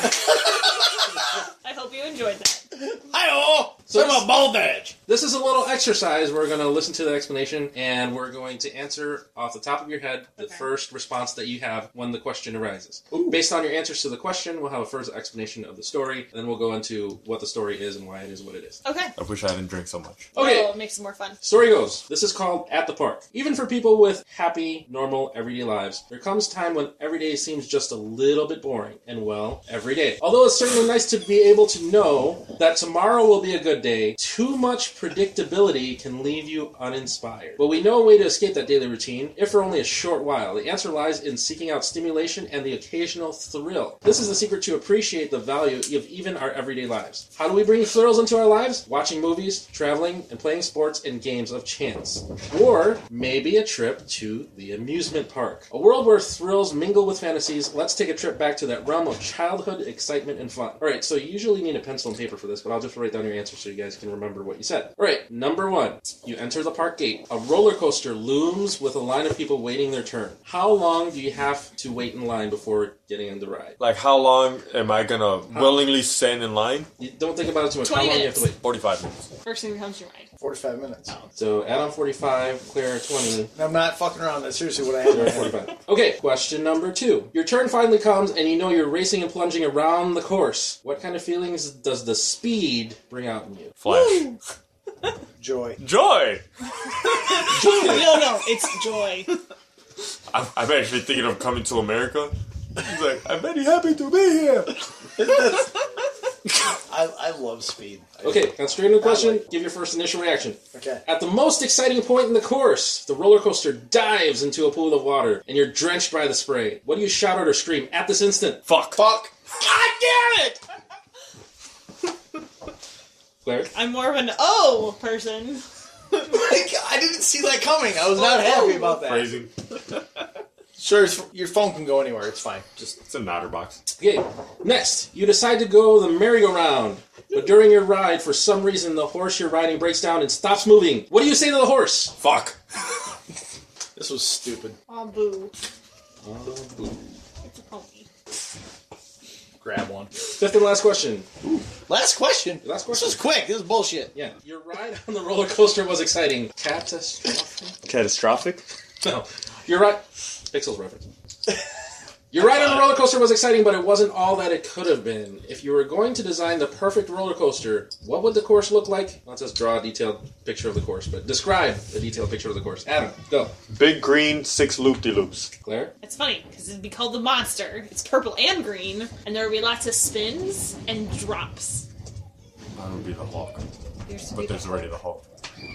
Speaker 5: I hope you enjoyed that.
Speaker 3: Hi-oh.
Speaker 1: So
Speaker 3: So about ball badge.
Speaker 1: this is a little exercise. We're going to listen to the explanation, and we're going to answer off the top of your head the
Speaker 5: Okay.
Speaker 1: first response that you have when the question arises. Based on your answers to the question, we'll have a first explanation of the story, and then we'll go into what the story is and why it is what it is.
Speaker 5: Okay.
Speaker 2: I wish I didn't drink so much.
Speaker 1: Okay.
Speaker 5: Well, it makes it more fun.
Speaker 1: Story goes, this is called At the Park. Even for people with happy, normal, everyday lives, there comes time when every day seems just a little bit boring, and well, every day. Although it's certainly nice to be able to know that tomorrow will be a good day, too much predictability can leave you uninspired. But we know a way to escape that daily routine, if for only a short while. The answer lies in seeking out stimulation and the occasional thrill. This is the secret to appreciate the value of even our everyday lives. How do we bring thrills into our lives? Watching movies, traveling, and playing sports and games of chance. Or maybe a trip to the amusement park. A world where thrills mingle with fantasies, let's take a trip back to that realm of childhood excitement and fun. Alright, so you usually need a pencil and paper for this, but I'll just write down your answer so you guys can remember what you said. Alright, number one, you enter the park gate. A roller coaster looms with a line of people waiting their turn. How long do you have to wait in line before getting on the ride?
Speaker 2: Like, how long am I gonna willingly stand in line?
Speaker 1: You don't think about it too much. How
Speaker 5: 20
Speaker 1: long do you have to wait?
Speaker 5: minutes.
Speaker 2: Forty-five minutes.
Speaker 5: First thing that comes to your mind.
Speaker 3: Forty-five minutes.
Speaker 1: So add on 45, Claire 20.
Speaker 3: And I'm not fucking around. That's seriously what I have.
Speaker 1: You're at
Speaker 3: right now.
Speaker 1: 45. Okay, question number two. Your turn finally comes, and you know you're racing and plunging around the course. What kind of feelings does the speed bring out in you?
Speaker 2: Flash.
Speaker 3: Joy.
Speaker 2: Joy.
Speaker 5: No, no, it's joy.
Speaker 2: I'm, I'm actually thinking of coming to America. He's like, I'm very happy to be here.
Speaker 3: I, I love speed.
Speaker 1: Okay, now straight into the question. Give your first initial reaction.
Speaker 3: Okay.
Speaker 1: At the most exciting point in the course, the roller coaster dives into a pool of water, and you're drenched by the spray. What do you shout out or scream at this instant?
Speaker 2: Fuck.
Speaker 3: Fuck.
Speaker 1: Claire?
Speaker 5: I'm more of an oh person.
Speaker 3: Like, I didn't see that coming. I was not happy about that.
Speaker 2: Phrasing.
Speaker 3: Sure, it's, your phone can go anywhere. It's fine. Just
Speaker 2: It's a nodder box.
Speaker 1: Okay, next, you decide to go the merry-go-round, but during your ride, for some reason, the horse you're riding breaks down and stops moving. What do you say to the horse?
Speaker 2: Fuck.
Speaker 3: this was stupid.
Speaker 5: Oh boo. It's a pony.
Speaker 3: Grab one.
Speaker 1: Fifth and last question.
Speaker 3: Last question.
Speaker 1: Last
Speaker 3: This
Speaker 1: question.
Speaker 3: was quick. This is bullshit.
Speaker 1: Yeah, your ride on the roller coaster was exciting. Catastrophic?
Speaker 4: Catastrophic.
Speaker 1: No, your ride. Pixels reference. Your ride on the roller coaster was exciting, but it wasn't all that it could have been. If you were going to design the perfect roller coaster, what would the course look like? Let's just draw a detailed picture of the course, but describe a detailed picture of the course. Adam, go.
Speaker 2: Big green six loop de loops.
Speaker 1: Claire?
Speaker 5: It's funny because it'd be called the monster. It's purple and green, and there would be lots of spins and drops.
Speaker 2: That would be the Hulk.
Speaker 5: There's
Speaker 2: But there's already the Hulk.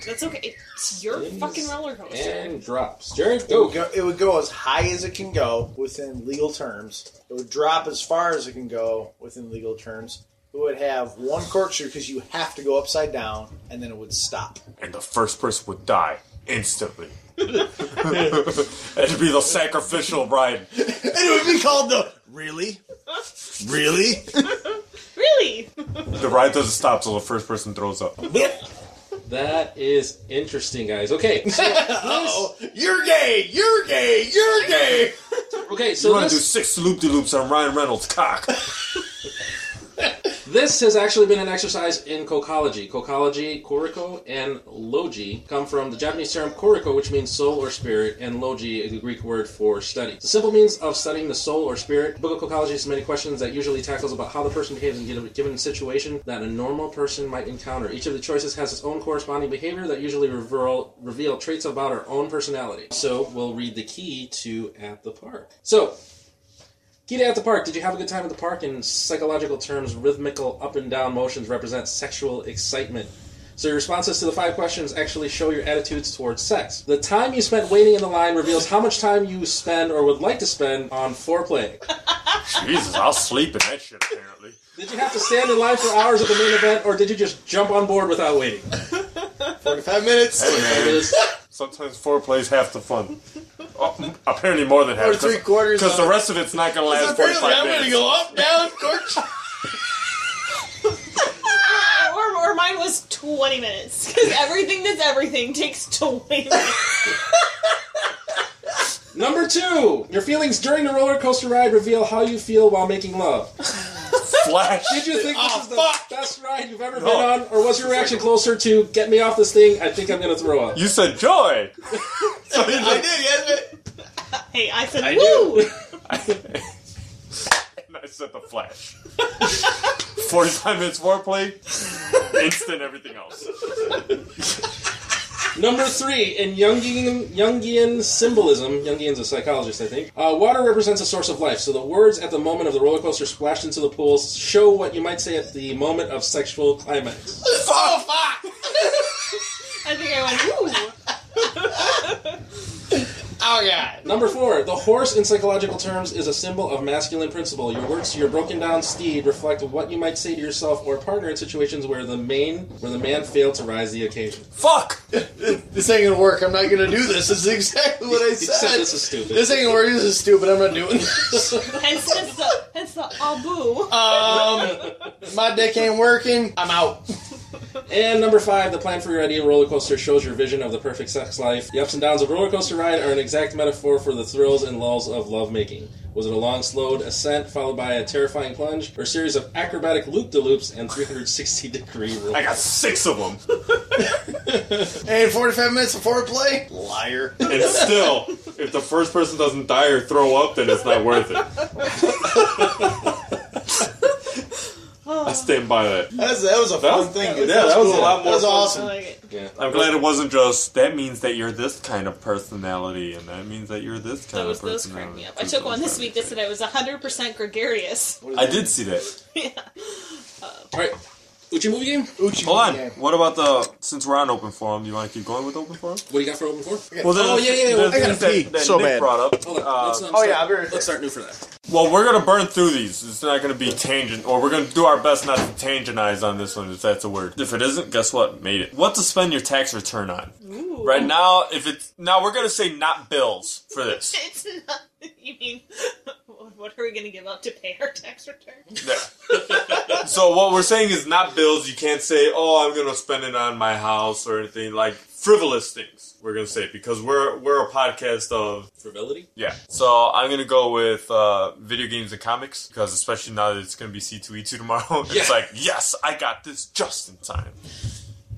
Speaker 5: That's okay. It's your
Speaker 1: Spins
Speaker 5: fucking roller coaster.
Speaker 1: And drops. Jared,
Speaker 3: It would,
Speaker 1: go.
Speaker 3: go, it would go as high as it can go within legal terms. It would drop as far as it can go within legal terms. It would have one corkscrew because you have to go upside down, and then it would stop.
Speaker 2: And the first person would die instantly. It'd be the sacrificial ride.
Speaker 7: And it would be called the Really? Really?
Speaker 5: Really?
Speaker 2: The ride doesn't stop till the first person throws up.
Speaker 1: That is interesting, guys. Okay. so this-
Speaker 7: You're gay! You're gay! You're gay!
Speaker 1: okay,
Speaker 2: you
Speaker 1: so
Speaker 2: want to do
Speaker 1: this,
Speaker 2: six loop de loops on Ryan Reynolds' cock.
Speaker 1: this has actually been an exercise in cocology. Cocology, koriko, and logi come from the Japanese term koriko, which means soul or spirit, and logi, a Greek word for study. The simple means of studying the soul or spirit. Book of Cocology has many questions that usually tackles about how the person behaves in a given situation that a normal person might encounter. Each of the choices has its own corresponding behavior that usually reveal, reveal traits about our own personality. So we'll read the key to At the Park. So, Key to at the park. Did you have a good time at the park? In psychological terms, rhythmical up and down motions represent sexual excitement. So your responses to the five questions actually show your attitudes towards sex. The time you spent waiting in the line reveals how much time you spend or would like to spend on foreplay.
Speaker 2: Jesus, I'll sleep in that shit apparently.
Speaker 1: Did you have to stand in line for hours at the main event, or did you just jump on board without waiting?
Speaker 3: Forty-five minutes.
Speaker 2: Hey man,
Speaker 1: Because
Speaker 2: sometimes foreplay's half the fun. Oh, m- apparently more than half.
Speaker 3: Or three quarters
Speaker 2: Because
Speaker 3: of
Speaker 2: the
Speaker 3: it.
Speaker 2: rest of it's not gonna last forty
Speaker 7: Apparently,
Speaker 2: five
Speaker 7: I'm gonna
Speaker 2: minutes.
Speaker 7: go up, down, corkscrew.
Speaker 5: or, or mine was 20 minutes. Because everything that's everything takes 20 minutes.
Speaker 1: Number two, your feelings during the roller coaster ride reveal how you feel while making love.
Speaker 2: Flash.
Speaker 1: Did you think this
Speaker 7: Oh,
Speaker 1: is the
Speaker 7: fuck.
Speaker 1: best ride you've ever
Speaker 2: No.
Speaker 1: been on, or was your reaction closer to "Get me off this thing"? I think I'm gonna throw up.
Speaker 2: You said joy.
Speaker 7: I did, yes, but
Speaker 5: hey, I said,
Speaker 1: I
Speaker 5: woo!
Speaker 2: and I said the flash. forty five minutes foreplay, instant everything else.
Speaker 1: Number three, in Jungian, Jungian symbolism, Jungian's a psychologist, I think, uh, water represents a source of life. So the words at the moment of the roller coaster splashed into the pool show what you might say at the moment of sexual climax.
Speaker 7: oh fuck!
Speaker 5: I think I went, woo!
Speaker 7: Oh god!
Speaker 1: Number four, the horse in psychological terms is a symbol of masculine principle. Your words to your broken down steed reflect what you might say to yourself or partner in situations where the main where the man failed to rise the occasion.
Speaker 2: Fuck.
Speaker 3: This ain't gonna work. I'm not gonna do this. This is exactly what I
Speaker 1: Except
Speaker 3: said.
Speaker 1: this is stupid.
Speaker 3: This ain't gonna work. This is stupid. I'm not doing this.
Speaker 5: Hence, hence the, hence the ah, abu.
Speaker 1: Uh,
Speaker 3: Um, my dick ain't working. I'm out.
Speaker 1: And number five, the plan for your ideal roller coaster shows your vision of the perfect sex life. The ups and downs of a roller coaster ride are an exact metaphor for the thrills and lulls of lovemaking. Was it a long, slowed ascent followed by a terrifying plunge, or a series of acrobatic loop de loops and 360 degree
Speaker 2: I
Speaker 1: rolls?
Speaker 2: got six of them,
Speaker 3: And 45 minutes before play. Liar.
Speaker 2: and still, if the first person doesn't die or throw up, then it's not worth it.
Speaker 5: Ah.
Speaker 2: I stand by that.
Speaker 3: That's, that was a
Speaker 2: That
Speaker 3: fun
Speaker 2: was-
Speaker 3: thing.
Speaker 2: yeah, that was a lot
Speaker 3: That
Speaker 2: more fun.
Speaker 3: was
Speaker 5: Oh, I
Speaker 3: awesome.
Speaker 5: like it.
Speaker 1: Yeah.
Speaker 2: I'm glad it wasn't just that means that you're this kind of personality, and that means that you're this kind
Speaker 5: Those,
Speaker 2: of
Speaker 5: those
Speaker 2: personality.
Speaker 5: crack me up. I took one this week that said I was 100% gregarious.
Speaker 2: I did see that.
Speaker 1: All right. Uchi movie game? What
Speaker 3: Uchi
Speaker 2: Hold on.
Speaker 3: game.
Speaker 2: What about the since we're on open forum? Do you want to keep going with open forum?
Speaker 1: do you got for open floor?
Speaker 2: Well, then,
Speaker 1: Oh, yeah, yeah, yeah.
Speaker 2: there's
Speaker 1: I gotta
Speaker 2: things that-
Speaker 7: pee
Speaker 2: that
Speaker 7: so
Speaker 2: Nick
Speaker 7: bad.
Speaker 2: Brought up.
Speaker 1: Hold on.
Speaker 2: Uh,
Speaker 1: let's, let's
Speaker 3: oh,
Speaker 1: start,
Speaker 3: yeah, I'll be right
Speaker 1: Let's start new for that.
Speaker 2: Well, we're gonna burn through these. It's not gonna be tangent, or we're gonna do our best not to tangentize on this one, if that's a word. If it isn't, guess what? Made it. What to spend your tax return on? Right now, if it's now, we're gonna say not bills for this.
Speaker 5: It's not. You mean, what are we going to give up to pay our tax return?
Speaker 2: Yeah. so what we're saying is not bills. You can't say, "Oh, I'm gonna spend it on my house" or anything like frivolous things. We're gonna say because we're we're a podcast of
Speaker 1: Frivolity?
Speaker 2: yeah. So I'm gonna go with uh, video games and comics because especially now that E it's gonna be C2E2 tomorrow, it's
Speaker 1: Yeah.
Speaker 2: like yes, I got this just in time.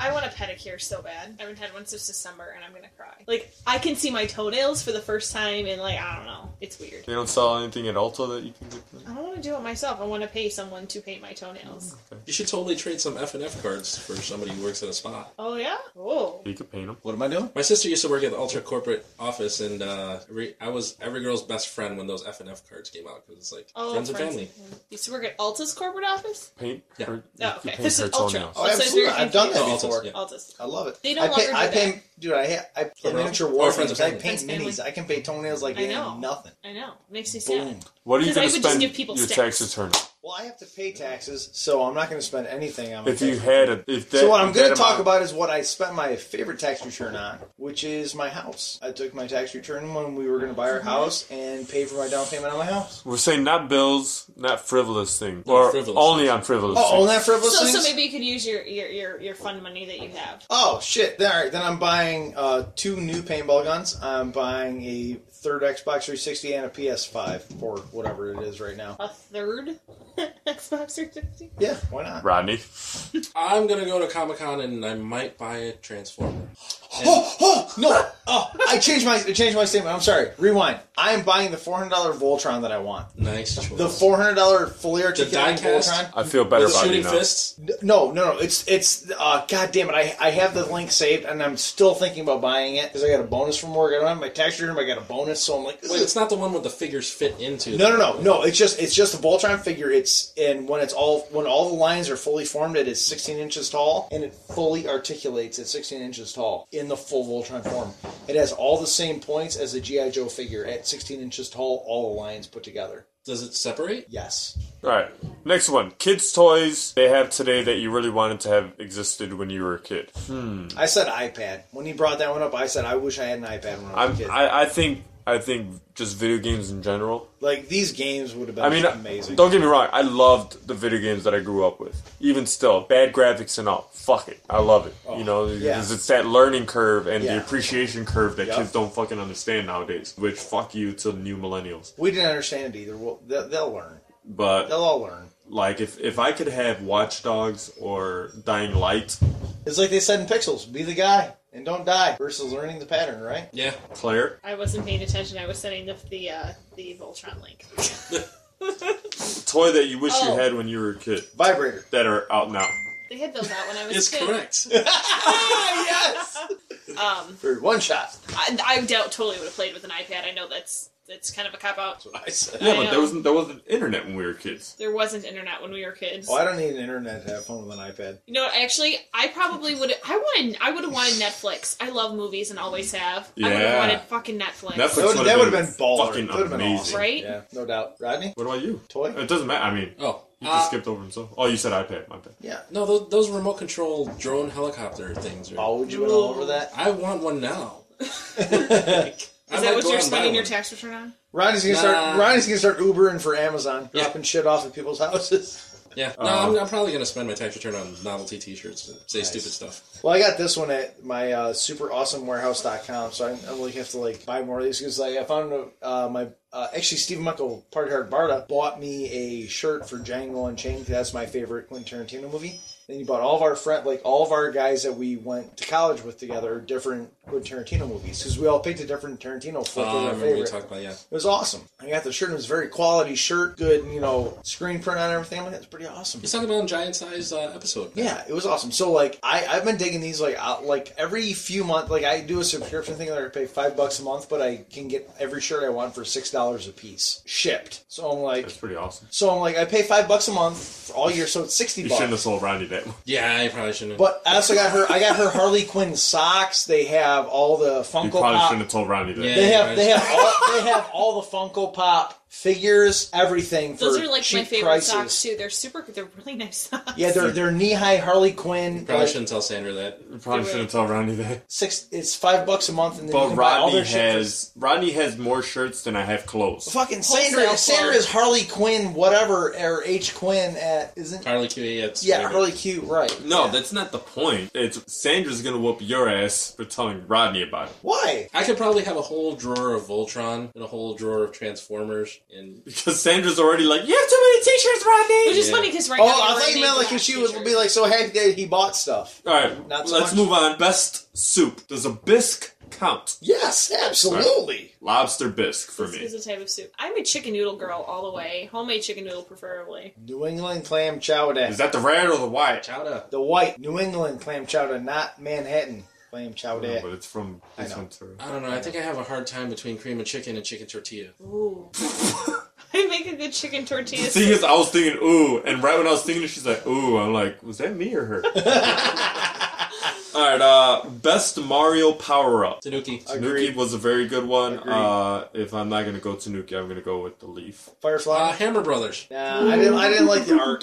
Speaker 5: I want a pedicure so bad. I haven't had one since December, and I'm gonna cry. Like I can see my toenails for the first time, and like I don't know, it's weird.
Speaker 2: They don't sell anything at Ulta that you can get.
Speaker 5: I don't want to do it myself. I want to pay someone to paint my toenails.
Speaker 1: You should totally trade some F and F cards for somebody who works at a spa.
Speaker 5: Oh yeah. Oh.
Speaker 2: You could paint them.
Speaker 3: What am I doing?
Speaker 1: My sister used to work at the ultra corporate office, and uh, every, I was every girl's best friend when those F and F cards came out because it's like
Speaker 5: Oh,
Speaker 1: friends and family.
Speaker 5: You used to work at Alta's corporate office.
Speaker 2: Paint.
Speaker 1: Yeah.
Speaker 2: Her,
Speaker 5: Oh,
Speaker 2: you
Speaker 5: okay.
Speaker 2: paint
Speaker 5: This
Speaker 2: her
Speaker 5: is ultra.
Speaker 2: toenails.
Speaker 3: Oh,
Speaker 5: Also, it's very
Speaker 3: absolutely. I've done that
Speaker 5: confusing.
Speaker 1: confusing.
Speaker 3: before.
Speaker 1: Yeah.
Speaker 5: Alta's.
Speaker 3: I love it.
Speaker 5: They no
Speaker 3: I paint,
Speaker 5: longer do
Speaker 3: I
Speaker 5: that.
Speaker 3: paint, dude. I ha- I play
Speaker 2: Oh,
Speaker 3: miniature
Speaker 1: Or
Speaker 3: war
Speaker 1: friends
Speaker 3: games.
Speaker 1: of
Speaker 3: I
Speaker 1: family.
Speaker 3: paint
Speaker 5: Friends,
Speaker 3: minis.
Speaker 5: family.
Speaker 3: I can paint toenails like
Speaker 5: I
Speaker 3: they
Speaker 5: know.
Speaker 3: ain't nothing.
Speaker 5: I know. Makes me sad.
Speaker 3: Boom.
Speaker 2: What are you
Speaker 5: Because I
Speaker 2: going
Speaker 5: would
Speaker 2: to
Speaker 5: just
Speaker 2: spend
Speaker 5: give people
Speaker 2: your
Speaker 5: sticks.
Speaker 2: tax return? on?
Speaker 3: Well, I have to pay taxes, so I'm not going to spend anything on. my
Speaker 2: If you
Speaker 3: taxes.
Speaker 2: had a, if that,
Speaker 3: so what I'm going to
Speaker 2: that
Speaker 3: talk
Speaker 2: amount-
Speaker 3: about is what I spent my favorite tax return on, which is my house. I took my tax return when we were going to buy
Speaker 5: Mm-hmm.
Speaker 3: our house and pay for my down payment on my house.
Speaker 2: we're saying not bills, not frivolous thing,
Speaker 1: No,
Speaker 2: or
Speaker 1: frivolous
Speaker 2: only on frivolous.
Speaker 3: Oh,
Speaker 2: things.
Speaker 3: all that frivolous
Speaker 5: So,
Speaker 3: things.
Speaker 5: so maybe you could use your, your, your, your fund money that you have.
Speaker 3: Oh shit! Then, all right, then I'm buying uh, two new paintball guns. I'm buying a third Xbox 360 and a PS5 or whatever it is right now.
Speaker 5: A third Xbox 360.
Speaker 3: Yeah, why not?
Speaker 2: Rodney.
Speaker 1: I'm gonna go to Comic Con and I might buy a Transformer.
Speaker 3: Oh, oh, no! Oh, I changed my I changed my statement. I'm sorry. Rewind. I am buying the $400 Voltron that I want.
Speaker 1: Nice choice.
Speaker 3: The $400 fully articulated
Speaker 1: die-cast?
Speaker 3: Voltron.
Speaker 2: I feel better
Speaker 1: With
Speaker 2: about
Speaker 1: shooting
Speaker 2: you now.
Speaker 1: fists.
Speaker 3: No, no, no. It's it's. Uh, God damn it! I, I have the link saved, and I'm still thinking about buying it because I got a bonus from work. I don't have my tax return, but I got a bonus, so I'm like,
Speaker 1: Wait, it's not the one where the figures fit into.
Speaker 3: No, no, no, no. It's just it's just a Voltron figure. It's and when it's all when all the lines are fully formed, it is 16 inches tall and it fully articulates at 16 inches tall in the full Voltron form. It has all the same points as a GI Joe figure at 16 inches tall. All the lines put together.
Speaker 1: Does it separate?
Speaker 3: Yes.
Speaker 2: All right, next one. Kids' toys they have today that you really wanted to have existed when you were a kid.
Speaker 3: I said iPad when he brought that one up. I said I wish I had an iPad when I was
Speaker 2: I'm,
Speaker 3: a kid.
Speaker 2: I, I think I think just video games in general.
Speaker 3: like these games would have been
Speaker 2: I mean, uh,
Speaker 3: amazing.
Speaker 2: don't get me wrong. I loved the video games that I grew up with. Even still, bad graphics and all. Fuck it, I love it. you know,
Speaker 3: Oh, yeah.
Speaker 2: because it's that learning curve and
Speaker 3: Yeah.
Speaker 2: the appreciation curve that
Speaker 3: Yep.
Speaker 2: kids don't fucking understand nowadays. Which fuck you to the new millennials.
Speaker 3: we didn't understand it either. Well, they- they'll learn.
Speaker 2: But
Speaker 3: They'll all learn.
Speaker 2: like, if if I could have Watch Dogs or Dying Light,
Speaker 3: It's like they said in Pixels: be the guy and don't die. Versus learning the pattern, right?
Speaker 1: Yeah.
Speaker 2: Claire,
Speaker 5: I wasn't paying attention. I was sending the the, uh, the Voltron link.
Speaker 2: toy that you wish
Speaker 5: Oh.
Speaker 2: you had when you were a kid
Speaker 3: Vibrator.
Speaker 2: that are out now.
Speaker 5: They had those out when I was
Speaker 1: It's
Speaker 5: a kid.
Speaker 1: correct.
Speaker 3: yes.
Speaker 5: Um,
Speaker 3: for one shot.
Speaker 5: I, I doubt totally would have played with an iPad. I know that's that's kind of a cop out.
Speaker 3: I said.
Speaker 2: Yeah,
Speaker 5: I
Speaker 2: but
Speaker 5: know.
Speaker 2: there wasn't there wasn't internet when we were kids.
Speaker 5: There wasn't internet when we were kids.
Speaker 3: Oh, I don't need an internet to have fun with an iPad.
Speaker 5: You know, what, actually, I probably would. I wanted. I would have wanted Netflix. I love movies and always have. I would have
Speaker 2: Yeah.
Speaker 5: wanted fucking Netflix.
Speaker 2: Netflix.
Speaker 3: That would,
Speaker 2: would've
Speaker 3: that would
Speaker 2: been
Speaker 3: have been baller.
Speaker 2: fucking
Speaker 3: That would've been
Speaker 2: amazing. Uh,
Speaker 3: awesome.
Speaker 5: Right?
Speaker 3: Yeah, no doubt. Rodney?
Speaker 2: What about you?
Speaker 3: Toy?
Speaker 2: It doesn't matter. I mean,
Speaker 1: Oh.
Speaker 2: You just
Speaker 1: Uh,
Speaker 2: skipped over himself. Oh, you said iPad. My bad.
Speaker 3: Yeah.
Speaker 1: no, those, those remote control drone helicopter things. Are,
Speaker 3: Oh, would you been all over that?
Speaker 1: I want one now.
Speaker 5: Is that what you're spending your tax return on?
Speaker 3: Rodney's gonna start.
Speaker 1: Nah.
Speaker 3: Rodney's gonna start Ubering for Amazon,
Speaker 1: Yeah.
Speaker 3: dropping shit off at people's houses.
Speaker 1: Yeah. No,
Speaker 2: Uh-huh.
Speaker 1: I'm, I'm probably going to spend my tax return on novelty T-shirts and say stupid stuff.
Speaker 3: Well, I got this one at my uh, superawesomewarehouse.com, so I, I really have to like buy more of these because like, I found uh, my uh, actually Steve Michael Party Hard Barda bought me a shirt for Django Unchained. 'cause That's my favorite Quentin Tarantino movie. Then he bought all of our friend, like all of our guys that we went to college with together, different Quentin Tarantino movies because we all picked a different Tarantino flick. as
Speaker 1: Oh, I
Speaker 3: our
Speaker 1: remember we
Speaker 3: favorite.
Speaker 1: talked about yeah.
Speaker 3: It was awesome. I got the shirt. It was a very quality shirt, good, you know, screen print on everything. Like that. It's pretty awesome.
Speaker 1: Let's talk about a giant size uh, episode.
Speaker 3: Yeah, it was awesome. So like I I've been digging these like out like every few months. Like I do a subscription thing that I pay five bucks a month, but I can get every shirt I want for six dollars a piece shipped. So I'm like.
Speaker 2: That's pretty awesome.
Speaker 3: So I'm like, I pay five bucks a month for all year, so it's sixty
Speaker 2: You
Speaker 3: bucks.
Speaker 2: shouldn't have sold Rodney that one.
Speaker 1: Yeah, I probably shouldn't. have.
Speaker 3: But I also got her. I got her Harley Quinn socks. They have all the
Speaker 2: You
Speaker 3: Funko
Speaker 2: probably
Speaker 3: Pop.
Speaker 2: shouldn't have told Rodney that.
Speaker 1: Yeah.
Speaker 3: They have they have all, they have all the Funko Pop figures, everything. For
Speaker 5: Those are like my
Speaker 3: cheap
Speaker 5: favorite
Speaker 3: prices.
Speaker 5: socks too. They're super. They're really nice socks.
Speaker 3: Yeah, they're they're knee high Harley Quinn.
Speaker 1: probably
Speaker 3: like,
Speaker 1: shouldn't tell Sandra that.
Speaker 2: You probably
Speaker 5: Do it.
Speaker 2: shouldn't have told Rodney that.
Speaker 3: six. It's five bucks a month, and then you
Speaker 2: But
Speaker 3: can buy all
Speaker 2: Rodney
Speaker 3: their shit for-
Speaker 2: has Rodney has more shirts than I have clothes.
Speaker 3: Fucking
Speaker 5: Wholesale
Speaker 3: Sandra,
Speaker 5: club.
Speaker 3: Sandra is Harley Quinn, whatever, or H Quinn at isn't
Speaker 1: Harley Q. Yeah, it's
Speaker 3: yeah
Speaker 1: whatever.
Speaker 3: Harley Q right?
Speaker 2: No,
Speaker 3: Yeah.
Speaker 2: that's not the point. It's Sandra's gonna whoop your ass for telling Rodney about it.
Speaker 3: why
Speaker 1: I could probably have a whole drawer of Voltron and a whole drawer of Transformers much. And
Speaker 2: Because Sandra's already like, you have too many t-shirts, Rodney.
Speaker 5: Which is funny because right
Speaker 3: oh,
Speaker 5: now
Speaker 3: I thought you meant like if she would be like so happy that he bought stuff.
Speaker 2: All right,
Speaker 3: Not so
Speaker 2: let's
Speaker 3: much.
Speaker 2: move on. Best soup. Does a bisque count?
Speaker 3: Yes, absolutely.
Speaker 2: Lobster bisque for
Speaker 5: This
Speaker 2: me.
Speaker 5: is a type of soup. I'm a chicken noodle girl all the way. Homemade chicken noodle, preferably.
Speaker 3: New England clam chowder.
Speaker 2: Is that the red or the white?
Speaker 1: chowder.
Speaker 3: the white New England clam chowder, not Manhattan clam chowder.
Speaker 2: No, but it's from
Speaker 3: I
Speaker 2: it's
Speaker 3: know.
Speaker 2: from Turo.
Speaker 1: I don't know. I think I have a hard time between cream of chicken and chicken tortilla.
Speaker 5: Ooh. I make a good chicken tortilla
Speaker 2: The thing
Speaker 5: soup.
Speaker 2: is, I was thinking ooh, and right when I was thinking it, she's like ooh. I'm like, was that me or her? All right, uh, best Mario power up.
Speaker 1: Tanuki.
Speaker 2: Tanuki
Speaker 3: Agreed.
Speaker 2: was a very good one.
Speaker 3: Agreed.
Speaker 2: Uh, if I'm not gonna go Tanuki, I'm gonna go with the leaf.
Speaker 1: Uh,
Speaker 3: Firefly.
Speaker 1: Hammer Brothers.
Speaker 3: nah, I didn't. I didn't like the art.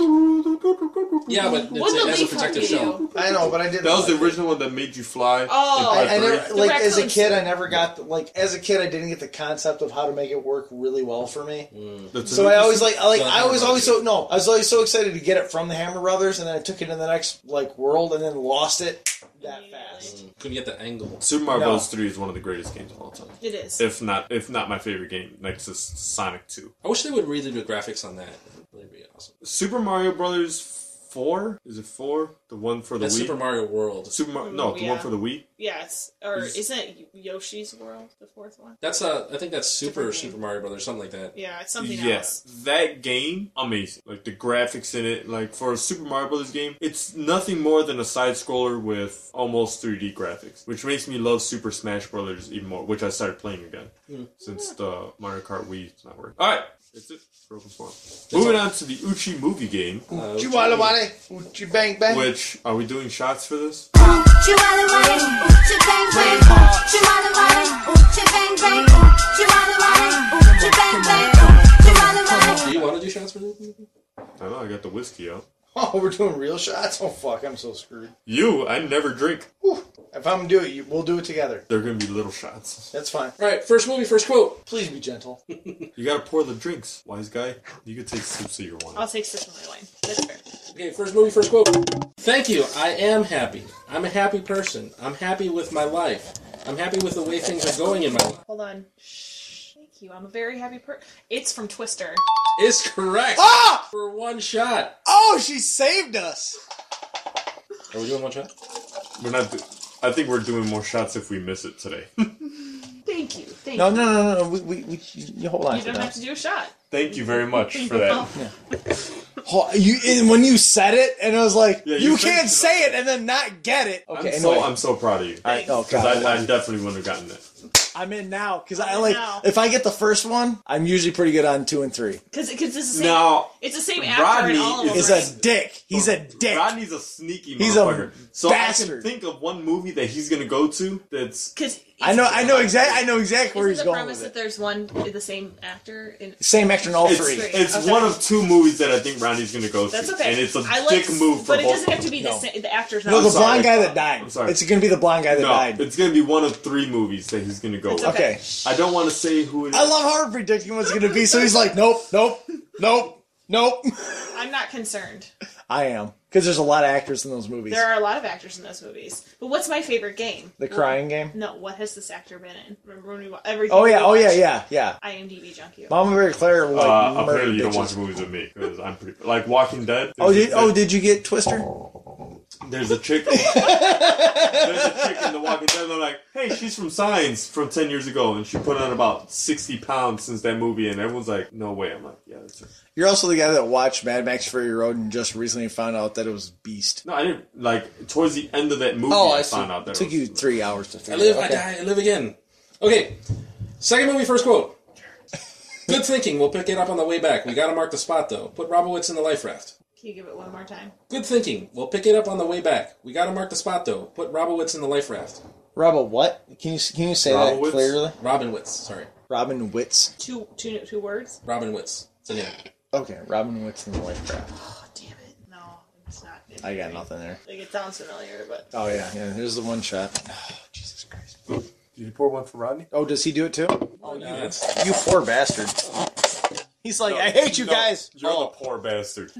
Speaker 1: Yeah, but it's,
Speaker 5: What'd
Speaker 1: it
Speaker 5: the
Speaker 1: has a
Speaker 5: leaf help
Speaker 1: protective
Speaker 5: you
Speaker 1: shell.
Speaker 5: do?
Speaker 3: I know, but I didn't.
Speaker 2: That was the
Speaker 3: like it.
Speaker 2: original one that made you fly.
Speaker 5: Oh.
Speaker 2: in Pi
Speaker 3: I, I
Speaker 2: Three.
Speaker 3: never
Speaker 5: The
Speaker 3: like as a
Speaker 5: raccoons.
Speaker 3: kid. I never got the, like as a kid. I didn't get the concept of how to make it work really well for me.
Speaker 2: The
Speaker 3: So I
Speaker 2: Tanuki
Speaker 3: always like I like
Speaker 1: The
Speaker 3: I was
Speaker 1: Hammer
Speaker 3: always so no I was always so excited to get it from the Hammer Brothers and then I took it in the next like world and then lost it that fast.
Speaker 1: Couldn't get the angle.
Speaker 2: Super Mario
Speaker 3: No.
Speaker 2: Bros. 3 is one of the greatest games of all time.
Speaker 5: It is.
Speaker 2: If not, if not my favorite game, next is Sonic 2.
Speaker 1: I wish they would really do graphics on that. That'd be awesome.
Speaker 2: Super Mario Brothers 4? Is it 4? The one for the
Speaker 1: That's
Speaker 2: Wii?
Speaker 1: Super Mario World.
Speaker 2: Super Mar- no, the one
Speaker 5: Oh, Yeah.
Speaker 2: for the Wii.
Speaker 5: Yes. Or isn't it Yoshi's World, the fourth one?
Speaker 1: That's uh, I think that's Super
Speaker 5: Different game.
Speaker 1: Super Mario Brothers, something like that.
Speaker 5: Yeah, it's something
Speaker 2: Yes,
Speaker 5: else.
Speaker 2: that game amazing. Like the graphics in it, like for a Super Mario Brothers game, it's nothing more than a side scroller with almost 3D graphics, which makes me love Super Smash Brothers even more, which I started playing again
Speaker 5: Hmm.
Speaker 2: since the Mario Kart Wii is not working. All right, that's it for open forum. Moving on to the Uchi movie game,
Speaker 1: Uh,
Speaker 3: Chihuahua wale, uchi bang bang.
Speaker 2: which are we doing shots for this?
Speaker 1: do you want to do shots for this?
Speaker 2: I don't know I got the whiskey out.
Speaker 3: Oh, we're doing real shots. Oh fuck, I'm so screwed.
Speaker 2: You, I never drink.
Speaker 3: Whew. If I'm doing it, you- we'll do it together.
Speaker 2: They're gonna be little shots.
Speaker 3: That's fine.
Speaker 1: All right, first movie, first quote.
Speaker 3: Please be gentle.
Speaker 2: You gotta pour the drinks, wise guy. You could take sips of your wine.
Speaker 5: I'll take sip of my wine. That's fair.
Speaker 1: Okay, first movie, first quote. Thank you. I am happy. I'm a happy person. I'm happy with my life. I'm happy with the way things are going in my life.
Speaker 5: Hold on. Shh. Thank you. I'm a very happy per. It's from Twister.
Speaker 1: It's correct
Speaker 3: Ah!
Speaker 1: for one shot.
Speaker 3: Oh, she saved us.
Speaker 1: Are we doing one shot?
Speaker 2: We're not. Do- I think we're doing more shots if we miss it today.
Speaker 5: Thank you. Thank
Speaker 3: No,
Speaker 5: you.
Speaker 3: no, no, no. We, we, we you hold on
Speaker 5: You
Speaker 3: to
Speaker 5: don't have
Speaker 3: that.
Speaker 5: to do a shot.
Speaker 2: Thank you very much for that.
Speaker 3: Hold- you and when you said it, and I was like,
Speaker 2: Yeah,
Speaker 3: you,
Speaker 2: you said
Speaker 3: can't
Speaker 2: it.
Speaker 3: say it and then not get it. Okay,
Speaker 2: I'm,
Speaker 3: anyway,
Speaker 2: so, I'm so proud of you.
Speaker 3: I, oh
Speaker 2: Because
Speaker 3: god,
Speaker 2: I, I definitely wouldn't have gotten that.
Speaker 3: I'm in now because I
Speaker 5: I'm in
Speaker 3: like
Speaker 5: now.
Speaker 3: if I get the first one, I'm usually pretty good on two and three.
Speaker 5: Because it's the same.
Speaker 2: Now,
Speaker 5: It's the same actor
Speaker 2: Rodney
Speaker 5: in all of them.
Speaker 2: is
Speaker 3: He's
Speaker 5: right?
Speaker 3: a dick. He's a dick.
Speaker 2: Rodney's a sneaky
Speaker 3: He's a
Speaker 2: motherfucker. so I can
Speaker 3: bastard.
Speaker 2: think of one movie that he's gonna go to that's
Speaker 5: 'Cause it's-
Speaker 3: I know, I know exactly, I know exactly where
Speaker 5: Isn't
Speaker 3: he's
Speaker 5: the
Speaker 3: going
Speaker 5: premise
Speaker 3: with
Speaker 5: that
Speaker 3: it.
Speaker 5: there's one the same actor in?
Speaker 3: Same actor in all
Speaker 2: it's,
Speaker 3: three.
Speaker 5: Three.
Speaker 2: it's
Speaker 5: Okay.
Speaker 2: one of two movies that I think Rodney's gonna go
Speaker 5: That's
Speaker 2: to,
Speaker 5: okay.
Speaker 2: and it's a
Speaker 5: I
Speaker 2: dick move for
Speaker 5: but it
Speaker 2: both.
Speaker 5: doesn't have to be the
Speaker 3: No.
Speaker 5: same. The actor's not.
Speaker 3: No, the
Speaker 5: the
Speaker 2: sorry.
Speaker 3: blonde guy that died.
Speaker 2: I'm sorry.
Speaker 3: It's gonna be the blonde guy that
Speaker 2: no,
Speaker 3: died.
Speaker 2: it's gonna be one of three movies that he's gonna go.
Speaker 5: It's
Speaker 2: with.
Speaker 5: okay.
Speaker 3: Okay.
Speaker 2: I don't want to say who it is.
Speaker 3: I love how we're predicting what's gonna be. So he's like, nope, nope, nope, nope.
Speaker 5: I'm not concerned.
Speaker 3: I am because there's a lot of actors in those movies.
Speaker 5: There are a lot of actors in those movies. But what's my favorite game?
Speaker 3: The crying game.
Speaker 5: No, what has this actor been in? Remember when we wa- everything?
Speaker 3: Oh
Speaker 5: we
Speaker 3: yeah, oh yeah,
Speaker 5: watched?
Speaker 3: yeah, yeah.
Speaker 5: IMDb junkie.
Speaker 3: Mama Bear Claire will, like
Speaker 2: Uh,
Speaker 3: murder
Speaker 2: apparently, you don't
Speaker 3: bitches.
Speaker 2: watch movies with me because I'm pretty like Walking Dead.
Speaker 3: Oh,
Speaker 2: there's
Speaker 3: did,
Speaker 2: a-
Speaker 3: oh, did you get Twister?
Speaker 2: There's a chick. there's a chick in The Walking Dead. They're like, hey, she's from Signs from ten years ago, and she put on about sixty pounds since that movie. And everyone's like, no way. I'm like, yeah, that's her.
Speaker 3: You're also the guy that watched Mad Max Fury Road and just recently found out that it was Beast.
Speaker 2: No, I didn't. Like towards the end of that movie, I, found out that
Speaker 3: Oh, It
Speaker 2: it
Speaker 3: took
Speaker 2: was-
Speaker 3: you three hours to
Speaker 1: I
Speaker 3: figure
Speaker 1: live,
Speaker 3: it out.
Speaker 1: I die,
Speaker 3: Okay.
Speaker 1: I live again. Okay, second movie, first quote. Good thinking. We'll pick it up on the way back. We gotta mark the spot though. Put Robowitz in the life raft.
Speaker 5: Can you give it one more time?
Speaker 1: Good thinking. We'll pick it up on the way back. We gotta mark the spot though. Put Robowitz in the life raft.
Speaker 3: Robin, what? Can you can you say that
Speaker 2: Robowitz?
Speaker 3: clearly?
Speaker 1: Robin Witz, sorry.
Speaker 3: Robin Witz.
Speaker 5: Two, two, two words.
Speaker 1: Robin Witz. It's a name.
Speaker 3: Okay, Robin Witz and the Lifecraft.
Speaker 5: Oh damn it! No, it's not.
Speaker 3: I got nothing there.
Speaker 5: Like it sounds familiar, but
Speaker 3: Oh yeah, yeah. Here's the one shot. Oh, Jesus Christ.
Speaker 2: Did you pour one for Rodney?
Speaker 3: Oh, does he do it too?
Speaker 1: Oh, yeah.
Speaker 3: You poor bastard. He's like, I hate you
Speaker 2: No,
Speaker 3: guys. Oh.
Speaker 2: You're the poor bastard.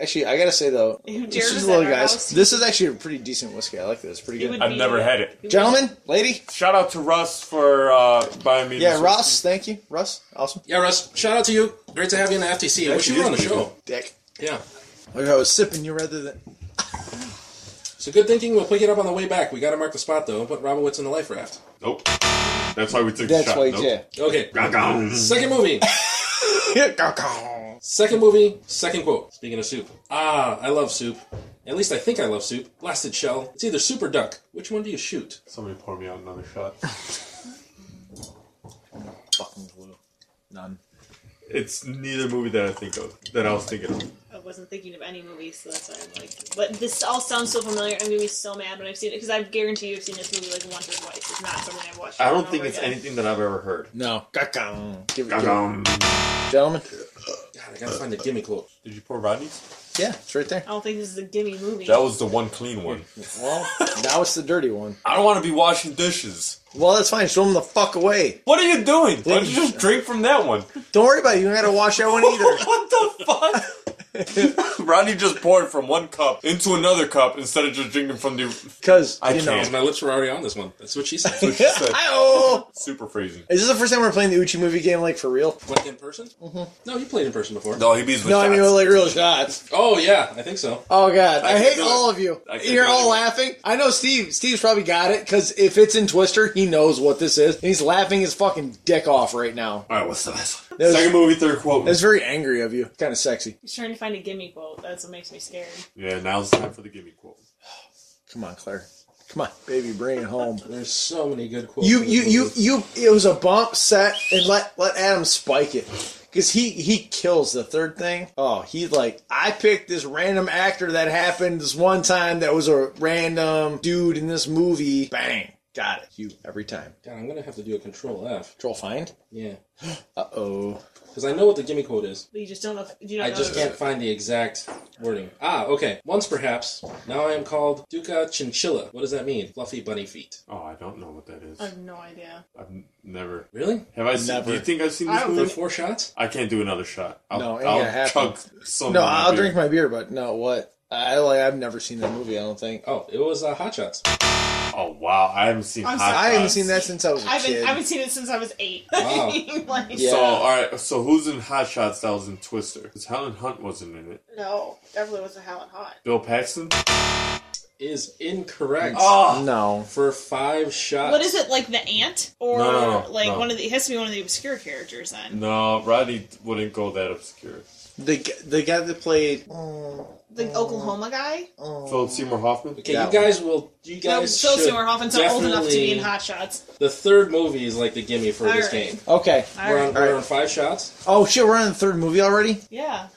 Speaker 3: Actually, I gotta say though,
Speaker 5: Ew, Jared
Speaker 3: this
Speaker 5: was
Speaker 3: is
Speaker 5: at
Speaker 3: little
Speaker 5: our
Speaker 3: guys.
Speaker 5: house.
Speaker 3: This is actually a pretty decent whiskey. I like this. Pretty
Speaker 5: It
Speaker 3: good.
Speaker 5: would
Speaker 2: I've
Speaker 5: be-
Speaker 2: never had it.
Speaker 3: Gentlemen, lady.
Speaker 2: Shout out to Russ for uh, buying me.
Speaker 3: Yeah,
Speaker 2: this
Speaker 3: Russ. Thank you, Russ. Awesome.
Speaker 1: Yeah, Russ, shout out to you. Great to have you in the FTC. I wish you were on the show.
Speaker 3: Dick.
Speaker 1: Yeah.
Speaker 3: Like I was sipping you rather than.
Speaker 1: So good thinking. We'll pick it up on the way back. We got to mark the spot, though. and Put Robowitz in the life raft.
Speaker 2: Nope. That's why we took the
Speaker 3: That's
Speaker 2: shot.
Speaker 3: why,
Speaker 2: nope.
Speaker 3: yeah.
Speaker 1: Okay.
Speaker 2: Gah-gah.
Speaker 1: Second movie. Second movie, second quote. Speaking of soup. Ah, I love soup. At least I think I love soup. Blasted shell. It's either soup or duck. Which one do you shoot?
Speaker 2: Somebody pour me out another shot.
Speaker 7: Fucking glue. None.
Speaker 2: It's neither movie that I think of that I was thinking of.
Speaker 5: I wasn't thinking of any movies, so that's why I'm like. But this all sounds so familiar. I'm gonna be so mad when I've seen it because I guarantee you I've seen this movie like once or twice. It's not something I've watched.
Speaker 2: I
Speaker 5: over
Speaker 2: don't
Speaker 5: and
Speaker 2: think
Speaker 5: over
Speaker 2: it's
Speaker 5: again.
Speaker 2: anything that I've ever heard.
Speaker 3: No. Give it, give it.
Speaker 2: Gah-gah.
Speaker 3: Gentlemen.
Speaker 1: God, I gotta find the gimme quote.
Speaker 2: Did you pour Rodney's?
Speaker 3: Yeah, it's right there.
Speaker 5: I don't think this is a gimme movie.
Speaker 2: That was the one clean one.
Speaker 3: Well, now it's the dirty one.
Speaker 2: I don't want to be washing dishes.
Speaker 3: Well, that's fine. Show them the fuck away.
Speaker 2: What are you doing? Why don't you just drink from that one?
Speaker 3: Don't worry about it. You ain't gotta wash that one either.
Speaker 2: What the fuck? Rodney just poured from one cup into another cup instead of just drinking from the.
Speaker 3: Because,
Speaker 2: I
Speaker 3: you know.
Speaker 2: can't.
Speaker 1: My lips were already on this one. That's what she said.
Speaker 2: She said,
Speaker 3: Hi-oh!
Speaker 2: Super phrasing.
Speaker 3: Is this the first time we're playing the Uchi movie game, like for real?
Speaker 1: What, in person? Mm-hmm. No, you played in person before.
Speaker 2: No, he beats with
Speaker 3: No, I mean,
Speaker 2: shots.
Speaker 3: like real shots.
Speaker 1: Oh, yeah, I think so.
Speaker 3: Oh, God. I,
Speaker 2: I
Speaker 3: hate
Speaker 2: can do
Speaker 3: all
Speaker 2: it.
Speaker 3: of you.
Speaker 2: I can
Speaker 3: You're
Speaker 2: do
Speaker 3: all
Speaker 2: it.
Speaker 3: laughing. I know Steve. Steve's probably got it, because if it's in Twister, he knows what this is. And he's laughing his fucking dick off right now.
Speaker 2: All right, what's the last one?
Speaker 3: That was-
Speaker 2: Second movie, third quote.
Speaker 3: That's very angry of you. Kind of sexy.
Speaker 5: He's trying to find a gimme quote. That's what makes me scared.
Speaker 2: Yeah, now's the time for the gimme quote.
Speaker 3: Come on, Claire. Come on, baby, bring it home.
Speaker 1: There's so many good quotes.
Speaker 3: You,
Speaker 1: in
Speaker 3: you,
Speaker 1: this
Speaker 3: you,
Speaker 1: movie.
Speaker 3: you. It was a bump set, and let let Adam spike it because he he kills the third thing. Oh, he like I picked this random actor that happened this one time that was a random dude in this movie. Bang, got it. You every time.
Speaker 1: God, I'm gonna have to do a control F.
Speaker 3: Control find.
Speaker 1: Yeah.
Speaker 3: Uh oh.
Speaker 1: Because I know what the gimme quote is.
Speaker 5: But you just don't know. If, you don't
Speaker 1: I
Speaker 5: know
Speaker 1: just
Speaker 5: if-
Speaker 1: can't find the exact wording. Ah, okay. Once perhaps. Now I am called Duca Chinchilla. What does that mean? Fluffy bunny feet.
Speaker 2: Oh, I don't know what that is.
Speaker 5: I have no idea.
Speaker 2: I've n- never.
Speaker 1: Really?
Speaker 2: Have I seen? Do you
Speaker 3: Never.
Speaker 2: think I've seen
Speaker 5: I
Speaker 2: this
Speaker 5: don't
Speaker 2: movie?
Speaker 1: Only four shots?
Speaker 2: I can't do another shot. I'll,
Speaker 3: No, it ain't gonna
Speaker 2: I'll
Speaker 3: happen.
Speaker 2: chug some.
Speaker 3: No,
Speaker 2: of my
Speaker 3: I'll
Speaker 2: beer.
Speaker 3: drink Oh, my beer, but no, what? I like I've never seen that movie. I don't think.
Speaker 1: Oh, it was uh, Hot Shots.
Speaker 2: Oh wow, I haven't seen.
Speaker 5: I'm
Speaker 2: Hot
Speaker 5: sorry.
Speaker 3: I haven't
Speaker 2: Shots.
Speaker 3: seen that since I was a
Speaker 5: I haven't,
Speaker 3: kid.
Speaker 5: I haven't seen it since I was eight.
Speaker 1: Wow.
Speaker 5: like,
Speaker 3: Yeah.
Speaker 2: So all right, so who's in Hot Shots? That was in Twister. 'Cause Helen Hunt wasn't in it.
Speaker 5: No, definitely wasn't Helen Hot.
Speaker 2: Bill Paxton.
Speaker 1: Is incorrect.
Speaker 2: Oh,
Speaker 3: no.
Speaker 1: For five shots.
Speaker 5: What is it like the ant or
Speaker 2: Uh, No, no, no,
Speaker 5: like
Speaker 2: no.
Speaker 5: one of the? It has to be one of the obscure characters then.
Speaker 2: no, Rodney wouldn't go that obscure.
Speaker 3: The g- the guy that played Mm.
Speaker 5: The Oklahoma guy.
Speaker 3: Oh.
Speaker 2: Philip Seymour Hoffman.
Speaker 1: Okay,
Speaker 3: That
Speaker 1: you guys will. You guys.
Speaker 5: no, Phil
Speaker 1: should
Speaker 5: Seymour Hoffman's not old enough to be in
Speaker 1: definitely-
Speaker 5: Hot Shots.
Speaker 1: The third movie is like the gimme for
Speaker 5: All
Speaker 1: this
Speaker 5: right.
Speaker 1: game.
Speaker 3: okay.
Speaker 5: All
Speaker 1: We're on,
Speaker 5: right.
Speaker 1: we're
Speaker 3: All right.
Speaker 1: on five shots.
Speaker 3: Oh shit, we're on the third movie already.
Speaker 5: Yeah.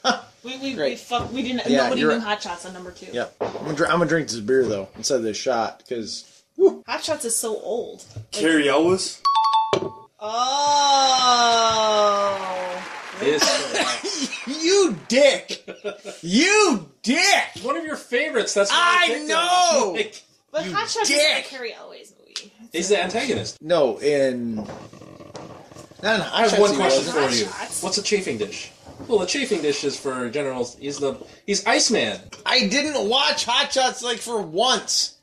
Speaker 5: we we, we
Speaker 3: Great.
Speaker 5: fuck, We didn't.
Speaker 3: Yeah,
Speaker 5: nobody
Speaker 3: you're
Speaker 5: knew
Speaker 3: right.
Speaker 5: Hot Shots on number two.
Speaker 3: Yep. I'm gonna, dr- I'm gonna drink this beer though instead of this shot because
Speaker 5: Hot Shots is so old.
Speaker 2: Carrie Elwes.
Speaker 5: Oh.
Speaker 1: Is correct.
Speaker 3: you dick, you dick.
Speaker 1: one of your favorites. That's why
Speaker 3: I
Speaker 1: picked him.
Speaker 3: know!
Speaker 1: Like,
Speaker 5: But Hot Shots is
Speaker 3: dick.
Speaker 5: a Carrie Elway's movie.
Speaker 1: he's the antagonist.
Speaker 3: No, in no, no. I
Speaker 1: I have one question
Speaker 5: was.
Speaker 1: for you.
Speaker 5: Shots.
Speaker 1: What's a chafing dish? Well, a chafing dish is for generals. He's the he's Iceman.
Speaker 3: I didn't watch Hot Shots like for once.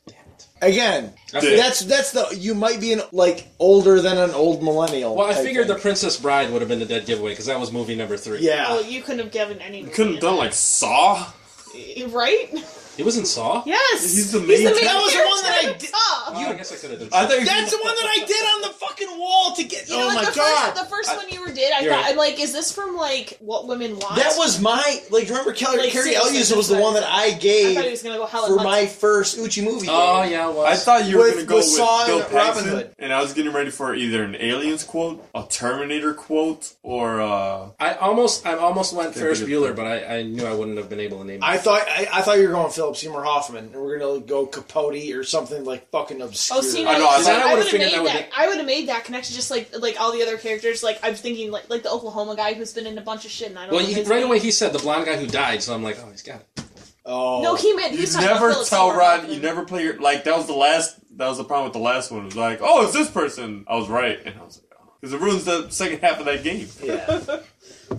Speaker 3: Again,
Speaker 1: Dick.
Speaker 3: that's that's the you might be an like older than an old millennial.
Speaker 1: Well, I
Speaker 3: type
Speaker 1: figured the
Speaker 3: thing.
Speaker 1: Princess Bride would have been the dead giveaway because that was movie number three.
Speaker 3: yeah.
Speaker 5: Well, Oh, you couldn't have given any. movie
Speaker 2: Couldn't have
Speaker 5: in
Speaker 2: done like Saw.
Speaker 5: it. Right?
Speaker 1: he was in Saw.
Speaker 5: Yes.
Speaker 2: He's the main
Speaker 3: That was the
Speaker 5: character
Speaker 3: one that I
Speaker 5: in
Speaker 3: did-
Speaker 5: Saw.
Speaker 1: Oh, I guess I could have done.
Speaker 2: I thought you-
Speaker 3: That's the one that I did on the fucking wall to get.
Speaker 5: You know
Speaker 3: oh
Speaker 5: what,
Speaker 3: my
Speaker 5: the
Speaker 3: god,
Speaker 5: First, the first one you ever did, I
Speaker 1: You're
Speaker 5: thought,
Speaker 1: right.
Speaker 5: I'm like, is this from like what women want?
Speaker 3: that was my like. Remember, Kelly
Speaker 5: Like,
Speaker 3: Carrie
Speaker 5: seriously,
Speaker 3: Elliott
Speaker 5: that's
Speaker 3: was the
Speaker 5: what I
Speaker 3: one that
Speaker 5: said.
Speaker 3: I
Speaker 5: I
Speaker 3: gave
Speaker 5: thought he was gonna go Helen
Speaker 3: for
Speaker 5: Hunt.
Speaker 3: my first Uchi movie.
Speaker 1: Oh
Speaker 3: game.
Speaker 1: yeah, it
Speaker 2: I
Speaker 1: was.
Speaker 2: thought you were
Speaker 3: With-
Speaker 2: going to go
Speaker 3: with
Speaker 2: with,
Speaker 3: Saw and
Speaker 2: Bill
Speaker 3: Robin
Speaker 2: Paxton,
Speaker 3: Hood.
Speaker 2: and I was getting ready for either an Aliens quote, a Terminator quote, or uh,
Speaker 1: I almost I almost went Ferris
Speaker 2: think it's-
Speaker 1: Bueller, but I, I knew I wouldn't have been able to name. it.
Speaker 3: I thought I, I thought you were going Philip Seymour Hoffman, and we're gonna go Capote or something like fucking obscure.
Speaker 5: Oh, see,
Speaker 2: I
Speaker 5: I,
Speaker 2: know, I
Speaker 5: I,
Speaker 2: thought-
Speaker 5: would have
Speaker 1: figured
Speaker 5: made
Speaker 1: that
Speaker 5: that.
Speaker 1: was
Speaker 5: I would have made that connection, just like like all the other characters. Like I'm thinking, like like the Oklahoma guy who's been in a bunch of shit, and I don't.
Speaker 1: Well,
Speaker 5: know
Speaker 1: you,
Speaker 5: his
Speaker 1: right
Speaker 5: name.
Speaker 1: away he said the blonde guy who died, so I'm like, oh, he's got it.
Speaker 3: oh,
Speaker 5: No, he meant he
Speaker 2: you
Speaker 5: was talking about
Speaker 2: never
Speaker 5: Philip
Speaker 2: tell
Speaker 5: Seymour
Speaker 2: Rod.
Speaker 5: Hoffman.
Speaker 2: You never play your like. That was the last. That was the problem with the last one. It was like, oh, it's this person. I was right, and I was like, oh. because it ruins the second half of that game.
Speaker 3: Yeah.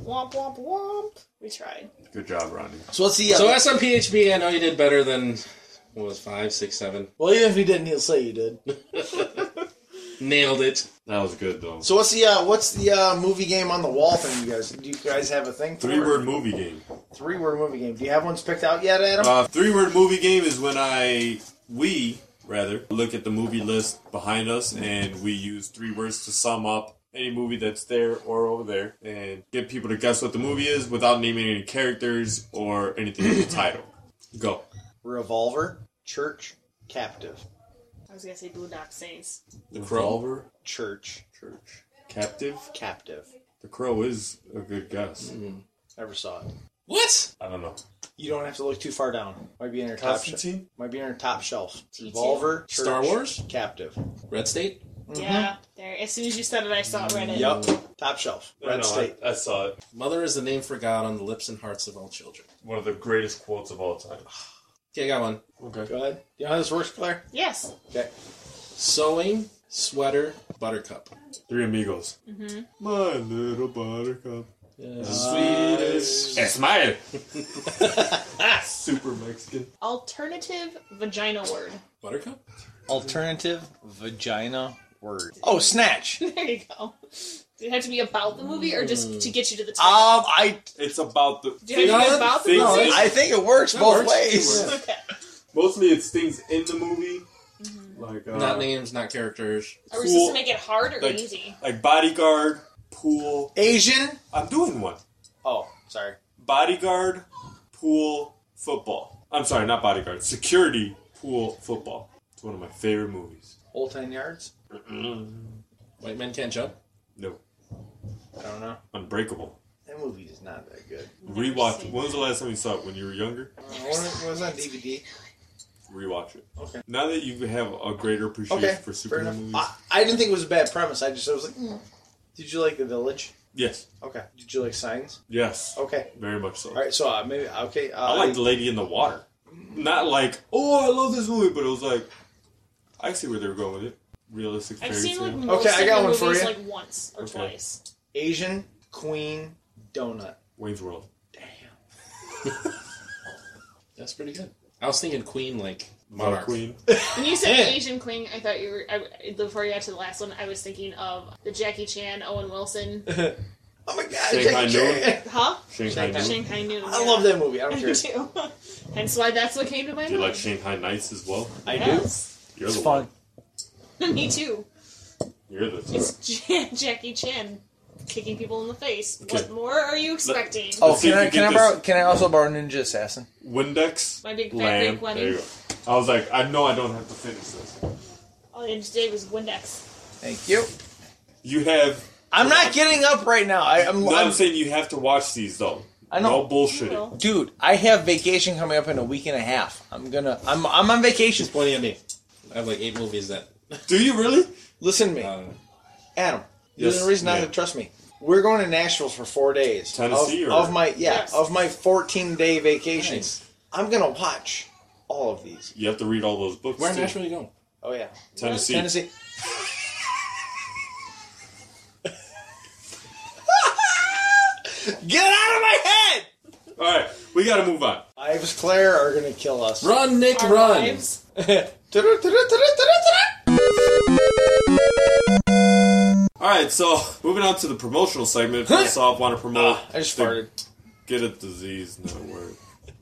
Speaker 5: womp womp womp. We tried.
Speaker 2: Good job, Ronnie.
Speaker 3: So let's see.
Speaker 1: So SMPHB, I know you did better than what was five, six, seven.
Speaker 3: Well, even if you didn't, he'll say you did.
Speaker 1: Nailed it.
Speaker 2: That was good though.
Speaker 3: So what's the uh, what's the uh, movie game on the wall thing? You guys, do you guys have a thing?
Speaker 2: Three word movie game.
Speaker 3: Three word movie game. Do you have ones picked out yet, Adam?
Speaker 2: Uh, three word movie game is when I we rather look at the movie list behind us and we use three words to sum up any movie that's there or over there and get people to guess what the movie is without naming any characters or anything in the title. Go.
Speaker 3: Revolver, church, captive,
Speaker 5: I was gonna say Boondock Saints.
Speaker 2: The Revolver,
Speaker 3: church,
Speaker 2: Church, Captive.
Speaker 3: captive.
Speaker 2: The Crow is a good guess.
Speaker 3: Never saw it.
Speaker 1: What?
Speaker 2: I don't know.
Speaker 3: You don't have to look too far down. Might be in your top. Sh-
Speaker 2: Constantine?
Speaker 3: might be in your top shelf.
Speaker 5: T two.
Speaker 3: Revolver, church,
Speaker 1: Star Wars?
Speaker 3: captive.
Speaker 1: Red State?
Speaker 5: Yeah, there. As soon as you said it, I saw it right in.
Speaker 3: Yep. Top shelf.
Speaker 2: I,
Speaker 3: Red
Speaker 2: know,
Speaker 3: State.
Speaker 2: I, I saw it.
Speaker 1: Mother is the name for God on the lips and hearts of all children.
Speaker 2: One of the greatest quotes of all time.
Speaker 1: Okay, I got one.
Speaker 3: Go ahead. You know how this works, Claire?
Speaker 5: Yes.
Speaker 3: Okay.
Speaker 1: Sewing, sweater, buttercup.
Speaker 2: Three Amigos. My little buttercup.
Speaker 1: Uh, Sweetest.
Speaker 2: Smile. Super Mexican.
Speaker 5: Alternative vagina word.
Speaker 1: Buttercup?
Speaker 3: Alternative vagina word. Oh, snatch. um,
Speaker 5: There you go. Did it have to be about the movie or just to get you to the title?
Speaker 3: I
Speaker 2: It's about the
Speaker 5: Did it have to be
Speaker 1: no,
Speaker 5: about the
Speaker 2: things-
Speaker 5: movie?
Speaker 2: I
Speaker 3: think it works both ways.
Speaker 5: Okay.
Speaker 2: mostly it's things in the movie,
Speaker 5: Mm-hmm.
Speaker 2: like uh,
Speaker 1: Not names, not characters.
Speaker 5: Are we supposed
Speaker 2: Cool.
Speaker 5: to make it hard or
Speaker 2: Like-
Speaker 5: easy?
Speaker 2: like bodyguard, pool.
Speaker 3: Asian.
Speaker 2: I'm doing one.
Speaker 3: Oh, sorry.
Speaker 2: Bodyguard, pool, football. I'm sorry, not bodyguard. Security, pool, football. It's one of my favorite movies.
Speaker 3: Old ten yards.
Speaker 1: White men can't jump.
Speaker 2: No,
Speaker 3: I don't know.
Speaker 2: Unbreakable.
Speaker 3: That movie is not that good.
Speaker 2: Rewatch.
Speaker 5: seen
Speaker 2: When was the last time you saw it? When you were younger?
Speaker 3: Uh, what was on DVD?
Speaker 2: Rewatch it.
Speaker 3: Okay.
Speaker 2: Now that you have a greater appreciation
Speaker 3: Okay.
Speaker 2: for
Speaker 3: fair
Speaker 2: superhero
Speaker 3: enough.
Speaker 2: movies.
Speaker 3: I, I didn't think it was a bad premise. I just I was like, mm. did you like The Village?
Speaker 2: yes.
Speaker 3: Okay. Did you like Signs?
Speaker 2: Yes.
Speaker 3: Okay.
Speaker 2: Very much so.
Speaker 3: All right. So uh, maybe okay. Uh,
Speaker 2: I like The Lady in the Water. Not like, oh, I love this movie, but it was like, I see where they were going with it. Realistic
Speaker 5: I've
Speaker 2: fairy
Speaker 5: seen like
Speaker 2: tale.
Speaker 5: most
Speaker 3: Okay, I
Speaker 5: of
Speaker 3: got
Speaker 5: the
Speaker 3: one for
Speaker 5: movies
Speaker 3: you.
Speaker 5: like once or
Speaker 2: Okay.
Speaker 5: twice.
Speaker 3: Asian Queen Donut.
Speaker 2: Wayne's World.
Speaker 1: That's pretty good. I was thinking Queen, like
Speaker 2: My
Speaker 1: Monarch.
Speaker 2: Oh, Queen.
Speaker 5: When you said
Speaker 1: Yeah.
Speaker 5: Asian Queen, I thought you were. I, before you got to the last one, I was thinking of the Jackie Chan, Owen Wilson,
Speaker 3: Oh my God!
Speaker 2: Shanghai
Speaker 3: Jackie
Speaker 2: Noon.
Speaker 3: Chan.
Speaker 5: huh?
Speaker 2: Shanghai Noon.
Speaker 5: Shanghai Noon.
Speaker 3: I
Speaker 5: yeah.
Speaker 3: love that movie. I don't
Speaker 5: I
Speaker 3: care.
Speaker 5: do too. Hence why that's what came to my
Speaker 2: Do you like
Speaker 5: mind.
Speaker 2: Shanghai Nights as well?
Speaker 3: I do.
Speaker 5: Yes.
Speaker 2: You're
Speaker 7: It's
Speaker 2: the
Speaker 7: fun.
Speaker 2: one.
Speaker 5: Me too.
Speaker 2: You're the
Speaker 5: It's J- Jackie Chan kicking people in the face. What
Speaker 2: Okay.
Speaker 5: more are you expecting?
Speaker 3: Oh.
Speaker 2: Let's see if we get this.
Speaker 7: Oh, Can I also borrow Ninja Assassin?
Speaker 2: Windex.
Speaker 5: My big fat
Speaker 2: Lamb.
Speaker 5: big wedding.
Speaker 2: There you go. I was like, I know I don't have to finish this.
Speaker 5: All you had to do was Windex.
Speaker 7: Thank you.
Speaker 2: You have.
Speaker 7: I'm not getting up right now. I, I'm,
Speaker 2: No, I'm
Speaker 7: I'm
Speaker 2: saying you have to watch these though.
Speaker 7: I know.
Speaker 2: No bullshitting.
Speaker 5: Well,
Speaker 7: dude. I have vacation coming up in a week and a half. I'm gonna. I'm. I'm on vacation.
Speaker 1: She's pointing at me. I have like eight movies that.
Speaker 2: Do you really?
Speaker 3: Listen to me,
Speaker 1: Uh,
Speaker 3: Adam.
Speaker 2: Yes,
Speaker 3: There's no reason
Speaker 2: yeah.
Speaker 3: not to trust me. We're going to Nashville for four days.
Speaker 2: Tennessee
Speaker 3: of,
Speaker 2: or-
Speaker 3: of my yeah
Speaker 5: Yes.
Speaker 3: of my 14 day vacation.
Speaker 1: Nice.
Speaker 3: I'm gonna watch all of these.
Speaker 2: You have to read all those books.
Speaker 1: where in
Speaker 2: too.
Speaker 1: Nashville are you going?
Speaker 3: Oh yeah,
Speaker 2: Tennessee.
Speaker 3: Tennessee.
Speaker 7: Get out of my head.
Speaker 2: All right, we got to move on.
Speaker 3: Ives Claire are gonna kill us.
Speaker 1: Run, Nick,
Speaker 5: our
Speaker 1: run!
Speaker 5: lives.
Speaker 2: All right, so moving on to the promotional segment. First off, want to promote.
Speaker 3: Ah, I just
Speaker 2: the
Speaker 3: farted.
Speaker 2: Get a disease network.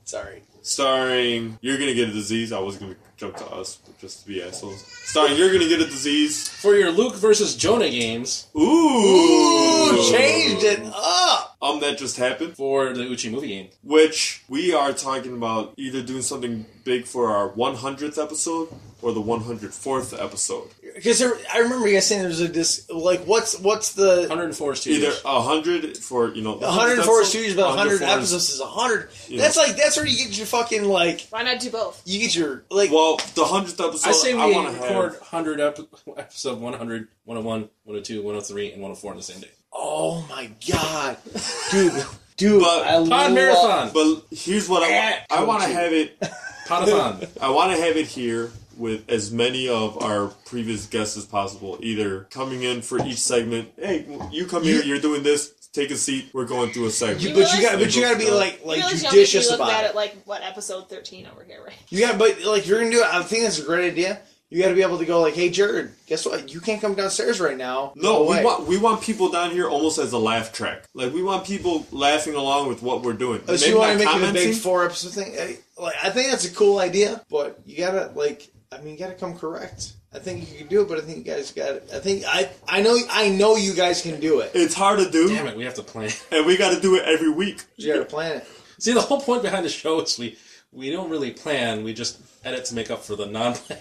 Speaker 3: Sorry.
Speaker 2: Starring You're Gonna Get a Disease. I was gonna jump to us but just to be assholes. Starring You're Gonna Get a Disease.
Speaker 1: For your Luke versus Jonah games,
Speaker 2: Ooh!
Speaker 3: Changed it Uh, up.
Speaker 2: Um, that just happened.
Speaker 1: for the Uchi movie game.
Speaker 2: Which we are talking about either doing something big for our 100th episode or the 104th episode.
Speaker 3: Because I remember you guys saying there's a dis like what's what's the
Speaker 1: 104 Studios.
Speaker 2: Either 100 for, you know, the
Speaker 3: 104
Speaker 2: episode,
Speaker 3: studios, but 100
Speaker 2: 104
Speaker 3: episodes is 100.
Speaker 2: Yeah.
Speaker 3: That's like that's where you get your fucking like
Speaker 5: Why not do both?
Speaker 3: you get your like
Speaker 2: Well, the 100th episode,
Speaker 1: I say we
Speaker 2: want to
Speaker 1: record
Speaker 2: have.
Speaker 1: 100 ep- episode 100, 101, 102, 103, and 104 on the same day.
Speaker 3: oh my god, dude, dude,
Speaker 2: But-
Speaker 3: I
Speaker 1: Pod
Speaker 3: love-
Speaker 1: marathon,
Speaker 2: But here's what I want. I want to have it
Speaker 1: podathon.
Speaker 2: I want to have it here with as many of our previous guests as possible, either coming in for each segment. Hey, you come here. You're doing this. Take a seat. We're going through a segment.
Speaker 5: You but you
Speaker 3: got- but you gotta be
Speaker 2: Uh,
Speaker 3: like like
Speaker 5: Really,
Speaker 3: judicious
Speaker 5: you look
Speaker 3: about
Speaker 5: bad
Speaker 3: it.
Speaker 5: at like what episode thirteen over here, right?
Speaker 3: You got, but like you're gonna do. it. I think that's a great idea. You got to be able to go like, hey, Jared, guess what? You can't come downstairs right now.
Speaker 2: No, we
Speaker 3: way.
Speaker 2: want we want people down here almost as a laugh track. Like we want people laughing along with what we're doing.
Speaker 3: Unless
Speaker 2: Maybe
Speaker 3: you
Speaker 2: not
Speaker 3: want to make it a
Speaker 2: commenting.
Speaker 3: big four episode thing. I, like, I think that's a cool idea, but you gotta like, I mean, you gotta come correct. I think you can do it, but I think you guys got. I think I, I know, I know you guys can do it.
Speaker 2: It's hard to do,
Speaker 1: Damn it, we have to plan.
Speaker 2: and we got to do it every week.
Speaker 3: You gotta plan it.
Speaker 1: See, the whole point behind the show is we we don't really plan. We just edit to make up for the non-plan.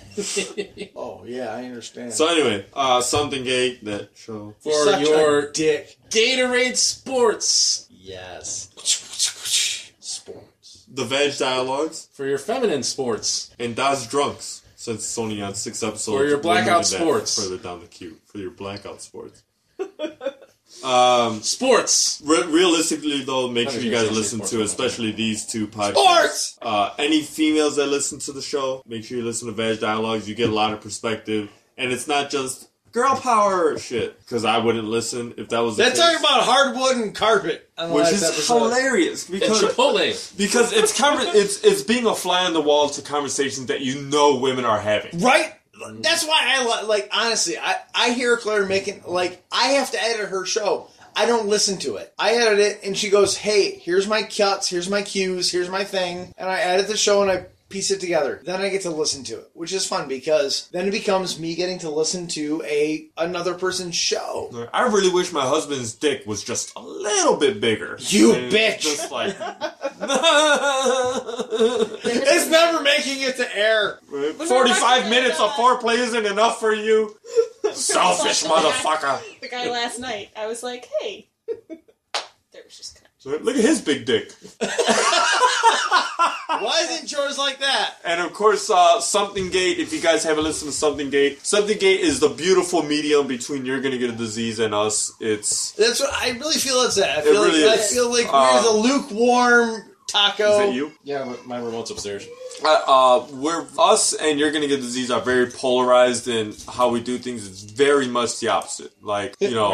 Speaker 3: Oh yeah, I understand.
Speaker 2: So anyway, uh, something gay that show.
Speaker 1: for
Speaker 3: Such a
Speaker 1: your
Speaker 3: dick.
Speaker 1: Gatorade Sports,
Speaker 3: Yes. Sports.
Speaker 2: The Veg Dialogues
Speaker 1: for your feminine sports,
Speaker 2: and Das Drunks. Since it's only on six episodes,
Speaker 1: Or your
Speaker 2: we're
Speaker 1: blackout
Speaker 2: moving that
Speaker 1: sports.
Speaker 2: further down the queue for your blackout sports. um,
Speaker 1: sports.
Speaker 2: re- realistically though, make
Speaker 1: I was
Speaker 2: sure you
Speaker 1: gonna
Speaker 2: guys
Speaker 1: say
Speaker 2: listen
Speaker 1: sports,
Speaker 2: to
Speaker 1: but-
Speaker 2: especially these two podcasts.
Speaker 3: Sports!
Speaker 2: Uh, any females that listen to the show, make sure you listen to Veg Dialogues. You get a lot of perspective, and it's not just girl power shit. Because I wouldn't listen if that was the
Speaker 3: They're
Speaker 2: case.
Speaker 3: talking about hardwood and carpet. on the
Speaker 2: which
Speaker 3: last
Speaker 2: is
Speaker 3: episode.
Speaker 2: hilarious
Speaker 1: And
Speaker 2: because
Speaker 1: Chipotle.
Speaker 2: because it's conver- it's it's being a fly on the wall to conversations that you know women are having.
Speaker 3: Right?
Speaker 2: Mm.
Speaker 3: That's why I li- like honestly, I I hear Claire making like I have to edit her show. I don't listen to it. I edit it and she goes, "Hey, here's my cuts, here's my cues, here's my thing." And I edit the show and I piece it together. Then I get to listen to it, which is fun because then it becomes me getting to listen to a another person's show.
Speaker 2: I really wish my husband's dick was just a little bit bigger.
Speaker 3: You
Speaker 2: And
Speaker 3: bitch.
Speaker 2: Just like
Speaker 3: It's never making it to air.
Speaker 2: forty-five minutes of foreplay isn't enough for you, selfish motherfucker.
Speaker 5: The guy last night, I was like, hey, there was just connection.
Speaker 2: Look at his big dick.
Speaker 3: Why isn't yours like that?
Speaker 2: And of course, uh, Something Gate, if you guys haven't listened to Something Gate, Something Gate is the beautiful medium between You're Gonna Get a Disease and Us. It's.
Speaker 3: That's what I really feel it's that. I feel
Speaker 2: really
Speaker 3: like
Speaker 2: is.
Speaker 3: I feel like
Speaker 2: Uh,
Speaker 3: we're the lukewarm taco.
Speaker 2: Is that you?
Speaker 1: Yeah, but my remote's upstairs.
Speaker 2: Uh, uh, we're us and you're gonna get disease are very polarized in how we do things. It's very much the opposite. Like you know,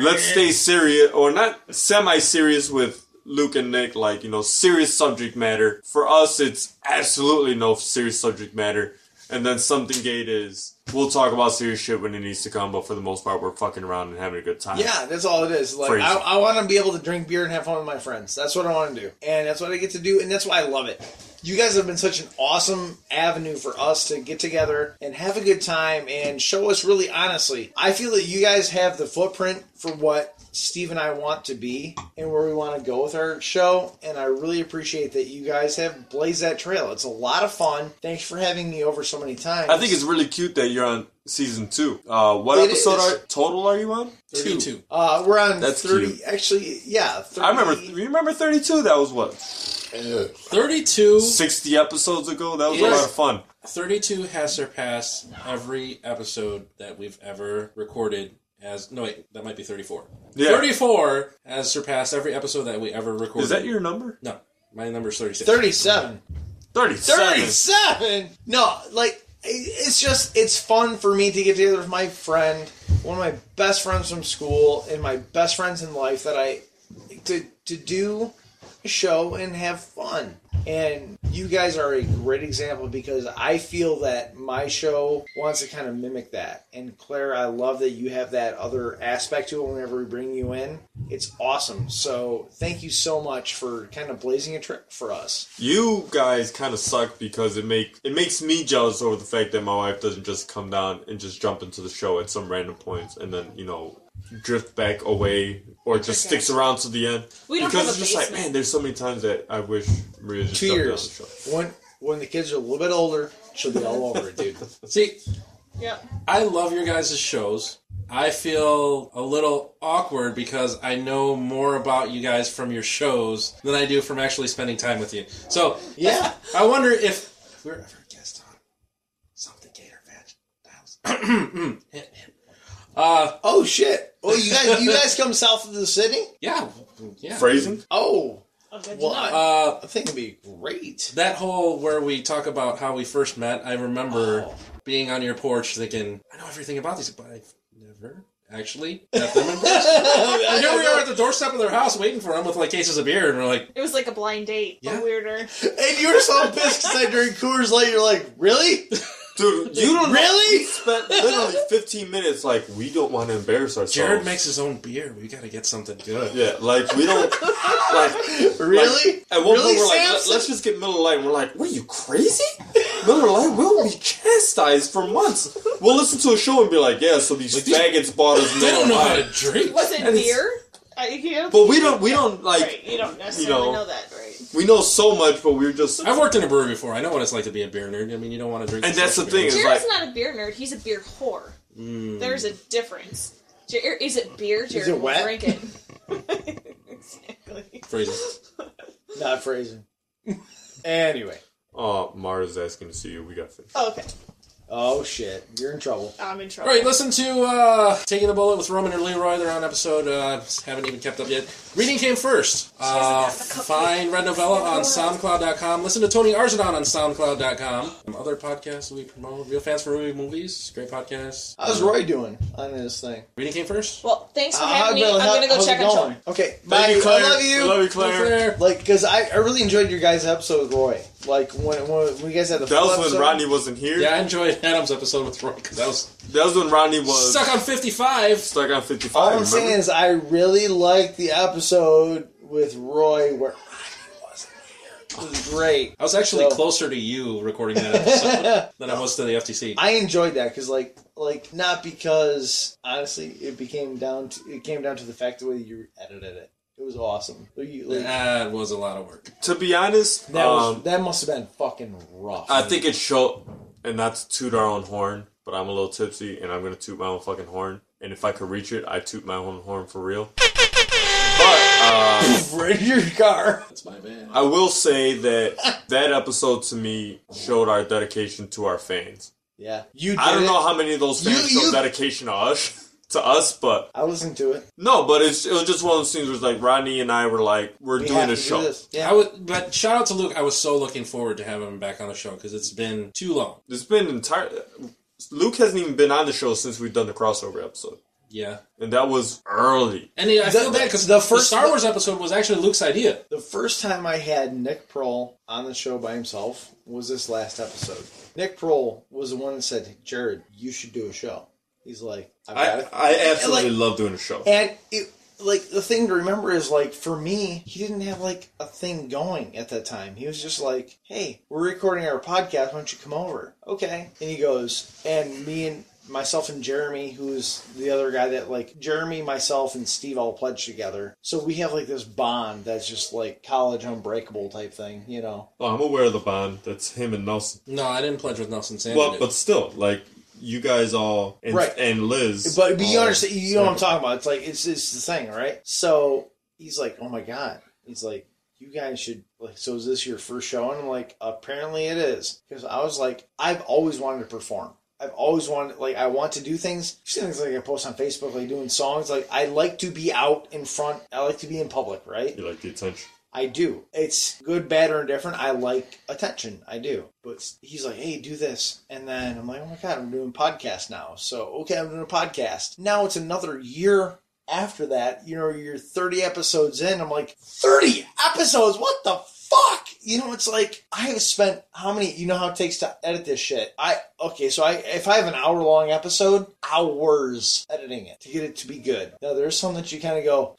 Speaker 2: let's stay serious or not semi-serious with Luke and Nick. Like you know, serious subject matter. For us, it's absolutely no serious subject matter. And then something gate is we'll talk about serious shit when it needs to come, but for the most part, we're fucking around and having a good time.
Speaker 3: Yeah, that's all it is. Like
Speaker 2: Crazy.
Speaker 3: I, I want to be able to drink beer and have fun with my friends. That's what I want to do, and that's what I get to do, and that's why I love it. You guys have been such an awesome avenue for us to get together and have a good time and show us really honestly. I feel that you guys have the footprint for what Steve and I want to be and where we want to go with our show. And I really appreciate that you guys have blazed that trail. It's a lot of fun. Thanks for having me over so many times.
Speaker 2: I think it's really cute that you're on season two. Uh, what
Speaker 3: It
Speaker 2: episode
Speaker 3: is.
Speaker 2: are, total are you on?
Speaker 1: Thirty-two.
Speaker 3: uh, we're on
Speaker 2: That's
Speaker 3: thirty.
Speaker 2: cute.
Speaker 3: Actually, yeah, 30,
Speaker 2: I remember. You remember thirty two? That was what
Speaker 1: Thirty-two.
Speaker 2: 60 episodes ago. That was a
Speaker 1: Yes.
Speaker 2: lot of fun.
Speaker 1: 32 has surpassed every episode that we've ever recorded as no wait that might be 34
Speaker 2: Yeah.
Speaker 1: 34 has surpassed every episode that we ever recorded
Speaker 2: Is that your number?
Speaker 1: no my number is 36
Speaker 3: thirty-seven.
Speaker 2: 37.
Speaker 3: 37 no like it- it's just it's fun for me to get together with my friend one of my best friends from school and my best friends in life that i to to do a show and have fun and you guys are a great example because i feel that my show wants to kind of mimic that and claire i love that you have that other aspect to it whenever we bring you in it's awesome so thank you so much for kind of blazing a trip for us
Speaker 2: You guys kind of suck because it make it makes me jealous over the fact that my wife doesn't just come down and just jump into the show at some random points and then, you know, drift back away or just sticks around to the end.
Speaker 5: We don't
Speaker 2: because
Speaker 5: have
Speaker 2: it's
Speaker 5: a
Speaker 2: just like,
Speaker 5: basement.
Speaker 2: man, there's so many times that I wish Maria just
Speaker 3: two
Speaker 2: jumped
Speaker 3: years.
Speaker 2: down the show.
Speaker 3: When when the kids are a little bit older, she'll be all over it, dude.
Speaker 1: see
Speaker 5: Yep.
Speaker 1: i love your guys' shows i feel a little awkward because i know more about you guys from your shows than i do from actually spending time with you so
Speaker 3: Yeah,
Speaker 1: I wonder if, if we're ever a guest on something Gator Veg Dials. Hit, hit. uh,
Speaker 3: Oh shit. Oh, you guys, you guys come south of the city?
Speaker 1: yeah, yeah.
Speaker 2: Phrasing?
Speaker 3: Oh,
Speaker 5: Oh, good
Speaker 3: Well,
Speaker 5: to know.
Speaker 1: Uh,
Speaker 3: I think it'd be great.
Speaker 1: that whole where we talk about how we first met, I remember being on your porch thinking, I know everything about these, but I've never actually met them in person. and here we are at the doorstep of their house waiting for them with like cases of beer, and we're like,
Speaker 5: it was like a blind date,
Speaker 1: Yeah.
Speaker 5: but weirder.
Speaker 3: And you were so pissed because I during Coors Light, you're like, really?
Speaker 2: Dude, you don't
Speaker 3: Really?
Speaker 2: spent literally 15 minutes like we don't want to embarrass ourselves.
Speaker 1: Jared makes his own beer. We gotta get something good.
Speaker 2: Yeah, like we don't like
Speaker 3: Really?
Speaker 2: At one
Speaker 3: Really,
Speaker 2: point, we're like,
Speaker 3: Samson?
Speaker 2: "Let- let's just get Miller Lite. And we're like, what are you crazy? Miller Lite will be chastised for months. We'll listen to a show and be like, yeah, so these
Speaker 1: these-
Speaker 2: faggots bought us
Speaker 1: They
Speaker 2: Miller
Speaker 1: don't know how to
Speaker 2: Lite.
Speaker 1: drink.
Speaker 5: Was it beer? I, you know,
Speaker 2: But we don't, we don't like,
Speaker 5: right, you don't necessarily
Speaker 2: know.
Speaker 5: know that, right?
Speaker 2: we know so much, but we're just.
Speaker 1: I've worked in a brewery before. I know what it's like to be a beer nerd. I mean, you don't want to drink.
Speaker 2: And
Speaker 1: the
Speaker 2: that's
Speaker 1: stuff
Speaker 2: the thing
Speaker 1: beer.
Speaker 2: is-
Speaker 5: Jared's
Speaker 2: like-
Speaker 5: not a beer nerd. He's a beer whore. There's a difference. Jared, is it beer? Jared
Speaker 3: Mm. it
Speaker 5: will
Speaker 3: wet?
Speaker 5: drink it. exactly.
Speaker 1: Phrases.
Speaker 3: Not phrasing. anyway.
Speaker 2: Oh, Mara's asking to see you. We got things.
Speaker 5: Oh, okay.
Speaker 3: Oh, shit. You're in trouble.
Speaker 5: I'm in trouble.
Speaker 1: All right, listen to uh, Taking the Bullet with Roman and Leroy. They're on episode, uh, haven't even kept up yet. Reading came first. Uh, find Red Novella on SoundCloud.com. Listen to Tony Arzanon on SoundCloud.com. Other podcasts we promote Real Fans for Movie Movies. Great podcast.
Speaker 3: How's Roy doing on this thing?
Speaker 1: Reading came first.
Speaker 5: Well, thanks for
Speaker 3: Uh,
Speaker 5: having me.
Speaker 3: how's-
Speaker 5: I'm gonna go
Speaker 3: how's it
Speaker 5: check on Troy.
Speaker 3: going? Okay.
Speaker 2: Thank
Speaker 3: Bye.
Speaker 2: you, Claire.
Speaker 3: I love you.
Speaker 2: We love you, Claire.
Speaker 1: There.
Speaker 3: Like, because I, I really enjoyed your guys' episode with Roy. Like, when, when we guys had the
Speaker 2: That
Speaker 3: full
Speaker 2: was
Speaker 3: episode.
Speaker 2: when Rodney wasn't here.
Speaker 1: Yeah, I enjoyed Adam's episode with Roy because that was
Speaker 2: That was when Rodney was
Speaker 1: stuck on 55.
Speaker 2: stuck on 55.
Speaker 3: All I'm
Speaker 2: remember?
Speaker 3: saying is, I really liked the episode with Roy where Rodney wasn't here. It was great.
Speaker 1: I was actually
Speaker 3: So-
Speaker 1: closer to you recording that episode than I was to the FTC.
Speaker 3: I enjoyed that because, like, like not because honestly, it became down to it came down to the fact the way you edited it. It was awesome. Like, you- like,
Speaker 1: That was a lot of work.
Speaker 2: to be honest,
Speaker 3: that was
Speaker 2: um,
Speaker 3: that must have been fucking rough.
Speaker 2: I think it showed, and not to toot our own horn, but I'm a little tipsy and I'm gonna toot my own fucking horn. And if I could reach it, I toot my own horn for real. uh,
Speaker 3: Right in your car.
Speaker 1: That's my bad.
Speaker 2: I will say that that episode to me showed our dedication to our fans.
Speaker 3: Yeah, you. Did
Speaker 2: I don't
Speaker 3: it.
Speaker 2: know how many of those fans
Speaker 3: You-
Speaker 2: showed
Speaker 3: you-
Speaker 2: dedication to us, to us, but
Speaker 3: I listened to it.
Speaker 2: no, but it's, it was just one of those things where it's like Rodney and I were like, we're
Speaker 3: We
Speaker 2: doing
Speaker 3: have
Speaker 2: a
Speaker 3: to do
Speaker 2: show.
Speaker 3: this.
Speaker 1: I
Speaker 3: Yeah.
Speaker 1: was, but shout out to Luke. I was so looking forward to having him back on the show because it's been too long.
Speaker 2: It's been entire. Luke hasn't even been on the show since we've done the crossover episode,
Speaker 1: Yeah,
Speaker 2: and that was early.
Speaker 1: and I feel bad because the first
Speaker 3: first-
Speaker 1: Star Wars episode was actually Luke's idea.
Speaker 3: The first time I had Nick Prohl on the show by himself was this last episode. Nick Prohl was the one that said, "Jared, you should do a show." He's like, "I've got
Speaker 2: I,
Speaker 3: it."
Speaker 2: I absolutely
Speaker 3: Like-
Speaker 2: love doing the show.
Speaker 3: And it, like the thing to remember is like for me, he didn't have like a thing going at that time. He was just like, "Hey, we're recording our podcast. Why don't you come over?" Okay. And he goes, and me and myself and Jeremy, who's the other guy that like Jeremy, myself, and Steve all pledged together. So we have like this bond that's just like college unbreakable type thing, you know.
Speaker 2: Oh, I'm aware of the bond. That's him and Nelson.
Speaker 1: No, I didn't pledge with Nelson Sanders.
Speaker 2: Well, but still, like you guys all and,
Speaker 3: Right.
Speaker 2: and Liz.
Speaker 3: But, but you
Speaker 2: all-
Speaker 3: understand, you know what I'm talking about. It's like it's it's the thing, right? So he's like, "Oh my god!" He's like, "You guys should like." So is this your first show? And I'm like, "Apparently it is," because I was like, "I've always wanted to perform. I've always wanted like I want to do things. You've seen things like I post on Facebook, like doing songs. Like I like to be out in front. I like to be in public, right?
Speaker 2: You like the attention.
Speaker 3: I do. It's good, bad, or indifferent. I like attention. I do. But he's like, hey, do this. And then I'm like, oh my God, I'm doing podcast now. So, okay, I'm doing a podcast. Now it's another year after that. You know, you're 30 episodes in. I'm like, 30 episodes? What the fuck? You know, it's like, I have spent how many, you know how it takes to edit this shit. I, okay, so I, if I have an hour long episode, hours editing it to get it to be good. Now, there's some that you kind of go,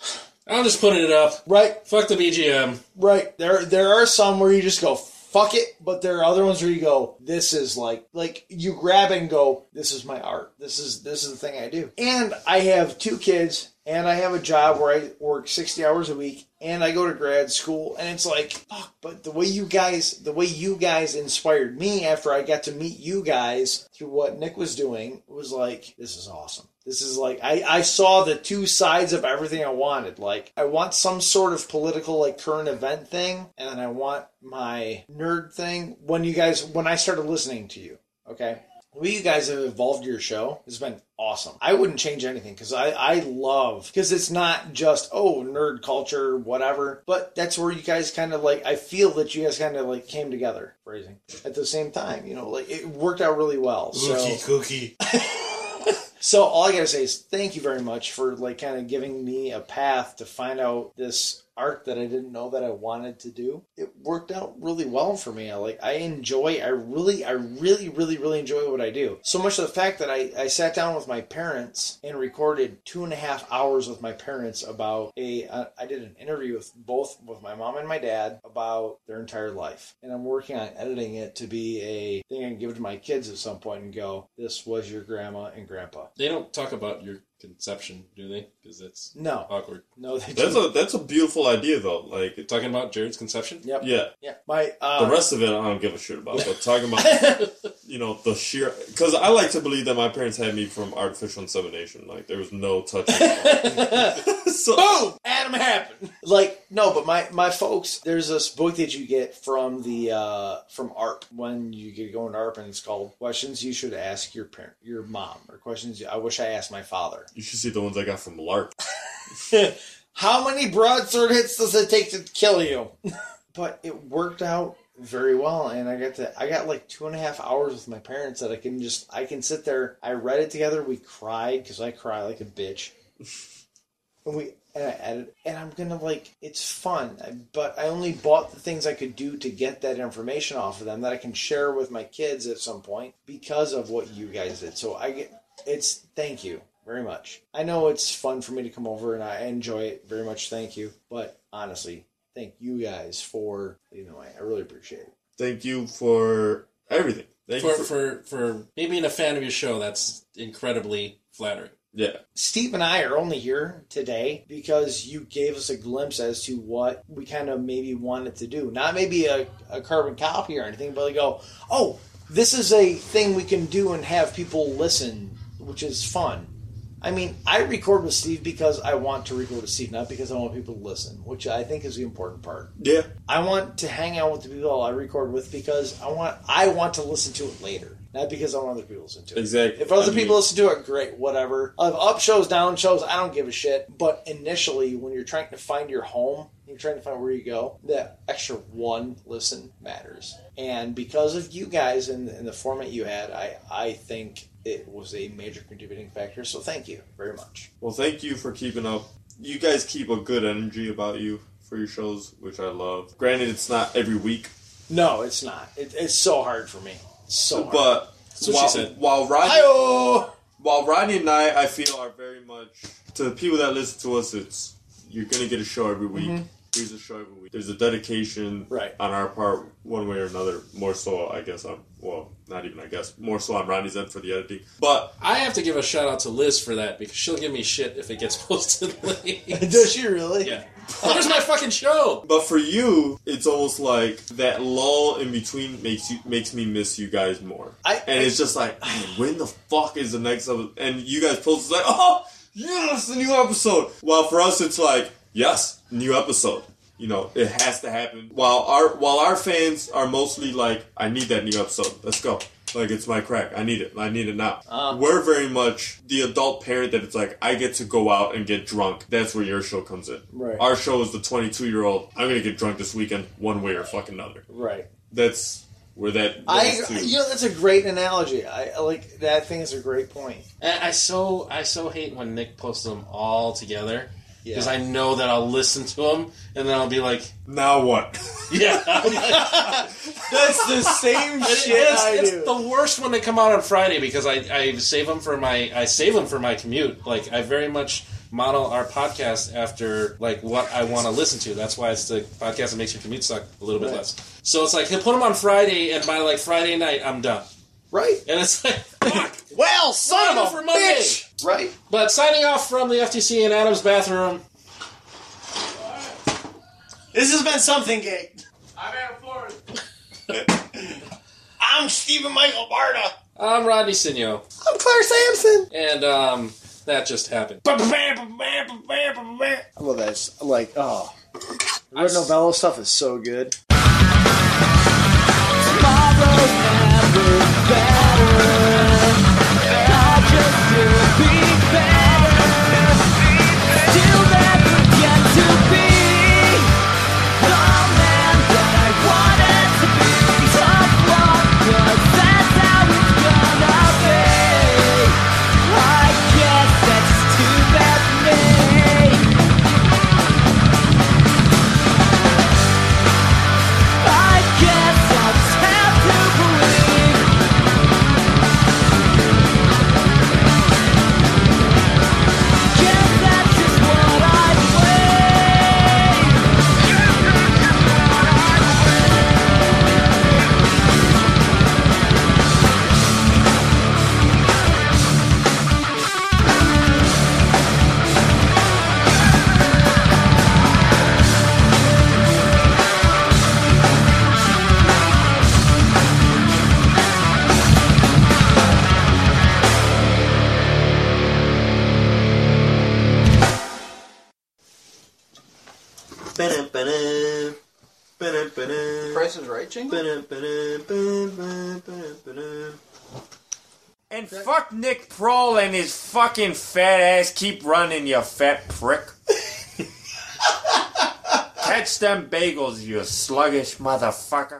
Speaker 1: I'm just putting it up.
Speaker 3: right,
Speaker 1: Fuck the BGM.
Speaker 3: Right. There there are some where you just go fuck it, but there are other ones where you go this is like like you grab and go this is my art. This is this is the thing I do. And I have two kids and I have a job where I work 60 hours a week and I go to grad school and it's like fuck but the way you guys the way you guys inspired me after I got to meet you guys through what Nick was doing was like this is awesome. This is like I, I saw the two sides of everything I wanted. Like I want some sort of political like current event thing, and then I want my nerd thing when you guys when I started listening to you. Okay. way you guys have evolved your show has been awesome. I wouldn't change anything because I, I love because it's not just oh nerd culture whatever, but that's where you guys kind of like I feel that you guys kind of like came together phrasing at the same time. You know, like it worked out really well. So
Speaker 11: cookie.
Speaker 3: so all I gotta say is thank you very much for like kind of giving me a path to find out this art that I didn't know that I wanted to do. It worked out really well for me. I like I enjoy I really I really really really enjoy what I do. So much of the fact that I, I sat down with my parents and recorded two and a half hours with my parents about a uh, I did an interview with both with my mom and my dad about their entire life. And I'm working on editing it to be a thing I can give to my kids at some point and go, this was your grandma and grandpa.
Speaker 1: They don't talk about your conception, do they? Because that's
Speaker 3: No.
Speaker 1: awkward.
Speaker 3: No, they
Speaker 2: That's
Speaker 3: didn't.
Speaker 2: a that's a beautiful idea though. Like it-
Speaker 1: Talking about Jared's conception.
Speaker 3: Yep.
Speaker 2: yeah.
Speaker 3: Yeah. My uh,
Speaker 2: The rest of it, I don't give a shit about. But talking about, you know, the sheer because I like to believe that my parents had me from artificial insemination. Like there was no touching. so,
Speaker 3: boom, Adam happened. Like no, but my my folks, there's this book that you get from the uh from ARP when you get going to ARP, and it's called "Questions You Should Ask Your Parent, Your Mom," or "Questions I Wish I Asked My Father."
Speaker 2: You should see the ones I got from LARP.
Speaker 3: How many broadsword hits does it take to kill you? but it worked out very well and i got to i got like two and a half hours with my parents that i can just i can sit there i read it together we cried because i cry like a bitch and we and i added and i'm gonna like it's fun I- but i only bought the things i could do to get that information off of them that i can share with my kids at some point because of what you guys did so i get it's thank you very much i know it's fun for me to come over and i enjoy it very much thank you but honestly thank you guys for you know I, I really appreciate it.
Speaker 2: Thank you for everything. Thank
Speaker 1: For,
Speaker 2: you for,
Speaker 1: for for me being a fan of your show, that's incredibly flattering.
Speaker 2: yeah.
Speaker 3: Steve and I are only here today because you gave us a glimpse as to what we kind of maybe wanted to do. Not maybe a, a carbon copy or anything, but like go, oh, this is a thing we can do and have people listen, which is fun. I mean, I record with Steve because I want to record with Steve, not because I want people to listen, which I think is the important part.
Speaker 2: Yeah.
Speaker 3: I want to hang out with the people I record with because I want I want to listen to it later, not because I want other people to listen to it.
Speaker 2: Exactly.
Speaker 3: If other
Speaker 2: I
Speaker 3: people
Speaker 2: mean-
Speaker 3: listen to it, great, whatever. Of up shows, down shows, I don't give a shit. But initially, when you're trying to find your home, you're trying to find where you go. That extra one listen matters, and because of you guys and, and the format you had, I I think it was a major contributing factor. So thank you very much.
Speaker 2: Well, thank you for keeping up. You guys keep a good energy about you for your shows, which I love. Granted, it's not every week,
Speaker 3: No, it's not. It, it's so hard for me. It's so hard.
Speaker 2: but
Speaker 1: what
Speaker 2: while,
Speaker 1: she said.
Speaker 2: while Rodney,
Speaker 3: Hi-oh!
Speaker 2: while Rodney and I, I feel are very much to the people that listen to us. It's you're gonna get a show every week.
Speaker 1: Mm-hmm.
Speaker 2: Here's a show every week. There's a dedication
Speaker 3: Right.
Speaker 2: on our part, one way or another. More so, I guess. On well, not even I guess. More so on Rodney's end for the editing, but
Speaker 1: I have to give a shout out to Liz for that because she'll give me shit if it gets posted late.
Speaker 3: Does she really?
Speaker 1: Yeah. Where's my fucking show?
Speaker 2: But for you, it's almost like that lull in between makes you makes me miss you guys more.
Speaker 3: I-
Speaker 2: and it's just like, man, when the fuck is the next episode? And you guys post it's like, oh, yes, the new episode. While for us, it's like, yes, new episode. You know, it has to happen. While our while our fans are mostly like, I need that new episode. Let's go. Like it's my crack. I need it. I need it now.
Speaker 3: Uh.
Speaker 2: We're very much the adult parent that it's like I get to go out and get drunk. That's where your show comes in.
Speaker 3: Right.
Speaker 2: Our show is the 22 year old. I'm gonna get drunk this weekend, one way or fucking another.
Speaker 3: Right.
Speaker 2: That's where that.
Speaker 3: I,
Speaker 2: goes to.
Speaker 3: you know, that's a great analogy. I I like that thing is a great point.
Speaker 1: I, I so I so hate when Nick posts them all together
Speaker 3: Yeah.
Speaker 1: because I know that I'll listen to them and then I'll be like,
Speaker 2: now what?
Speaker 1: yeah,
Speaker 3: that's the same
Speaker 1: It
Speaker 3: shit
Speaker 1: is.
Speaker 3: I
Speaker 1: it's
Speaker 3: do.
Speaker 1: the worst when they come out on Friday because I, I save them for my I save them for my commute. Like I very much model our podcast after like what I want to listen to. That's why it's the podcast that makes your commute suck a little bit
Speaker 3: Right.
Speaker 1: less. So it's like he'll put them on Friday, and by like Friday night, I'm done.
Speaker 3: right?
Speaker 1: And it's like, fuck.
Speaker 3: Well, son
Speaker 1: Sign
Speaker 3: of
Speaker 1: up
Speaker 3: a
Speaker 1: for Monday.
Speaker 3: bitch. Right.
Speaker 1: but signing off from the FTC in Adam's bathroom.
Speaker 11: This has been something, gay. I'm Adam Flores. I'm Stephen Michael Barta.
Speaker 1: I'm Rodney Sinio,
Speaker 3: I'm Claire Sampson.
Speaker 1: and um, that just happened.
Speaker 3: I love that. It's like, oh, Red Novello stuff is so good.
Speaker 8: Tomorrow's man
Speaker 9: Price is right, jingle.
Speaker 8: And fuck Nick Prohl and his fucking fat ass. Keep running, you fat prick. Catch them bagels, you sluggish motherfucker.